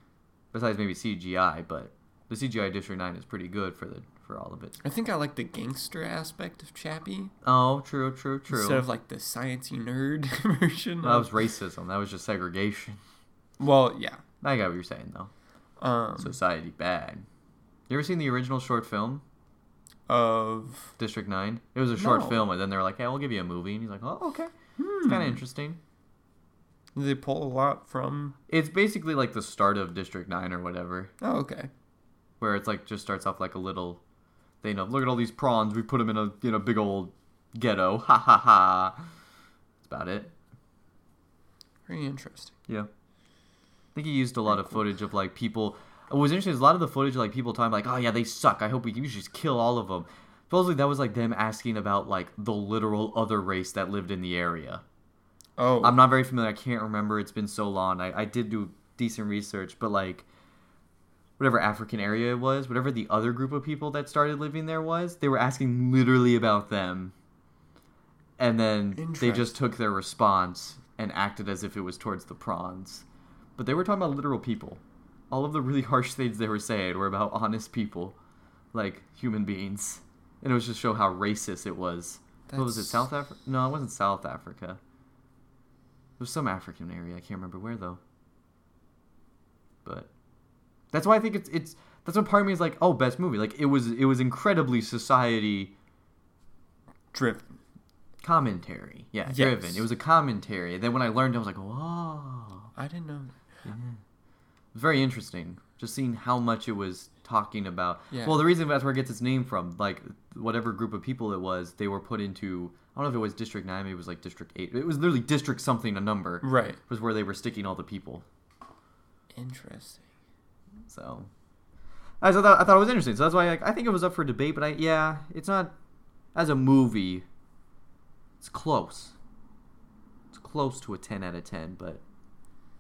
S1: Besides maybe CGI, but the CGI District Nine is pretty good for the for all of it.
S2: I think I like the gangster aspect of Chappie
S1: Oh, true, true, true.
S2: instead of like the sciencey nerd [laughs] version.
S1: that was
S2: of-
S1: racism. That was just segregation.
S2: well, yeah.
S1: I got what you're saying though.
S2: Um,
S1: Society bad. You ever seen the original short film
S2: of
S1: District Nine? It was a short
S2: No.
S1: film, and then they were like, "Yeah, we'll give you a movie," and he's like, "Oh, okay, it's kind of interesting."
S2: they pull a lot from.
S1: It's basically like the start of District Nine or whatever,
S2: Oh, okay.
S1: where it's like just starts off like a little thing of look at all these prawns, we put them in a in a big old ghetto, [laughs] ha ha ha. That's about it.
S2: Very interesting.
S1: Yeah. I think he used a lot of footage of like people. What was interesting is a lot of the footage like people talking like, oh yeah, they suck. I hope we can we should just kill all of them. Supposedly that was like them asking about like the literal other race that lived in the area.
S2: Oh,
S1: I'm not very familiar. I can't remember. It's been so long. I, I did do decent research, but like whatever African area it was, whatever the other group of people that started living there was, they were asking literally about them. And then they just took their response and acted as if it was towards the prawns. But they were talking about literal people. All of the really harsh things they were saying were about honest people, like human beings. And it was just show how racist it was. What was it,
S2: That's-
S1: South Africa? No, it wasn't South Africa. It was some African area. I can't remember where though. But that's why I think it's it's That's what part of me is like, oh, best movie. Like it was it was incredibly society
S2: Driven.
S1: commentary. Yeah,
S2: Yes.
S1: driven. It was a commentary. Then when I learned, I was like, whoa.
S2: I didn't know.
S1: It was Mm-hmm. very interesting just seeing how much it was talking about
S2: Yeah.
S1: well the reason that's where it gets its name from like whatever group of people it was they were put into i don't know if it was district 9 maybe it was like district 8 it was literally district something a number
S2: Right.
S1: was where they were sticking all the people
S2: Interesting.
S1: so i thought i thought it was interesting so that's why like, i think it was up for debate but i yeah it's not as a movie it's close it's close to a 10 out of 10 but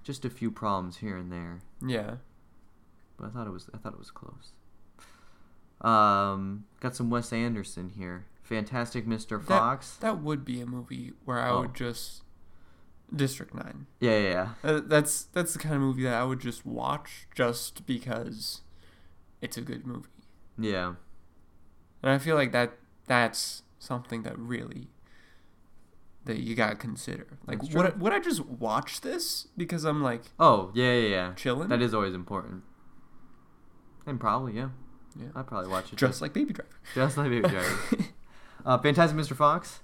S1: just a few problems here and there
S2: Yeah.
S1: but I thought it was I thought it was close. Um, got some Wes Anderson here. Fantastic Mr. Fox.
S2: That would be a movie where I
S1: Oh.
S2: would just District Nine.
S1: Yeah, yeah, yeah.
S2: Uh, that's that's the kind of movie that I would just watch just because it's a good movie,
S1: Yeah.
S2: and I feel like that that's something that really that you gotta consider. Like,
S1: That's
S2: would I,
S1: true.
S2: would I just watch this because I'm like
S1: Oh, yeah, yeah, yeah.
S2: chilling?
S1: That is always important. And probably, yeah.
S2: Yeah.
S1: I'd probably watch it just,
S2: just like Baby Driver.
S1: just like Baby
S2: [laughs]
S1: Driver. uh, Fantastic Mr. Fox.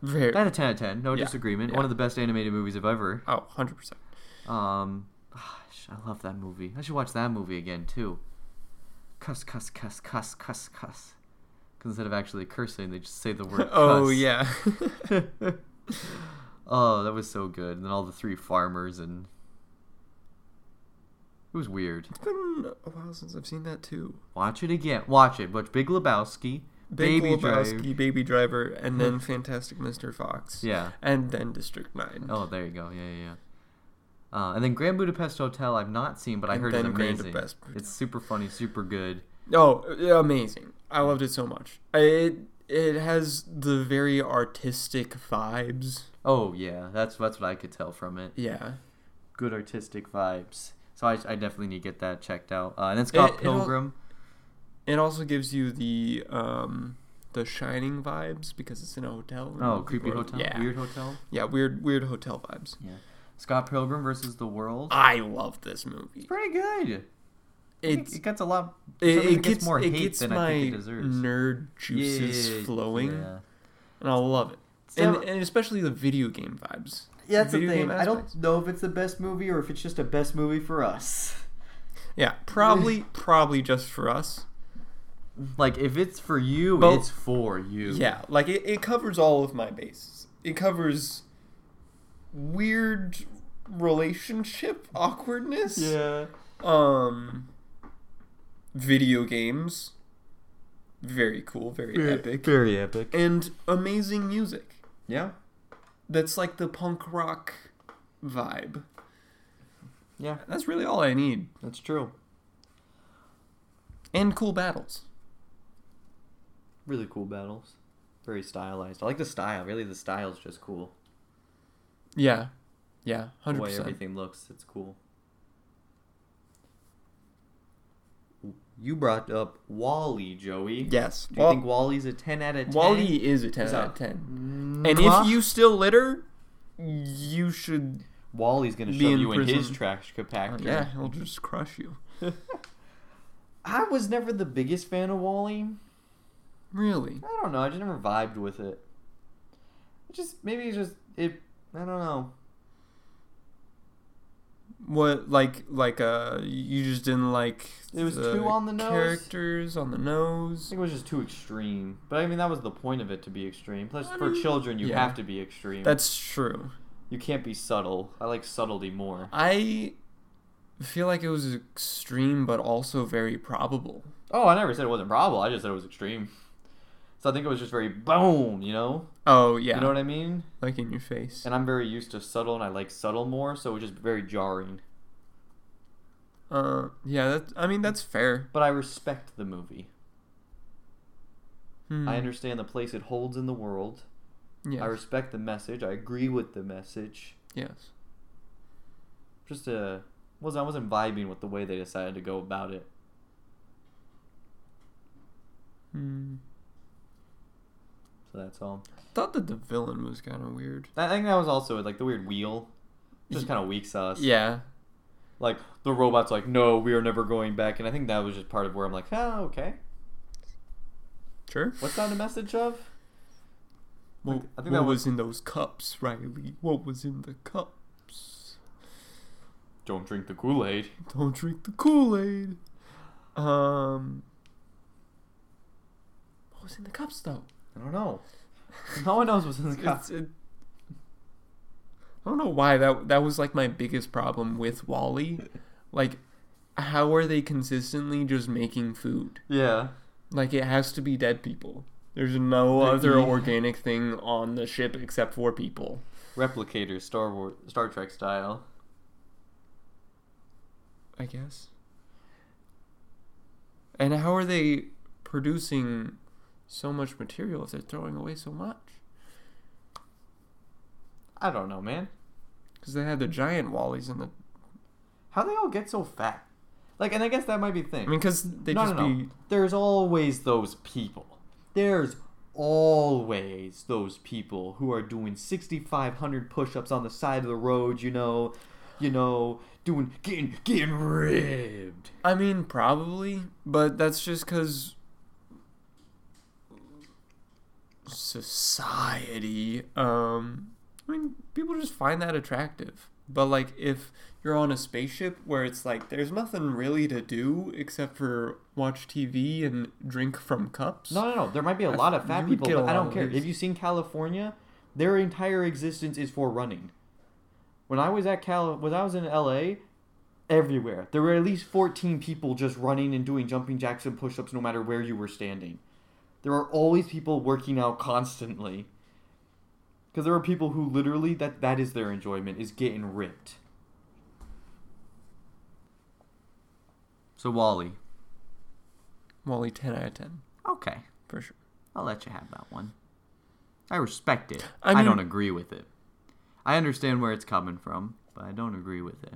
S2: Very.
S1: 9 out of 10 out of 10. No
S2: Yeah,
S1: disagreement.
S2: yeah.
S1: One of the best animated movies of ever.
S2: Oh, 100 percent.
S1: Um, gosh, I love that movie. I should watch that movie again, too. Cuss, cuss, cuss, cuss, cuss, cuss. 'Cause instead of actually cursing, they just say the word
S2: [laughs] Oh
S1: cuss.
S2: yeah.
S1: [laughs] oh, that was so good. And then all the three farmers and it was weird.
S2: It's been a while since I've seen that too.
S1: Watch it again. Watch it. Watch Big Lebowski, Baby
S2: Big Baby
S1: Driver.
S2: Lebowski, Baby Driver, and then Fantastic Mr. Fox.
S1: Yeah.
S2: And then District 9.
S1: Oh, there you go. Yeah, yeah. yeah. Uh, and then Grand Budapest Hotel. I've not seen, but I
S2: And
S1: heard it's
S2: then Grand
S1: amazing.
S2: Budapest
S1: It's super funny, super good.
S2: Oh, uh, amazing. I loved it so much. I- It it has the very artistic vibes.
S1: Oh yeah, that's that's what I could tell from it.
S2: Yeah.
S1: Good artistic vibes. So I, I definitely need to get that checked out. Uh, and then Scott
S2: It- it'll-
S1: Pilgrim.
S2: It also gives you the um the shining vibes because it's in a hotel. and
S1: Oh,
S2: people
S1: creepy
S2: are-
S1: hotel.
S2: Yeah.
S1: Weird hotel.
S2: Yeah, weird weird hotel vibes.
S1: Yeah. Scott Pilgrim versus the World.
S2: I love this movie.
S1: pretty good.
S2: It's
S1: it gets a lot.
S2: it,
S1: some of
S2: it gets more it
S1: hate
S2: gets
S1: than I
S2: my
S1: think it deserves.
S2: nerd juices
S1: Yeah,
S2: flowing,
S1: Yeah,
S2: and I love it.
S1: Yeah,
S2: And,
S1: but-
S2: and especially the video game vibes.
S1: that's the
S2: Video game
S1: thing. I don't
S2: aspects.
S1: know if it's the best movie or if it's just a best movie for us.
S2: Yeah,
S1: [laughs]
S2: probably probably just for us.
S1: Like if it's for you,
S2: Well,
S1: it's for you.
S2: Yeah, like it, it covers all of my bases. It covers weird relationship awkwardness.
S1: Yeah.
S2: Um video games. Very cool, very epic.
S1: Very epic.
S2: And amazing music.
S1: Yeah.
S2: That's like the punk rock vibe.
S1: Yeah.
S2: That's really all I need.
S1: That's true.
S2: And cool battles.
S1: Really cool battles. Very stylized. I like the style. Really, the style's just cool.
S2: Yeah. Yeah,
S1: The way
S2: 100%.
S1: everything looks, it's cool. You brought up Wally, Joey.
S2: Yes.
S1: Do you
S2: Well,
S1: think Wally's a 10 out of 10?
S2: Wally is a 10
S1: Is
S2: out
S1: a-
S2: of 10.
S1: And
S2: And if you still litter, you should.
S1: Wally's going to
S2: be
S1: shove
S2: in
S1: you in his
S2: prison.
S1: trash compactor.
S2: Yeah, he'll just crush you.
S1: I was never the biggest fan of Wally.
S2: Really?
S1: I don't know. I just never vibed with it. It just, maybe it's just, it, I don't know.
S2: What like like uh you just didn't like
S1: It was too on the nose.
S2: characters on the
S1: I
S2: nose.
S1: think it was just too extreme. But I mean, that was the point of it to be extreme. Plus,
S2: I
S1: for
S2: mean,
S1: children, you
S2: yeah.
S1: have to be extreme.
S2: That's true.
S1: You can't be subtle. I like subtlety more.
S2: I feel like it was extreme but also very probable.
S1: Oh, I never said it wasn't probable. I just said it was extreme. So I think it was just very boom, you know?
S2: Oh yeah.
S1: You know what I mean?
S2: like in your face.
S1: And I'm very used to subtle and I like subtle more, so it was just very jarring.
S2: Uh yeah, that I mean that's fair.
S1: But I respect the movie.
S2: Hmm.
S1: I understand the place it holds in the world.
S2: Yes.
S1: I respect the message. I agree with the message.
S2: yes.
S1: Just uh was I wasn't vibing with the way they decided to go about it.
S2: Hmm.
S1: So that's all.
S2: Thought that the villain was kind of weird.
S1: I think that was also like the weird wheel. Just kind of weak sauce.
S2: Yeah.
S1: like the robot's like, no, we are never going back. And I think that was just part of where I'm like, oh, okay.
S2: Sure.
S1: What's that a message of?
S2: What,
S1: Like, I think
S2: what
S1: that
S2: was,
S1: was-
S2: in those cups, Riley? What was in the cups?
S1: Don't drink the Kool Aid.
S2: Don't drink the Kool Aid. Um. What was in the cups, though?
S1: I don't know. [laughs] No one knows what's in the cup.
S2: It's- it- I don't know why that that was like my biggest problem with Wally.
S1: [laughs]
S2: Like, how are they consistently just making food?
S1: Yeah.
S2: Like it has to be dead people. There's no
S1: They're
S2: other
S1: eating-
S2: organic thing on the ship except for people.
S1: Replicator, Star Wars, Star Trek style.
S2: I guess. And how are they producing so much material if they're throwing away so much?
S1: I don't know, man.
S2: Because they had the giant wallies in the.
S1: How they all get so fat? Like, and I guess that might be the thing.
S2: I mean, because they
S1: no,
S2: just
S1: no, no.
S2: be.
S1: There's always those people. There's always those people who are doing 6,500 push-ups on the side of the road. You know, you know, doing getting getting ribbed.
S2: I mean, probably, but that's just because. Society. Um, I mean, people just find that attractive. But, like, if you're on a spaceship where it's like there's nothing really to do except for watch TV and drink from cups.
S1: No, no, no. There might be a
S2: I
S1: lot
S2: th-
S1: of
S2: you
S1: fat
S2: would
S1: people,
S2: get a
S1: but I
S2: lot
S1: don't
S2: of
S1: care.
S2: these.
S1: Have you seen California? Their entire existence is for running. When I was at Cal, when I was in LA, everywhere there were at least 14 people just running and doing jumping jacks and push-ups, no matter where you were standing. There are always people working out constantly. Because there are people who literally that that is their enjoyment is getting ripped. So Wally,
S2: Wally, 10 out of 10,
S1: okay.
S2: for sure.
S1: I'll let you have that one. I respect it.
S2: I
S1: I,
S2: mean-
S1: don't agree with it. I understand where it's coming from, but I don't agree with it.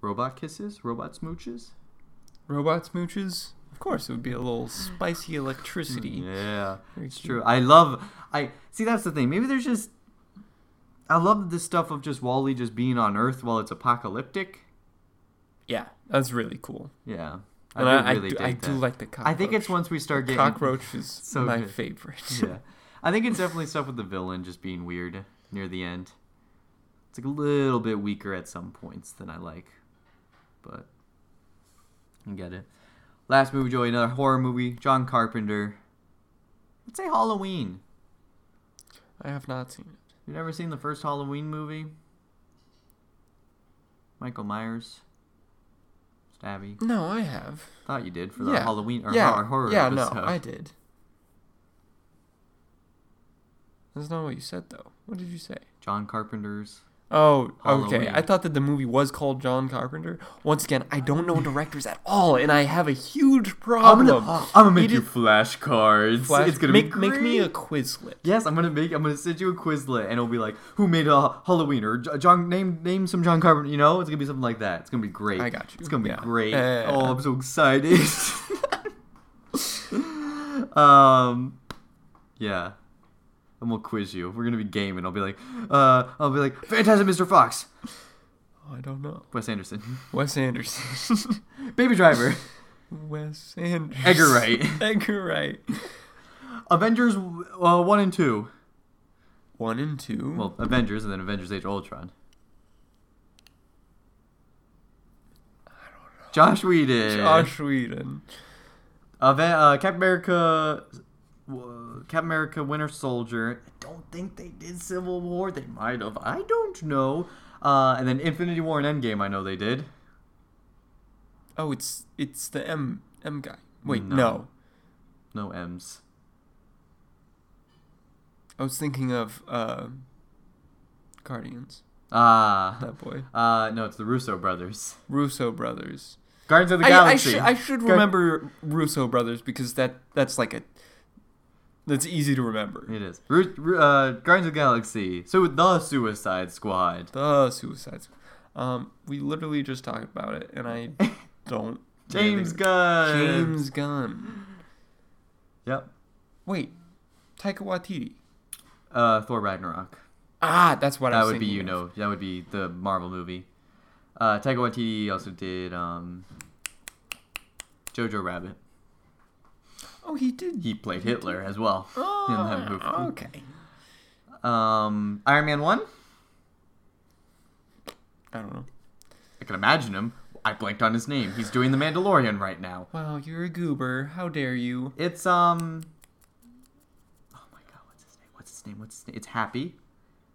S1: Robot kisses? Robot smooches?
S2: Robot smooches? Of course, it would be a little spicy electricity.
S1: Mm, Yeah.
S2: Very
S1: It's
S2: cute.
S1: true. I love I see that's the thing. Maybe there's just I love this stuff of just Wally just being on Earth while it's apocalyptic.
S2: Yeah, that's really cool.
S1: Yeah. I do
S2: And I, I
S1: really
S2: do,
S1: dig
S2: I
S1: that.
S2: do like the
S1: I
S2: cockroach.
S1: think it's once we start getting
S2: Cockroach is
S1: So
S2: my
S1: good.
S2: favorite.
S1: [laughs] yeah. I think it's definitely stuff with the villain just being weird near the end. It's like a little bit weaker at some points than I like. But you get it. Last movie, Joey, another horror movie, John Carpenter. I'd say Halloween.
S2: I have not seen it.
S1: You've never seen the first Halloween movie? Michael Myers. Stabby.
S2: No, I have.
S1: Thought you did for the
S2: Yeah.
S1: Halloween or
S2: yeah,
S1: horror, horror
S2: yeah,
S1: episode.
S2: no, I did. That's not what you said though. What did you say?
S1: John Carpenter's.
S2: Oh, okay. I
S1: Halloween.
S2: thought that the movie was called John Carpenter. Once again, I don't know directors at all, and I have a huge
S1: I'm
S2: problem.
S1: gonna, I'm gonna make
S2: He
S1: you
S2: did-
S1: flashcards.
S2: Flash-
S1: it's gonna
S2: make
S1: be
S2: make me
S1: great.
S2: a Quizlet.
S1: Yes, I'm gonna make. I'm gonna send you a Quizlet, and it'll be like, "Who made a Halloween?" or "J- "John name name some John Carpenter." You know, it's gonna be something like that. It's gonna be great.
S2: I got you.
S1: It's gonna be
S2: Yeah.
S1: great.
S2: Yeah, yeah, yeah.
S1: Oh, I'm so excited. [laughs] um, yeah, and we'll quiz you. We're gonna be gaming. I'll be like, uh, I'll be like, "Fantastic Mr. Fox,"
S2: Oh, I don't know.
S1: Wes Anderson, [laughs]
S2: Wes Anderson. [laughs]
S1: Baby Driver,
S2: Wes Anderson.
S1: Edgar Wright,
S2: [laughs] Edgar Wright.
S1: Avengers uh, one and two.
S2: One and two.
S1: Well, Avengers and then Avengers Age of Ultron. Josh Whedon.
S2: Josh Whedon.
S1: Aven- uh, Captain America. w- Captain America Winter Soldier. I don't think they did Civil War. They might have. I don't know. Uh, and then Infinity War and Endgame. I know they did.
S2: Oh, it's it's the M M guy. Wait,
S1: No. No
S2: no.
S1: M's.
S2: I was thinking of uh, Guardians.
S1: Ah.
S2: That boy,
S1: Uh, [laughs] no, it's the Russo brothers.
S2: Russo brothers.
S1: Guardians of the
S2: I, I,
S1: Galaxy.
S2: should I should
S1: Gu-
S2: remember Russo brothers because that that's like a that's easy to remember.
S1: It is. Ru- Ru- uh, Guardians of the Galaxy. So the Suicide Squad.
S2: The Suicide Squad. Um, we literally just talked about it, and
S1: [laughs]
S2: I don't.
S1: James
S2: really-
S1: Gunn.
S2: James Gunn.
S1: Yep.
S2: Wait, Taika Waititi.
S1: Uh, Thor Ragnarok.
S2: Ah, that's what I
S1: That
S2: was
S1: would be
S2: thinking
S1: you
S2: of.
S1: know that would be the Marvel movie. Uh, Taika Waititi also did um, Jojo Rabbit.
S2: Oh, he did.
S1: He played Hitler as well in that movie.
S2: [laughs] Oh, okay.
S1: Um, Iron Man One.
S2: I don't know.
S1: I can imagine him. I blanked on his name. He's doing The Mandalorian right now.
S2: Wow, you're a goober. How dare you?
S1: It's um. Oh my god, what's his name? What's his name? What's his name? It's Happy.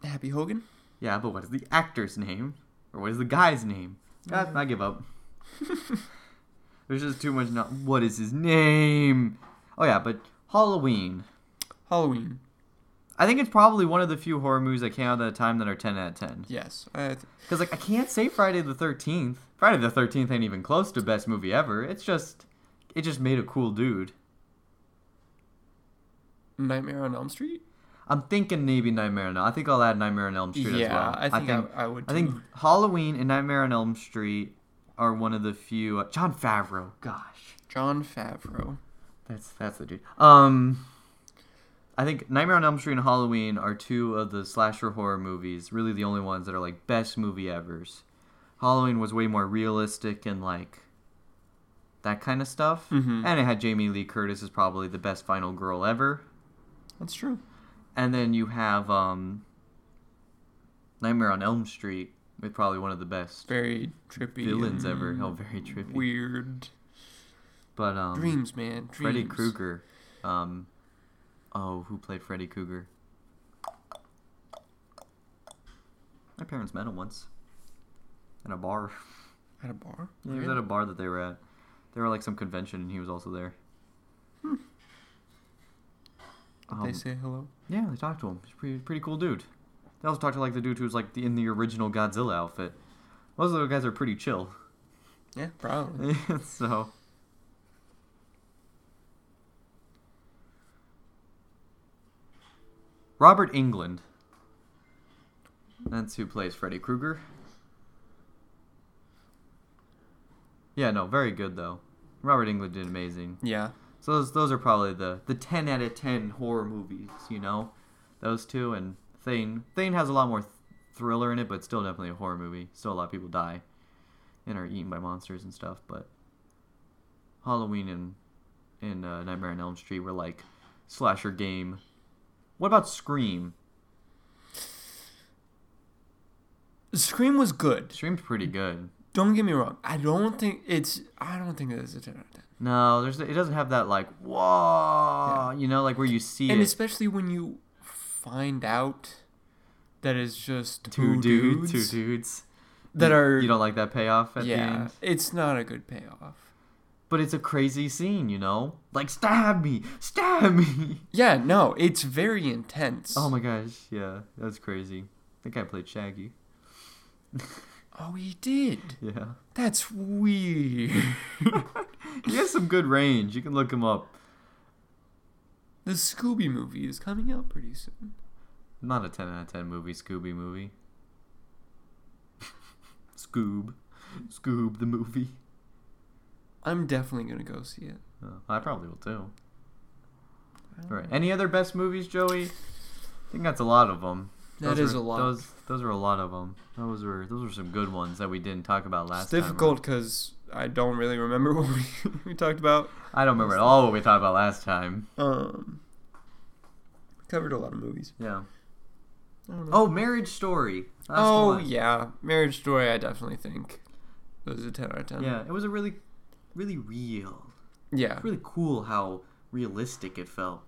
S2: Happy Hogan?
S1: Yeah, but what is the actor's name? Or what is the guy's name? God,
S2: Mm-hmm.
S1: I give up. [laughs] There's just too much. Not what is his name? Oh yeah, but Halloween.
S2: Halloween.
S1: I think it's probably one of the few horror movies that came out at a time that are 10 out of 10.
S2: Yes. I th-
S1: Because like I can't say Friday the 13th. Friday the 13th ain't even close to best movie ever. It's just, it just made a cool dude.
S2: Nightmare on Elm Street?
S1: I'm thinking maybe Nightmare on Elm. I think I'll add Nightmare on Elm Street as
S2: yeah,
S1: well.
S2: I think I, I would.
S1: I think
S2: too.
S1: Halloween and Nightmare on Elm Street are one of the few. Uh, John Favreau, gosh,
S2: John Favreau.
S1: that's that's the dude. Um, I think Nightmare on Elm Street and Halloween are two of the slasher horror movies. Really, the only ones that are like best movie ever's. Halloween was way more realistic and like that kind of stuff,
S2: Mhm.
S1: and it had Jamie Lee Curtis is probably the best final girl ever.
S2: That's true.
S1: And then you have um, Nightmare on Elm Street with probably one of the best
S2: Very trippy.
S1: villains
S2: and
S1: ever. Oh, very trippy.
S2: Weird.
S1: But um,
S2: dreams, man. Dreams.
S1: Freddy Krueger. Um, oh, who played Freddy Krueger? My parents met him once at a bar.
S2: At a bar?
S1: Yeah, he was at a bar that they were at. They were like some convention, and he was also there.
S2: Did
S1: Um,
S2: Hmm. they say hello?
S1: Yeah, they talked to him. He's a pretty, pretty cool dude. They also talked to like the dude who was like the, in the original Godzilla outfit. Most of those guys are pretty chill.
S2: Yeah, probably.
S1: [laughs] so. Robert England. That's who plays Freddy Krueger. Yeah, no, very good though. Robert England did amazing.
S2: Yeah.
S1: So those those are probably the the ten out of ten horror movies, you know, those two and Thane. Thane has a lot more th- thriller in it, but still definitely a horror movie. Still a lot of people die and are eaten by monsters and stuff. But Halloween and and uh, Nightmare on Elm Street were like slasher game. What about Scream?
S2: Scream was good.
S1: Scream's pretty good.
S2: Don't get me wrong. I don't think it's. I don't think that is a ten out of ten.
S1: No, there's it doesn't have that like whoa, you know, like where you see
S2: And
S1: it.
S2: especially when you find out that it's just
S1: two dudes,
S2: dudes
S1: two dudes
S2: that
S1: You-
S2: are
S1: You don't like that payoff at the
S2: yeah.
S1: end.
S2: It's not a good payoff.
S1: But it's a crazy scene, you know? Like, stab me! Stab me! [laughs]
S2: Yeah, no, it's very intense.
S1: Oh my gosh, yeah, that's crazy. I think I played Shaggy. [laughs]
S2: Oh, he did.
S1: Yeah.
S2: That's weird. [laughs]
S1: He has some good range. You can look him up.
S2: the Scooby movie is coming out pretty soon.
S1: Not a 10 out of 10 movie, Scooby movie. [laughs] Scoob. Scoob the movie. [laughs]
S2: I'm definitely gonna go see it.
S1: Oh, I probably will too. Alright, any other best movies, Joey? I think that's a lot of them.
S2: That is a lot.
S1: Those, those are a lot of them. Those were those were some good ones that we didn't talk about last
S2: it's
S1: time.
S2: difficult because I don't really remember [laughs] what we, we talked about.
S1: I don't remember at all what we talked about last time.
S2: Um, covered a lot of movies.
S1: Yeah.
S2: I don't know.
S1: Oh, Marriage Story. That's the
S2: Oh
S1: one.
S2: yeah, Marriage Story. I definitely think was a ten out of ten.
S1: Yeah, it was a really, really real.
S2: yeah.
S1: It's really cool how realistic it felt.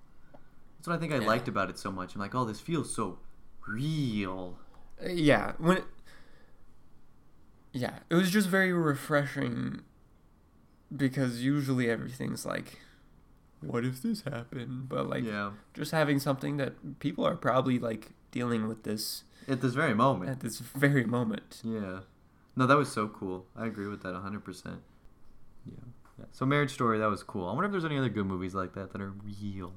S1: That's what I think I
S2: Yeah.
S1: liked about it so much. I'm like, oh, this feels so real.
S2: yeah when it, yeah it was just very refreshing because usually everything's like what if this happened but like
S1: yeah.
S2: just having something that people are probably like dealing with this
S1: At this very moment.
S2: at this very moment
S1: Yeah. No, that was so cool. I agree with that 100%. Yeah. yeah. So, Marriage Story, that was cool. I wonder if there's any other good movies like that that are real.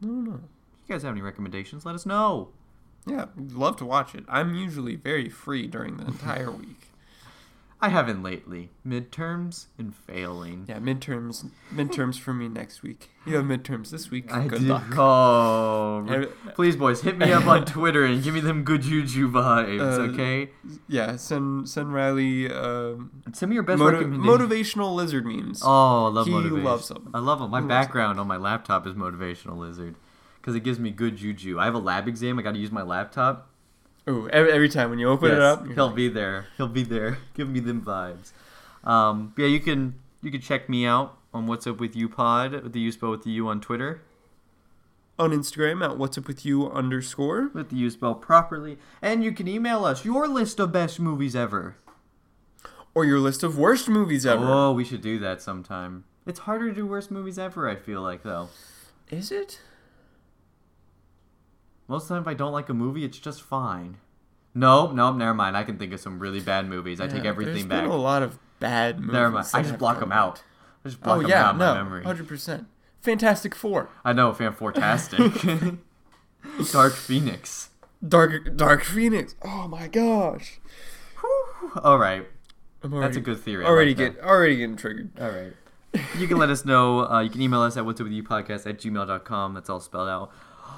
S2: no no
S1: If you guys have any recommendations, let us know. [laughs]
S2: yeah love to watch it i'm usually very free during the entire week
S1: I haven't lately. Midterms and failing.
S2: Yeah, midterms. Midterms for me next week. You have midterms this week.
S1: I
S2: Good
S1: did.
S2: luck.
S1: Oh,
S2: I-
S1: please, boys, hit me
S2: [laughs]
S1: up on Twitter and give me them good juju vibes,
S2: Uh,
S1: okay?
S2: Yeah, send send Riley um,
S1: Send me your best
S2: motiv-
S1: recommendation.
S2: motivational lizard memes.
S1: Oh, I love
S2: He
S1: motivation.
S2: loves them.
S1: I love them. My
S2: He loves
S1: background on my laptop is motivational lizard because it gives me good juju. I have a lab exam. I got to use my laptop.
S2: Ooh, every, every time when you open it
S1: Yes,
S2: up, you're
S1: he'll
S2: like,
S1: be there. He'll be there. [laughs] Give me them vibes. Um, yeah, you can you can check me out on What's Up with You Pod with the U spell with the U on Twitter
S2: on Instagram at what's up with you underscore.
S1: with the U spell properly, and you can email us your list of best movies ever.
S2: Or your list of worst movies ever.
S1: Oh, we should do that sometime. It's harder to do worst movies ever. I feel like though.
S2: Is it?
S1: Most of the time, if I don't like a movie, it's just fine. Nope, nope, never mind. I can think of some really bad movies. I take
S2: Yeah,
S1: everything back.
S2: There's been a lot of bad movies.
S1: Never mind.
S2: that
S1: I just
S2: have
S1: block
S2: come
S1: them out. I just block
S2: oh
S1: them
S2: yeah,
S1: out of my
S2: no,
S1: memory.
S2: hundred percent. Fantastic Four,
S1: I know, fan
S2: [laughs]
S1: fantastic. [laughs] Dark Phoenix.
S2: Dark Dark Phoenix. Oh my gosh,
S1: All right,
S2: I'm already,
S1: that's a good theory. I
S2: Already
S1: like that.
S2: get already getting triggered.
S1: All right. You can let us know. Uh, you can email us at what's up with you podcast at gmail.com. That's all spelled out. [gasps]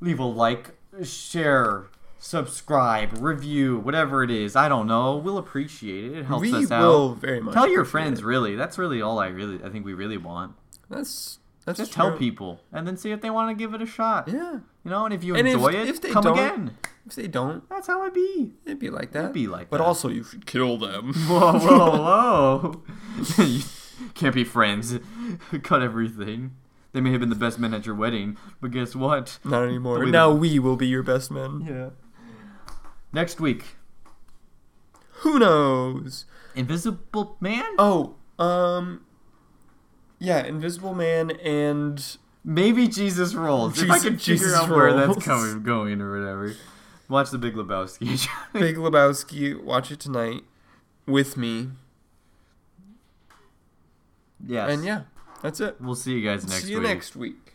S1: Leave a like, share, subscribe, review, whatever it is. I don't know. We'll appreciate it. It helps
S2: we
S1: us out.
S2: will very much
S1: tell your
S2: appreciate
S1: friends
S2: it.
S1: really that's really all i really i think we really want
S2: That's that's
S1: just
S2: true.
S1: tell people and then see if they want to give it a shot
S2: Yeah,
S1: you know and if you
S2: And if-
S1: enjoy it
S2: if they
S1: come
S2: don't-
S1: again
S2: if they don't,
S1: that's how it be
S2: it'd be like that.
S1: be like
S2: but
S1: that.
S2: also you should kill them.
S1: [laughs] whoa
S2: [laughs]
S1: whoa whoa [laughs] you can't be friends [laughs] cut everything they may have been the best men at your wedding but guess what
S2: Not anymore.
S1: But we-
S2: now we will be your best men.
S1: yeah next week
S2: Who knows?
S1: invisible man
S2: Oh, um, yeah, Invisible Man and
S1: maybe jesus rolls if i
S2: Jesus-
S1: can
S2: Jesus
S1: figure out where that's
S2: rolls.
S1: coming going or whatever watch the big lebowski [laughs]
S2: Big Lebowski. Watch it tonight with me.
S1: yes
S2: And yeah, that's it.
S1: we'll see you guys next
S2: See you
S1: week
S2: next week.